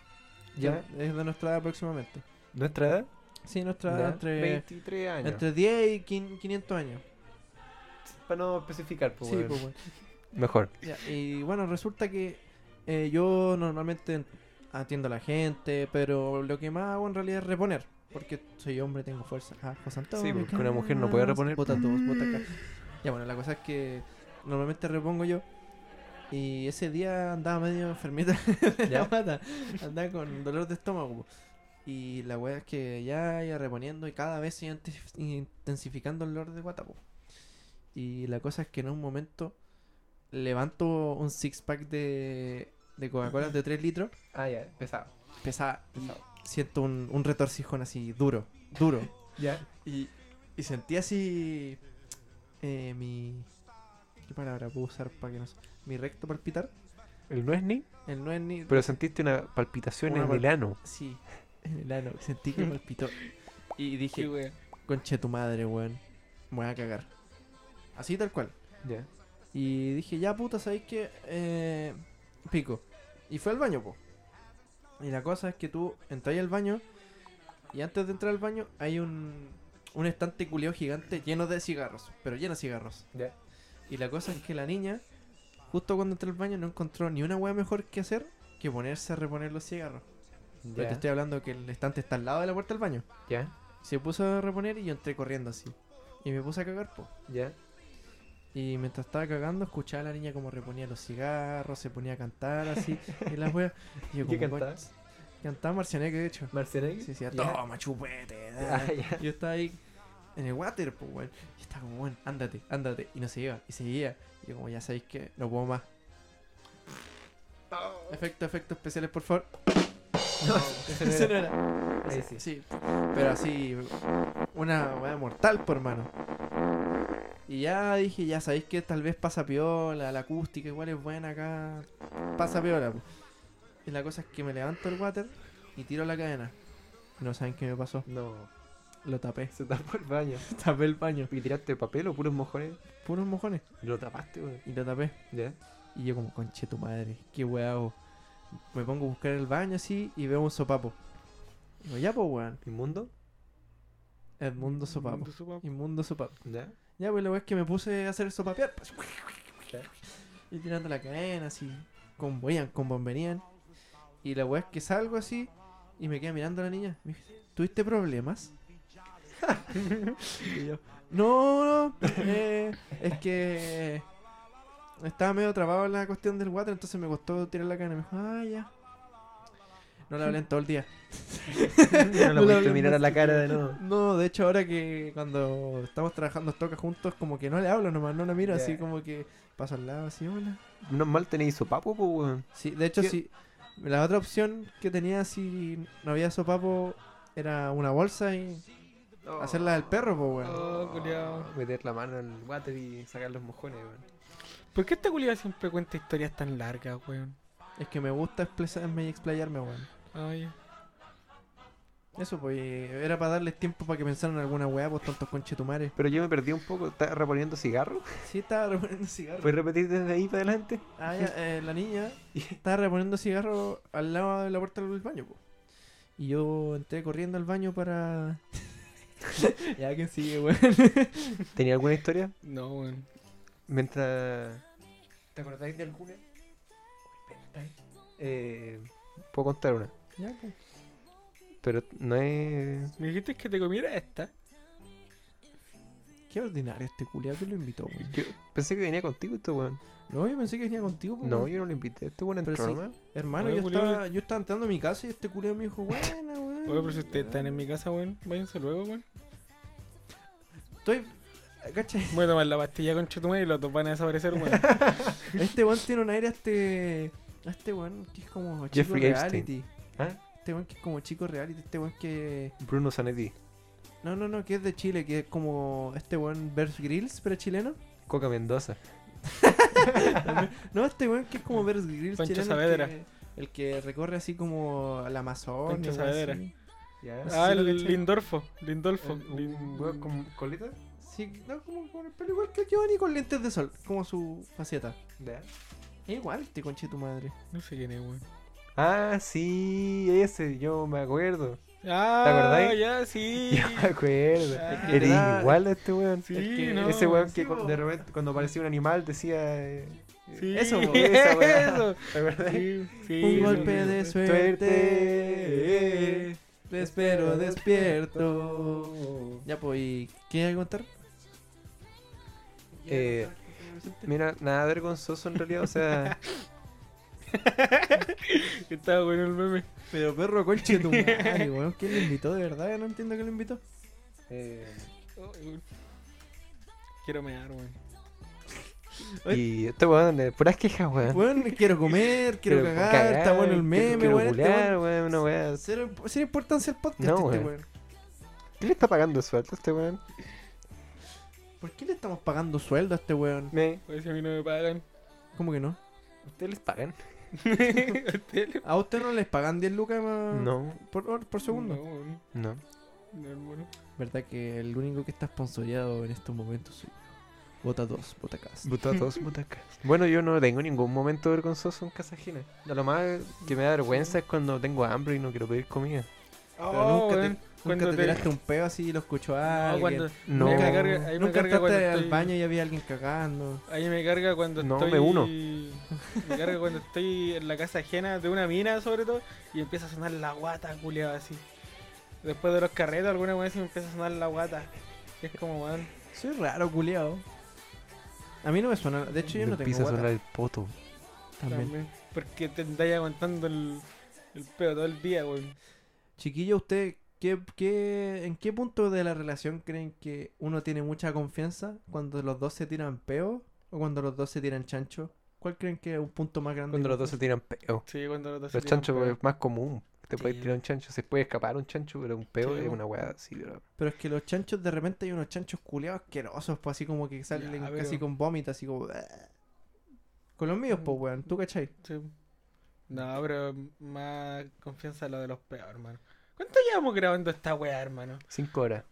Speaker 1: ¿Ya?
Speaker 2: Es de nuestra edad aproximadamente.
Speaker 1: ¿Nuestra edad?
Speaker 2: Sí, nuestra edad
Speaker 1: Ya.
Speaker 2: entre,
Speaker 1: 23 años.
Speaker 2: entre 10 y 500 años.
Speaker 1: Para no especificar, pues.
Speaker 2: sí,
Speaker 1: weón.
Speaker 2: po, weón.
Speaker 1: Mejor.
Speaker 2: Ya, y bueno, resulta que eh, yo normalmente atiendo a la gente, pero lo que más hago en realidad es reponer. Porque soy hombre, tengo fuerza. Ah, José Antonio,
Speaker 1: Sí, porque
Speaker 2: ¿qué
Speaker 1: una mujer no puede
Speaker 2: más?
Speaker 1: reponer. Mm.
Speaker 2: Bota dos, bota acá. Ya, bueno, la cosa es que normalmente repongo yo. Y ese día andaba medio enfermita [LAUGHS] de la
Speaker 1: Ya.
Speaker 2: pata. Andaba con dolor de estómago. po. Y la weá es que ya iba reponiendo y cada vez se iba intes- intensificando el dolor de guata. po. Y la cosa es que en un momento levanto un six pack de, de Coca-Cola de 3 litros.
Speaker 1: Ah, ya, pesado.
Speaker 2: Pesaba. y Siento un, un retorcijón así, duro, [LAUGHS] duro.
Speaker 1: ¿Ya?
Speaker 2: Y, y sentí así. eh, mi. ¿Qué palabra puedo usar para que no se- Mi recto palpitar.
Speaker 1: El no es ni.
Speaker 2: El no es ni.
Speaker 1: Pero sentiste una palpitación
Speaker 2: Una
Speaker 1: en
Speaker 2: pal-
Speaker 1: el ano.
Speaker 2: Sí, en [LAUGHS] el ano. Sentí que [LAUGHS] palpitó. Y
Speaker 3: Sí,
Speaker 2: dije,
Speaker 3: weón.
Speaker 2: conche tu madre, weón. Me voy a cagar. Así tal cual.
Speaker 1: Ya.
Speaker 2: Y dije, ya puta, ¿sabéis qué? Eh, pico. Y fue al baño, po. Y la cosa es que tú entras al baño y antes de entrar al baño hay un, un estante culeo gigante lleno de cigarros, pero lleno de cigarros.
Speaker 1: Ya.
Speaker 2: Y la cosa es que la niña, justo cuando entró al baño, no encontró ni una hueá mejor que hacer que ponerse a reponer los cigarros. Pero te estoy hablando que el estante está al lado de la puerta del baño.
Speaker 1: Ya.
Speaker 2: Se puso a reponer y yo entré corriendo así. Y me puse a cagar, po.
Speaker 1: Ya.
Speaker 2: Y mientras estaba cagando, escuchaba a la niña como reponía los cigarros, se ponía a cantar así. y la wea. Y yo
Speaker 1: [LAUGHS] ¿Qué
Speaker 2: como,
Speaker 1: cantaba?
Speaker 2: "Coño". Cantaba Marcianeque, de hecho.
Speaker 1: ¿Marcianeque?
Speaker 2: Sí, sí,
Speaker 1: Ya.
Speaker 2: toma, chupete.
Speaker 1: Ah,
Speaker 2: dale".
Speaker 1: [LAUGHS] ya.
Speaker 2: Yo estaba ahí en el water, pues, weón. Y estaba como, weón, ándate, ándate. Y no se iba, y seguía. Y yo, como, ya sabéis
Speaker 1: Oh.
Speaker 2: que no puedo más. Efectos, efectos especiales, por favor.
Speaker 3: No,
Speaker 2: Ese no
Speaker 1: [LAUGHS]
Speaker 2: era.
Speaker 1: Ahí sí.
Speaker 2: Sí, pero así, una weá mortal, por hermano. Y ya dije, ya sabéis que tal vez pasa piola, la acústica igual es buena acá. Pasa piola. po. Y la cosa es que me levanto el water y tiro la cadena. No saben qué me pasó.
Speaker 1: No,
Speaker 2: Lo tapé.
Speaker 1: [LAUGHS] se tapó el baño.
Speaker 2: Tapé el baño.
Speaker 1: ¿Y tiraste papel o puros mojones?
Speaker 2: Puros mojones.
Speaker 1: Lo tapaste, weón.
Speaker 2: Y lo tapé.
Speaker 1: Ya.
Speaker 2: Y yo como, conche tu madre, qué weá hago. Me pongo a buscar el baño así y veo un sopapo. Y digo, ya pues weón.
Speaker 1: ¿Inmundo?
Speaker 2: El mundo sopapo.
Speaker 3: Mundo sopapo.
Speaker 2: Inmundo sopapo.
Speaker 1: [LAUGHS] Ya.
Speaker 2: Ya, pues la weá es que me puse a hacer eso papear. pues,
Speaker 1: Ya.
Speaker 2: Y tirando la cadena así. Con veían, con bomberían. Y la weá es que salgo así y me queda mirando a la niña. Me dice, ¿tuviste problemas? [LAUGHS] y yo, no, no. eh, es que estaba medio trabado en la cuestión del water, entonces me costó tirar la cadena. Me dijo, ah, ya. No la hablé en todo el día.
Speaker 1: No
Speaker 2: lo
Speaker 1: lo
Speaker 2: hablé
Speaker 1: pudiste mirar a
Speaker 2: más
Speaker 1: la cara de nuevo.
Speaker 2: No, de hecho ahora que cuando estamos trabajando toca juntos, como que no le hablo nomás, no la miro, así
Speaker 1: Ya.
Speaker 2: como que paso al lado, así, hola.
Speaker 1: Menos mal tenéis sopapo, pues, weón.
Speaker 2: Sí, de hecho
Speaker 1: ¿Qué?
Speaker 2: sí, la otra opción que tenía si no había sopapo era una bolsa y hacerla del perro, pues bueno.
Speaker 3: Oh, culiao.
Speaker 1: Meter la mano al water y sacar los mojones, weón.
Speaker 3: ¿Por qué esta culiada siempre cuenta historias tan largas, weón?
Speaker 2: Es que me gusta expresarme y explayarme, weón.
Speaker 3: Ay,
Speaker 2: Eso, pues, era para darles tiempo para que pensaran en alguna weá, pues tontos conchetumares.
Speaker 1: Pero yo me perdí un poco, estaba reponiendo cigarro.
Speaker 2: Sí, estaba reponiendo cigarro.
Speaker 1: ¿Puedes repetir desde ahí para adelante?
Speaker 2: Ah,
Speaker 1: [LAUGHS]
Speaker 2: ya, eh, la niña estaba reponiendo cigarro al lado de la puerta del baño, po. Y yo entré corriendo al baño
Speaker 1: [LAUGHS]
Speaker 2: para. ya que sigue, weón.
Speaker 1: ¿Tenía alguna historia?
Speaker 3: no, weón.
Speaker 1: Mientras. ¿Te acordáis de alguna? Eh, puedo contar una.
Speaker 2: Ya, pues.
Speaker 1: Pero no es.
Speaker 3: Me dijiste que te comiera esta.
Speaker 2: [LAUGHS] Qué ordinario este culiado que lo invitó, weón.
Speaker 1: Yo pensé que venía contigo esto, weón.
Speaker 2: No, yo pensé que venía contigo, po,
Speaker 1: No,
Speaker 2: weón.
Speaker 1: yo no lo invité. Este weón
Speaker 2: Pero
Speaker 1: entró
Speaker 2: sí.
Speaker 1: nomás.
Speaker 2: Hermano,
Speaker 3: Oye,
Speaker 2: yo
Speaker 3: culiao,
Speaker 2: estaba, yo estaba entrando a mi casa y este culiado me dijo, buena, weón.
Speaker 3: Oye, pero si ustedes están en mi casa, weón, váyanse luego, weón.
Speaker 2: Estoy. ¿Cachai?
Speaker 3: Voy a tomar la pastilla con chetumé y los dos van a desaparecer,
Speaker 1: [LAUGHS]
Speaker 3: weón.
Speaker 2: Este weón tiene un aire a este. A este weón que es como chico
Speaker 1: Jeffrey Epstein.
Speaker 2: reality.
Speaker 1: ¿Ah?
Speaker 2: Este weón que es como chico reality. Este weón que.
Speaker 1: Bruno Zanetti.
Speaker 2: No, no, no, que es de Chile, que es como este weón Bert Grills, pero chileno.
Speaker 1: Coca Mendoza.
Speaker 2: No, este weón que es como Bert Grills
Speaker 3: Ah, Pancho
Speaker 2: chileno.
Speaker 3: Saavedra.
Speaker 2: El que, el que recorre así como la Amazonia.
Speaker 3: Pancho
Speaker 2: weón,
Speaker 3: Saavedra.
Speaker 2: así.
Speaker 1: ¿Ya?
Speaker 2: Ah,
Speaker 3: Ah,
Speaker 2: sí, lo
Speaker 3: el
Speaker 2: caché.
Speaker 3: Lindorfo. Lindolfo. Lin-
Speaker 1: ¿Un weón con coleta?
Speaker 2: Sí, no, como con el pelo igual que el Giovanni con lentes de sol, como su faceta.
Speaker 1: Ya.
Speaker 2: Es igual este conche tu madre.
Speaker 3: No sé quién es, weón.
Speaker 1: Ah, sí, ese, yo me acuerdo.
Speaker 3: Ah,
Speaker 1: acordáis? [LAUGHS]
Speaker 3: ya, sí.
Speaker 1: Yo me acuerdo.
Speaker 3: Ah,
Speaker 1: Eres
Speaker 2: ¿verdad?
Speaker 1: igual a este weón.
Speaker 3: Sí,
Speaker 2: Es que
Speaker 3: no.
Speaker 1: Ese weón
Speaker 2: sí,
Speaker 1: que cu-
Speaker 2: po.
Speaker 1: de repente cuando aparecía un animal decía. eh,
Speaker 3: Sí,
Speaker 1: Eso,
Speaker 3: eso,
Speaker 1: po, esa weá.
Speaker 3: [LAUGHS] eso.
Speaker 1: ¿Te acordás?
Speaker 3: Sí, sí,
Speaker 2: Un
Speaker 3: eso.
Speaker 2: golpe de suerte. Te espero despierto. Ya, pues, ¿y ¿qué hay que contar?
Speaker 1: Eh, Mira, nada vergonzoso en realidad, o sea,
Speaker 2: [LAUGHS]
Speaker 3: Estaba bueno el meme.
Speaker 2: Pero perro conche [LAUGHS] tu madre, weón. ¿Quién lo invitó de verdad? No entiendo que lo invitó.
Speaker 1: eh,
Speaker 3: Oh, weón. Quiero mear, weón.
Speaker 1: y este weón, de puras quejas, weón.
Speaker 2: Bueno, quiero
Speaker 1: [LAUGHS]
Speaker 2: comer, quiero cagar, está bueno el meme,
Speaker 1: quiero,
Speaker 2: weón. este
Speaker 1: culear,
Speaker 2: weón-
Speaker 1: weón, una weá.
Speaker 2: Cero, imp- cero importancia al podcast,
Speaker 1: No,
Speaker 2: este
Speaker 1: weón.
Speaker 2: weón.
Speaker 1: ¿Qué le está pagando sueldo a este weón?
Speaker 2: ¿Por qué le estamos pagando sueldo a este weón?
Speaker 1: Me,
Speaker 3: Pues si a mí no me pagan.
Speaker 2: ¿Cómo que no?
Speaker 1: ¿Ustedes les pagan?
Speaker 3: Ustedes le-
Speaker 2: ¿A usted no les pagan 10 lucas más
Speaker 1: No,
Speaker 2: por, hor- por segundo?
Speaker 3: No, weón.
Speaker 1: no.
Speaker 3: No, hermano.
Speaker 2: Verdad que el único que está sponsoreado en estos momentos soy yo. Bota 2, Bota Cast.
Speaker 1: Butó a todos butacas. Bueno, yo no tengo ningún momento vergonzoso en casa ajena. Lo más que me da vergüenza es cuando tengo hambre y no quiero pedir comida.
Speaker 2: Pero
Speaker 3: Oh,
Speaker 2: nunca,
Speaker 3: weón.
Speaker 2: te, nunca
Speaker 3: cuando
Speaker 2: te
Speaker 3: te-
Speaker 2: tiraste un pedo así y lo escuchó
Speaker 3: No,
Speaker 2: alguien.
Speaker 3: Ah, cuando-
Speaker 1: No.
Speaker 3: Ahí me carga, ahí me
Speaker 2: Nunca
Speaker 3: carga cuando
Speaker 2: entraste al
Speaker 3: estoy-
Speaker 2: baño y había alguien cagando.
Speaker 3: Ahí me carga cuando
Speaker 1: No, me
Speaker 3: estoy.
Speaker 1: uno.
Speaker 3: Me carga cuando estoy en la casa ajena de una mina, sobre todo, y empieza a sonar la guata, culiado, así. Después de los carretos, alguna vez me empieza a sonar la guata. Y es como, weón.
Speaker 2: Soy raro, culiao. A mí no me suena. De hecho, yo
Speaker 1: Me
Speaker 2: no tengo
Speaker 1: empieza a
Speaker 2: guata.
Speaker 1: sonar el poto.
Speaker 2: También.
Speaker 3: También. Porque te andáis aguantando el, el pedo todo el día, weón.
Speaker 2: Chiquillo, ¿usted qué, qué, en qué punto de la relación creen que uno tiene mucha confianza? ¿Cuando los dos se tiran peo o cuando los dos se tiran chancho? ¿Cuál creen que es un punto más grande?
Speaker 1: Cuando
Speaker 2: de
Speaker 1: los dos se tiran peo.
Speaker 3: Sí, cuando los dos se
Speaker 1: Los
Speaker 3: tiran
Speaker 1: chanchos
Speaker 3: pedo.
Speaker 1: es más común. Te puede
Speaker 3: Sí.
Speaker 1: tirar un chancho, se puede escapar un chancho, pero un peo
Speaker 3: Sí,
Speaker 1: es
Speaker 3: po.
Speaker 1: una weá así. Pero...
Speaker 2: Pero es que los chanchos, de repente hay unos chanchos culeados asquerosos, pues así como que salen
Speaker 3: Ya,
Speaker 2: casi
Speaker 3: pero-
Speaker 2: con vómito, así como. Con los míos, pues, weón, ¿tú cachai?
Speaker 3: Sí.
Speaker 2: Mm.
Speaker 3: No, pero más confianza en lo de los peores, hermano. ¿Cuánto llevamos grabando esta weá, hermano?
Speaker 1: Cinco horas.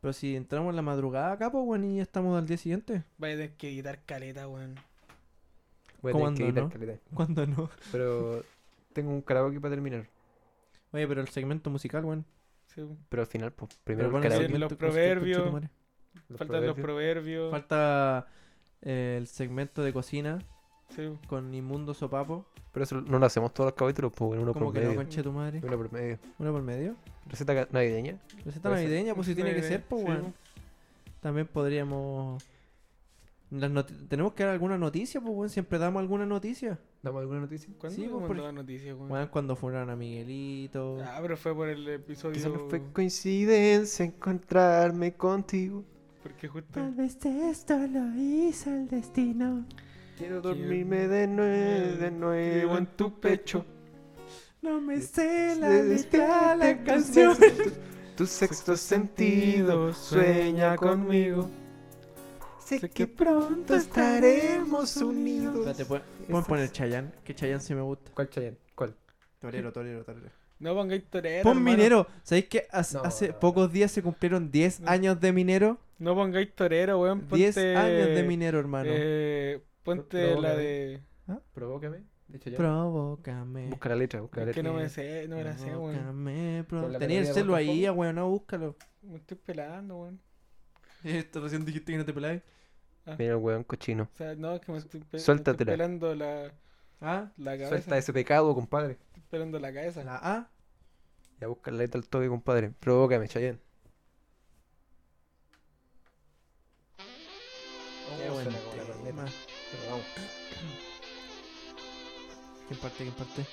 Speaker 2: Pero si entramos en la madrugada acá, pues, weón, y ya estamos al día siguiente. [LAUGHS]
Speaker 3: Vaya a tener que editar caleta, weón.
Speaker 1: Voy a tener que
Speaker 2: ¿Cuándo,
Speaker 1: editar
Speaker 2: no?
Speaker 1: caleta.
Speaker 2: ¿Cuándo no?
Speaker 1: Pero tengo un karaoke para terminar.
Speaker 2: Oye, pero el segmento musical, weón.
Speaker 3: Sí.
Speaker 1: Pero al final, pues, primero
Speaker 2: Pero
Speaker 1: el
Speaker 2: bueno,
Speaker 3: sí,
Speaker 1: karaoke.
Speaker 3: los
Speaker 2: segmento este musical,
Speaker 3: proverbios.
Speaker 2: conchetumare.
Speaker 1: los
Speaker 3: Faltan los
Speaker 1: proverbios.
Speaker 3: proverbios.
Speaker 2: Falta eh, el segmento de cocina
Speaker 3: Sí.
Speaker 2: con Inmundo Sopapo.
Speaker 1: Pero eso no lo hacemos todos los capítulos, pues bueno, uno
Speaker 2: Como
Speaker 1: por
Speaker 2: que no,
Speaker 1: medio.
Speaker 2: conche tu madre.
Speaker 1: Uno por medio.
Speaker 2: Una por medio.
Speaker 1: Receta ca- navideña.
Speaker 2: Receta
Speaker 1: Puede ser.
Speaker 2: navideña, pues si tiene que
Speaker 3: Navideña,
Speaker 2: ser, pues,
Speaker 3: sí,
Speaker 2: weón. También podríamos. Las noti- Tenemos que dar alguna noticia, pues, weón. Siempre damos alguna noticia.
Speaker 1: ¿Damos alguna noticia?
Speaker 3: ¿Cuándo
Speaker 2: Sí,
Speaker 3: sí,
Speaker 2: pues, por-
Speaker 3: noticias,
Speaker 1: Mm.
Speaker 3: weón?
Speaker 2: Weón, cuando fueron a Miguelito.
Speaker 3: Ah, pero fue por el
Speaker 1: Que
Speaker 3: episodio.
Speaker 1: solo fue coincidencia encontrarme contigo.
Speaker 3: Porque justo.
Speaker 2: Tal vez esto lo hizo el destino.
Speaker 1: Quiero dormirme
Speaker 3: dormirme
Speaker 1: de,
Speaker 3: nue- de
Speaker 1: nuevo en tu pecho.
Speaker 2: No me sé la letra
Speaker 1: Desde
Speaker 2: de la canción.
Speaker 1: Tu sexto sentido sueña conmigo. Sé que pronto estaremos unidos.
Speaker 2: Espérate, pon- pon poner Chayanne, que Chayanne sí me gusta.
Speaker 1: ¿Cuál, Chayanne? ¿Cuál?
Speaker 2: Torero, torero, torero.
Speaker 3: No pongáis torero.
Speaker 2: Pon
Speaker 3: hermano.
Speaker 2: minero. ¿Sabéis que hace,
Speaker 1: No,
Speaker 2: hace
Speaker 1: no, no.
Speaker 2: pocos días se cumplieron 10
Speaker 3: No.
Speaker 2: años de minero?
Speaker 3: No pongáis torero, weón.
Speaker 2: 10
Speaker 3: ponte-
Speaker 2: años de minero, hermano.
Speaker 3: Eh, ponte
Speaker 1: Pro-
Speaker 3: la
Speaker 1: provócame.
Speaker 3: de.
Speaker 1: Provócame. De Chayanne.
Speaker 2: Provócame.
Speaker 1: Busca la letra, busca la
Speaker 3: Es que
Speaker 1: letra.
Speaker 3: no me sé, no me la sé, weón.
Speaker 2: Provócame, pro-
Speaker 1: Con la
Speaker 2: Tenía el
Speaker 1: melodía de
Speaker 2: celu ahí,
Speaker 1: Botafogo.
Speaker 2: weón, no, búscalo.
Speaker 3: Me estoy pelando, weón.
Speaker 2: Esto recién dijiste que no te peláis.
Speaker 1: Mira el weón cochino.
Speaker 3: O sea, no, es que me estoy, pe- me estoy
Speaker 1: Suéltatela.
Speaker 3: pelando la,
Speaker 2: ¿Ah?
Speaker 3: la cabeza.
Speaker 1: Suelta ese pecado, compadre.
Speaker 3: Estoy pelando la cabeza.
Speaker 2: ¿La A?
Speaker 1: Ya busca la letra al toque, compadre. Provócame, Chayanne.
Speaker 2: Qué
Speaker 1: Oh,
Speaker 2: buen
Speaker 1: suena como la corneta.
Speaker 2: tema.
Speaker 1: Pero vamos.
Speaker 2: ¿Quién parte, quién parte?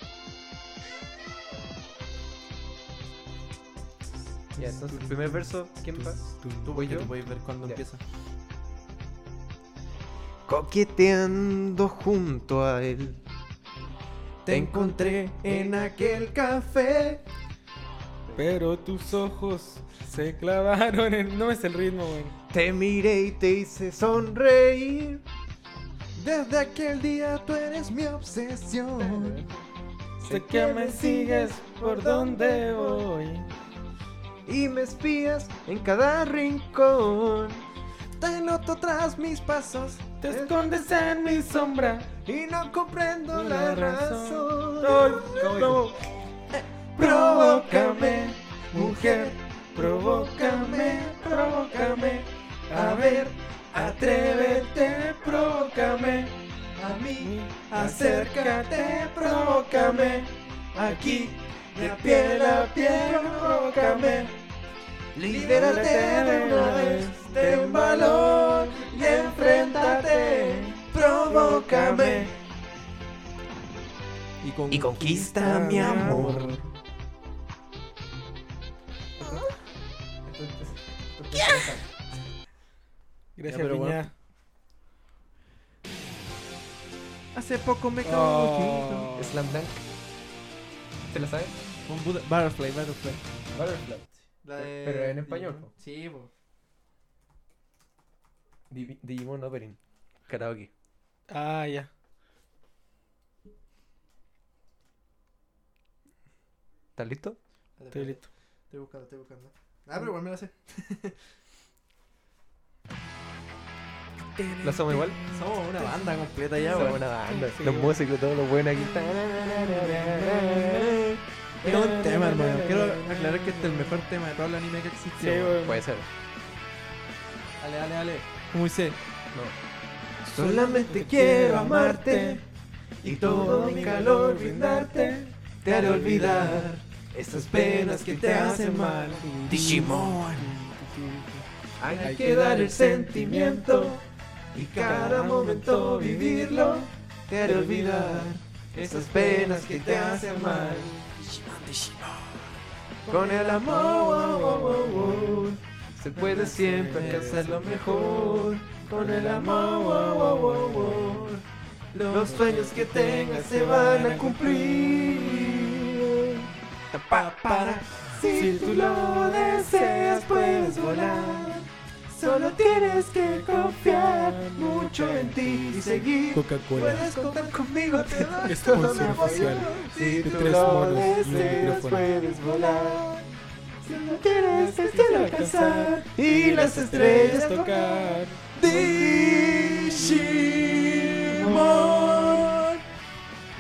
Speaker 1: Ya, entonces, el primer verso, ¿quién va?
Speaker 2: Tú,
Speaker 1: voy
Speaker 2: porque
Speaker 1: yo.
Speaker 2: tú podéis ver cuándo
Speaker 1: Ya.
Speaker 2: empieza.
Speaker 1: Coqueteando junto a él.
Speaker 2: Te encontré en aquel café.
Speaker 3: Pero tus ojos se clavaron en. No es el ritmo, weón.
Speaker 1: Te miré y te hice sonreír.
Speaker 2: Desde aquel día tú eres mi obsesión.
Speaker 3: Sé que me sigues por donde voy.
Speaker 1: Y me espías en cada rincón.
Speaker 2: Te noto tras mis pasos Eh,
Speaker 3: Te escondes en mi sombra.
Speaker 2: y no comprendo
Speaker 3: La
Speaker 2: la
Speaker 3: razón.
Speaker 2: razón.
Speaker 3: ¿Cómo dice?
Speaker 2: Provócame, mujer,
Speaker 3: Provócame, provócame.
Speaker 2: A ver, atrévete,
Speaker 3: provócame.
Speaker 2: a mí, acércate, provócame. Aquí, de piel a piel, provócame. Libérate de una vez de un balón y enfréntate, provócame. Y, conquista mi amor.
Speaker 3: Gracias,
Speaker 2: Ya, pero
Speaker 3: Piña.
Speaker 2: Hace poco me
Speaker 3: Oh.
Speaker 1: Slam Dunk. ¿Te la sabes?
Speaker 2: Oh. Un Buda- Butterfly, Butterfly.
Speaker 1: Butterfly. de- Pero en español, po.
Speaker 2: Sí, po.
Speaker 1: Divi- Digimon Opening. Karaoke.
Speaker 3: Ah, ya.
Speaker 1: ¿Estás listo?
Speaker 3: Estoy listo.
Speaker 2: Estoy buscando, estoy buscando. Ah, pero igual me la sé. [LAUGHS]
Speaker 1: ¿Lo hacemos igual?
Speaker 2: Somos una banda completa ya,
Speaker 1: Somos
Speaker 2: weón.
Speaker 1: una banda.
Speaker 3: Sí,
Speaker 1: Los
Speaker 3: weón.
Speaker 1: músicos, todos los buenos aquí.
Speaker 2: Es un tema, hermano. Quiero aclarar que este es el mejor tema de todo el anime que
Speaker 3: Sí,
Speaker 2: existió. weón.
Speaker 3: weón.
Speaker 1: Puede ser.
Speaker 2: Dale, dale, dale. Como dice,
Speaker 1: No.
Speaker 2: solamente quiero amarte y todo mi calor brindarte. Te haré olvidar estas penas que te hacen mal. Digimon. Hay que dar el sentimiento y cada momento vivirlo. Te haré olvidar esas penas que te hacen mal. Con el amor se puede siempre alcanzar lo mejor. Con el amor los sueños que tengas se van a cumplir. ta, pa, para. Si tú lo deseas, puedes volar. Solo tienes que confiar mucho en ti y seguir.
Speaker 5: Coca-Cola.
Speaker 2: Puedes contar conmigo, te [LAUGHS] doy todo mi
Speaker 5: Sponsor
Speaker 2: apoyo.
Speaker 5: oficial.
Speaker 2: Si
Speaker 5: De
Speaker 2: tú
Speaker 5: tres
Speaker 2: lo
Speaker 5: monos y un
Speaker 2: deseas,
Speaker 5: micrófono.
Speaker 2: puedes volar. Si no quieres, te quiero alcanzar y las estrellas tocar. Digimon.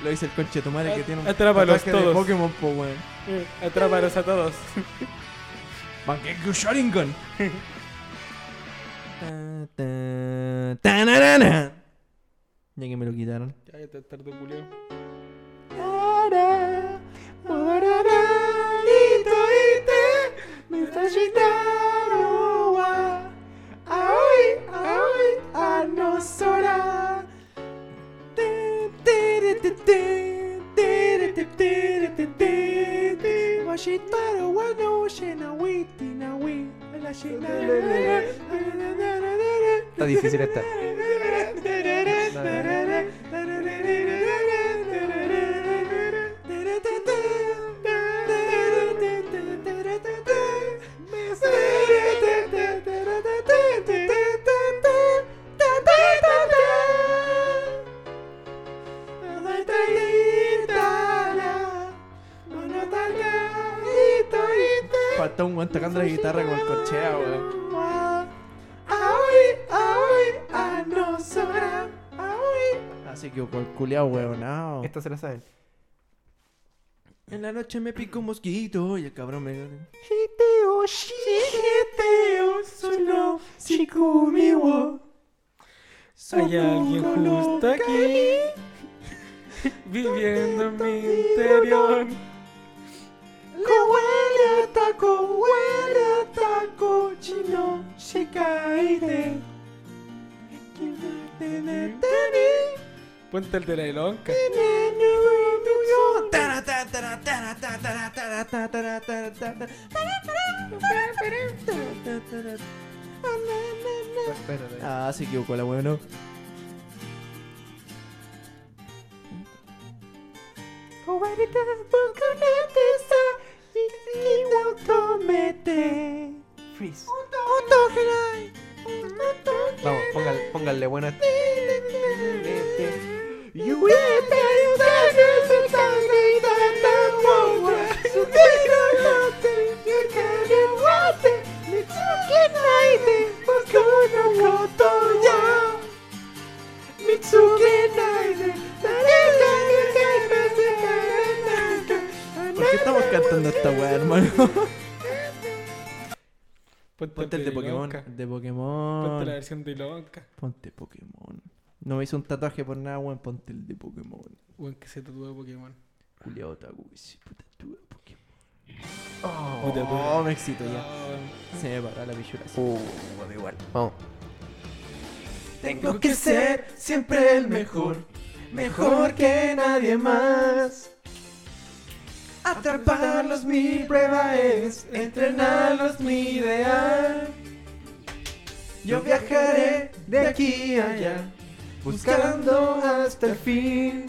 Speaker 2: Lo dice el conche tu madre que tiene un
Speaker 3: Atrápalos
Speaker 2: tatuaje de
Speaker 3: todos.
Speaker 2: Pokémon, po, weón.
Speaker 3: Eh, Atrápalos a todos.
Speaker 2: Bankeku Sharingan. [LAUGHS] Ta, ta, tanarana. Ya que me lo quitaron.
Speaker 3: Ya, ya te tardo, culeo.
Speaker 2: Ara, morara, ito, ite, mitashitaro wa. Aoi, aoi, anosora. Te, tere, te, te, tere, te, tere, te, te, te. Washitaro wa no shena wi, tina wi, ala shena, la, la, la, la, la, la, la, la.
Speaker 1: Está difícil esta.
Speaker 2: [LAUGHS] Falta un guante tocando la guitarra con el corchea, weón.
Speaker 3: Ah,
Speaker 2: Así que por culiao,
Speaker 3: oh.
Speaker 2: weonao.
Speaker 1: Esta se la saben.
Speaker 2: En la noche me picó un mosquito y el cabrón me. solo shikumi wo.
Speaker 3: Hay alguien justo aquí, viviendo en mi interior.
Speaker 2: Le huele a taco, huele a taco chino, shikaide.
Speaker 3: Ponte el de la elonca.
Speaker 2: Ah, se equivocó la weón. ¿no?
Speaker 1: Freeze. Vamos, pónganle, pónganle buena.
Speaker 2: ¿Por qué estamos cantando esta weá, hermano? Ponte el de Pokémon.
Speaker 3: Ilonca.
Speaker 2: De
Speaker 3: Ponte la
Speaker 2: Pokémon.
Speaker 3: versión de Ilonca.
Speaker 2: Ponte Pokémon. No me hice un tatuaje por nada, weón. Ponte el de Pokémon.
Speaker 3: Weón, que se tatuó de Pokémon.
Speaker 2: Culeado taco, que se puta tú de Pokémon.
Speaker 3: Puta,
Speaker 2: Oh, me excito ya.
Speaker 3: Ah, weón.
Speaker 2: Se me paró la pichura.
Speaker 1: Uh, bueno, igual. Vamos.
Speaker 2: Tengo que ser siempre el mejor, mejor que nadie más. Atraparlos mi prueba es, entrenarlos mi ideal. Yo viajaré de aquí a allá, buscando hasta el fin.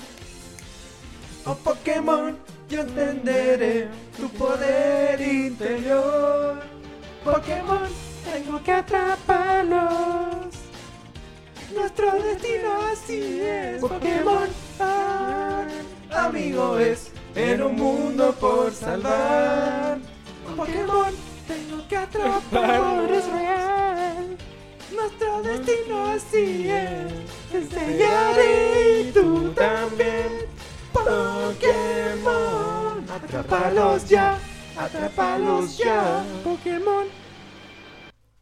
Speaker 2: Oh Pokémon, yo entenderé tu poder interior. Pokémon, tengo que atraparlos. Nuestro destino así es Pokémon ah, Amigo es En un mundo por salvar Pokémon Tengo que atrapar Es real Nuestro destino así es Te enseñaré y tú también Pokémon Atrápalos ya Atrápalos ya Pokémon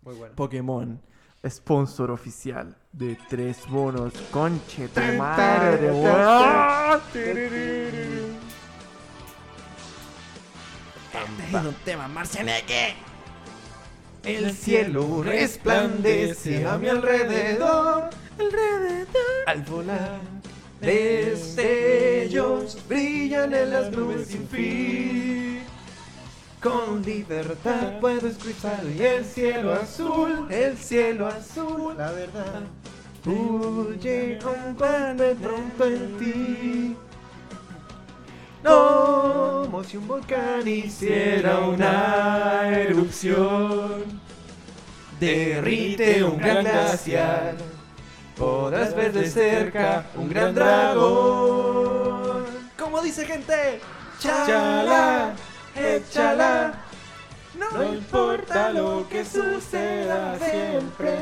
Speaker 1: Muy bueno.
Speaker 2: Pokémon, sponsor oficial de tres bonos conche tu
Speaker 1: madre, weón.
Speaker 2: un tema marcianeque. El cielo resplandece a mi alrededor, alrededor. Al volar, destellos brillan en las nubes sin fin. Con libertad puedo escuchar y el cielo azul, el cielo azul, la verdad. Huye, compadre, pronto en ti. No,
Speaker 1: Como si un volcán
Speaker 2: hiciera una erupción. Derrite un gran glaciar. Podrás ver de cerca un gran dragón. Como dice gente, chala, échala. No importa lo que suceda siempre,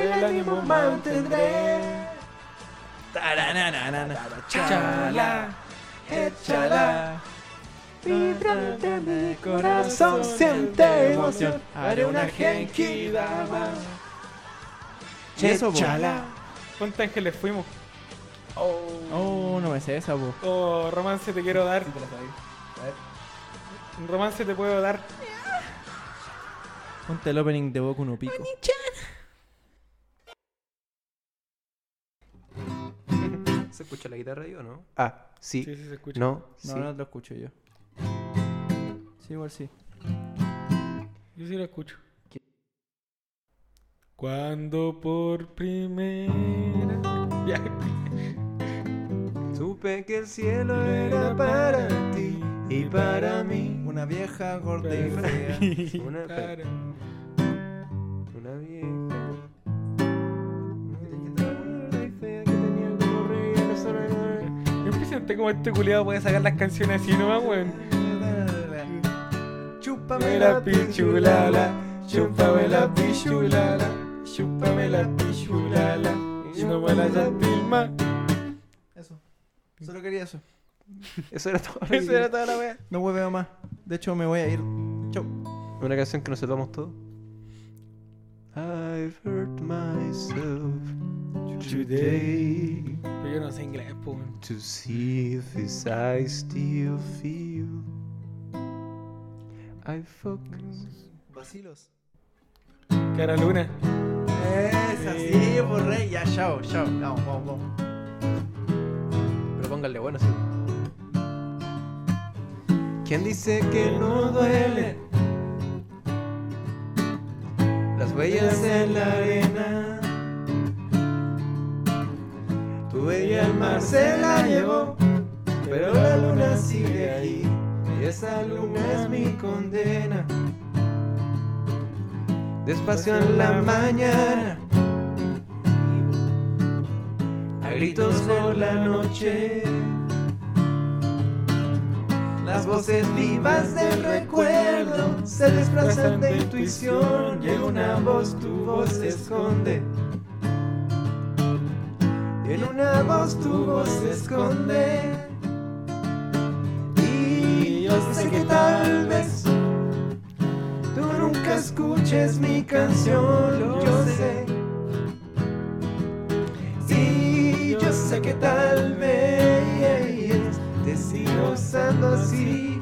Speaker 2: el ánimo mantendré. Taranana, chala, échala. Vibrante mi corazón, siente emoción. Haré una genki dama. Eso, po.
Speaker 3: Chala. ¿Cuántos ángeles fuimos? Oh,
Speaker 2: Oh, no me sé esa, po.
Speaker 3: Oh, romance te quiero dar. Un romance te puedo dar.
Speaker 2: Ponte el opening de Boku no Pico.
Speaker 1: ¿Se escucha la guitarra ahí o no?
Speaker 4: Ah,
Speaker 3: Sí,
Speaker 4: sí,
Speaker 3: sí, se escucha.
Speaker 4: no,
Speaker 2: No,
Speaker 4: sí.
Speaker 2: no lo escucho yo. Sí, igual sí.
Speaker 3: Yo sí lo escucho. Cuando por primera. [LAUGHS] Ya.
Speaker 1: Supe que el cielo
Speaker 3: era para ti
Speaker 1: y para mí.
Speaker 4: Una vieja gorda
Speaker 3: y
Speaker 1: Una,
Speaker 3: Cara.
Speaker 1: una vieja. Gorda y fea que tenía como rey a la zona de-
Speaker 3: Yo impresionante como este culiado puede sacar las canciones así nomás, weón.
Speaker 1: Chúpame la pichulala, chúpame la pichulala,
Speaker 3: chúpame la pichulala,
Speaker 1: y no me la
Speaker 3: filma.
Speaker 2: Eso. Solo quería eso.
Speaker 1: Eso era todo.
Speaker 3: Eso era toda la wea.
Speaker 2: No hueveo más. De hecho, me voy a ir. Chau.
Speaker 1: [LAUGHS] Una canción que nos salvamos todos. I've hurt myself today
Speaker 3: Pero yo no sé inglés, po, weón.
Speaker 1: to see if his eyes still feel. I focus.
Speaker 2: Vacilos.
Speaker 3: Cara luna.
Speaker 2: Es así, por rey. Ya, chao, chao. Vamos, vamos, vamos.
Speaker 1: Pero pónganle bueno, sí. ¿Quién dice que no duele? Las huellas en la arena. Tu huella el mar se la llevó, pero la luna sigue ahí. Y esa luna es mi condena. Despacio en la mañana, a gritos por la noche. Las voces vivas del recuerdo se desplazan de intuición. Y en una voz tu voz se esconde. Y en una voz tu voz se esconde. Y yo sé que tal vez tú nunca escuches mi canción. Yo sé. Sí, yo sé que tal vez te sigo usando así,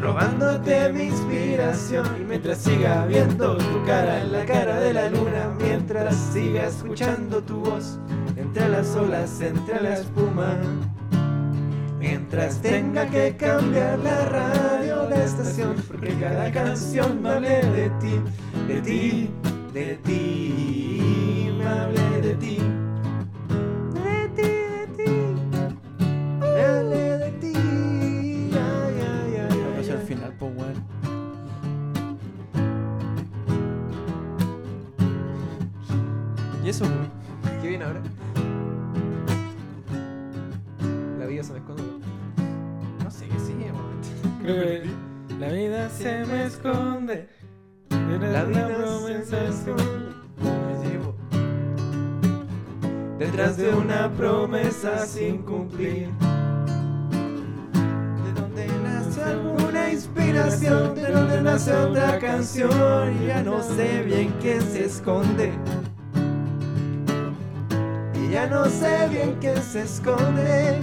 Speaker 1: robándote mi inspiración. Y mientras siga viendo tu cara en la cara de la luna, mientras siga escuchando tu voz entre las olas, entre la espuma. Mientras tenga que cambiar la radio, la estación, porque cada canción me hable de ti, de ti, de ti, me hable de ti. De ti, de ti, me hable de ti. Ay, ay, ay,
Speaker 2: Pero
Speaker 1: ay,
Speaker 2: es el
Speaker 1: ay.
Speaker 2: final, pues, weón. Y eso, weón.
Speaker 1: ¿Qué viene ahora? La vida se me esconde.
Speaker 2: No sé qué sigue, weón.
Speaker 3: Creo que la vida se me esconde.
Speaker 1: La vida
Speaker 3: promesa
Speaker 1: se me esconde.
Speaker 2: Me llevo.
Speaker 1: Detrás de una promesa sin cumplir.
Speaker 2: De donde
Speaker 1: nace
Speaker 2: nace
Speaker 1: alguna inspiración de donde nace otra canción y ya no sé bien qué se esconde y ya no sé bien qué se esconde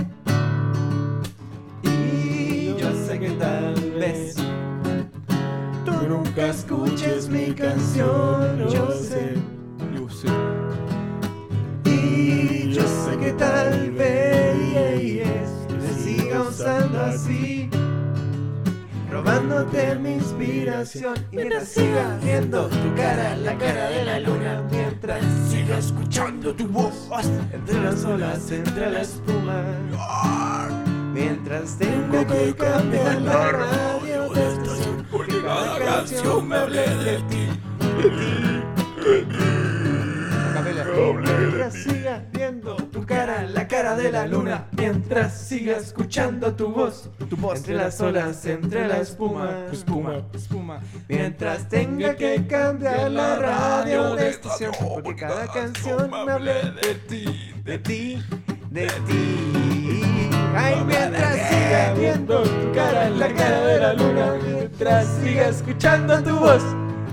Speaker 1: y yo sé que tal vez tú nunca escuches mi canción yo sé
Speaker 2: Yo sé.
Speaker 1: y yo sé que tal vez me siga usando así, robándote mi inspiración. Y mientras siga viendo tu cara, la cara de la luna, mientras siga escuchando tu voz entre las olas, entre la espuma. Mientras tengo que cambiar la radio de estación, porque cada canción me hablé de ti. Mientras siga viendo tu cara, la cara de la luna, mientras siga escuchando tu voz, tu voz entre las olas, entre la espuma, espuma, espuma. Mientras tenga que cambiar la radio de estación, porque cada canción me hable de ti, de ti, de ti. Ay, mientras siga viendo tu cara, la cara de la luna, mientras siga escuchando tu voz,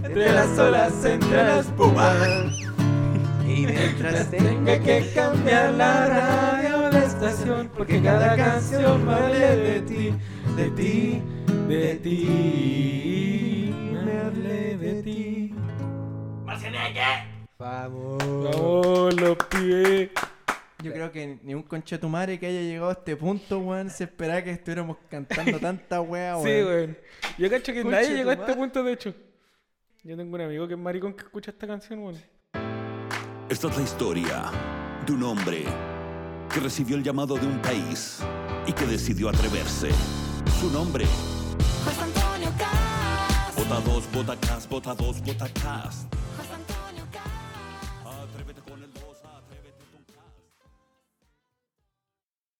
Speaker 1: entre las olas, entre la espuma. Y mientras tenga que cambiar la radio o la estación, porque cada canción vale de ti, de ti, de ti. Me hablé de ti.
Speaker 2: Vamos.
Speaker 3: Vamos, los pies.
Speaker 2: Yo creo que ni un conchetumare que haya llegado a este punto, weón, se esperaba que estuviéramos cantando tanta wea,
Speaker 1: Ah,
Speaker 3: Sí,
Speaker 2: weón.
Speaker 3: weón. Yo cacho que
Speaker 2: Conche
Speaker 3: nadie
Speaker 2: tu
Speaker 3: llegó a este
Speaker 2: madre.
Speaker 3: punto, de hecho. Yo tengo un amigo que es maricón que escucha esta canción, weón.
Speaker 5: Esta es la historia de un hombre que recibió el llamado de un país y que decidió atreverse. Su nombre,
Speaker 6: José Antonio Cas.
Speaker 5: Bota 2, Bota Cast, Bota 2, Bota Cast.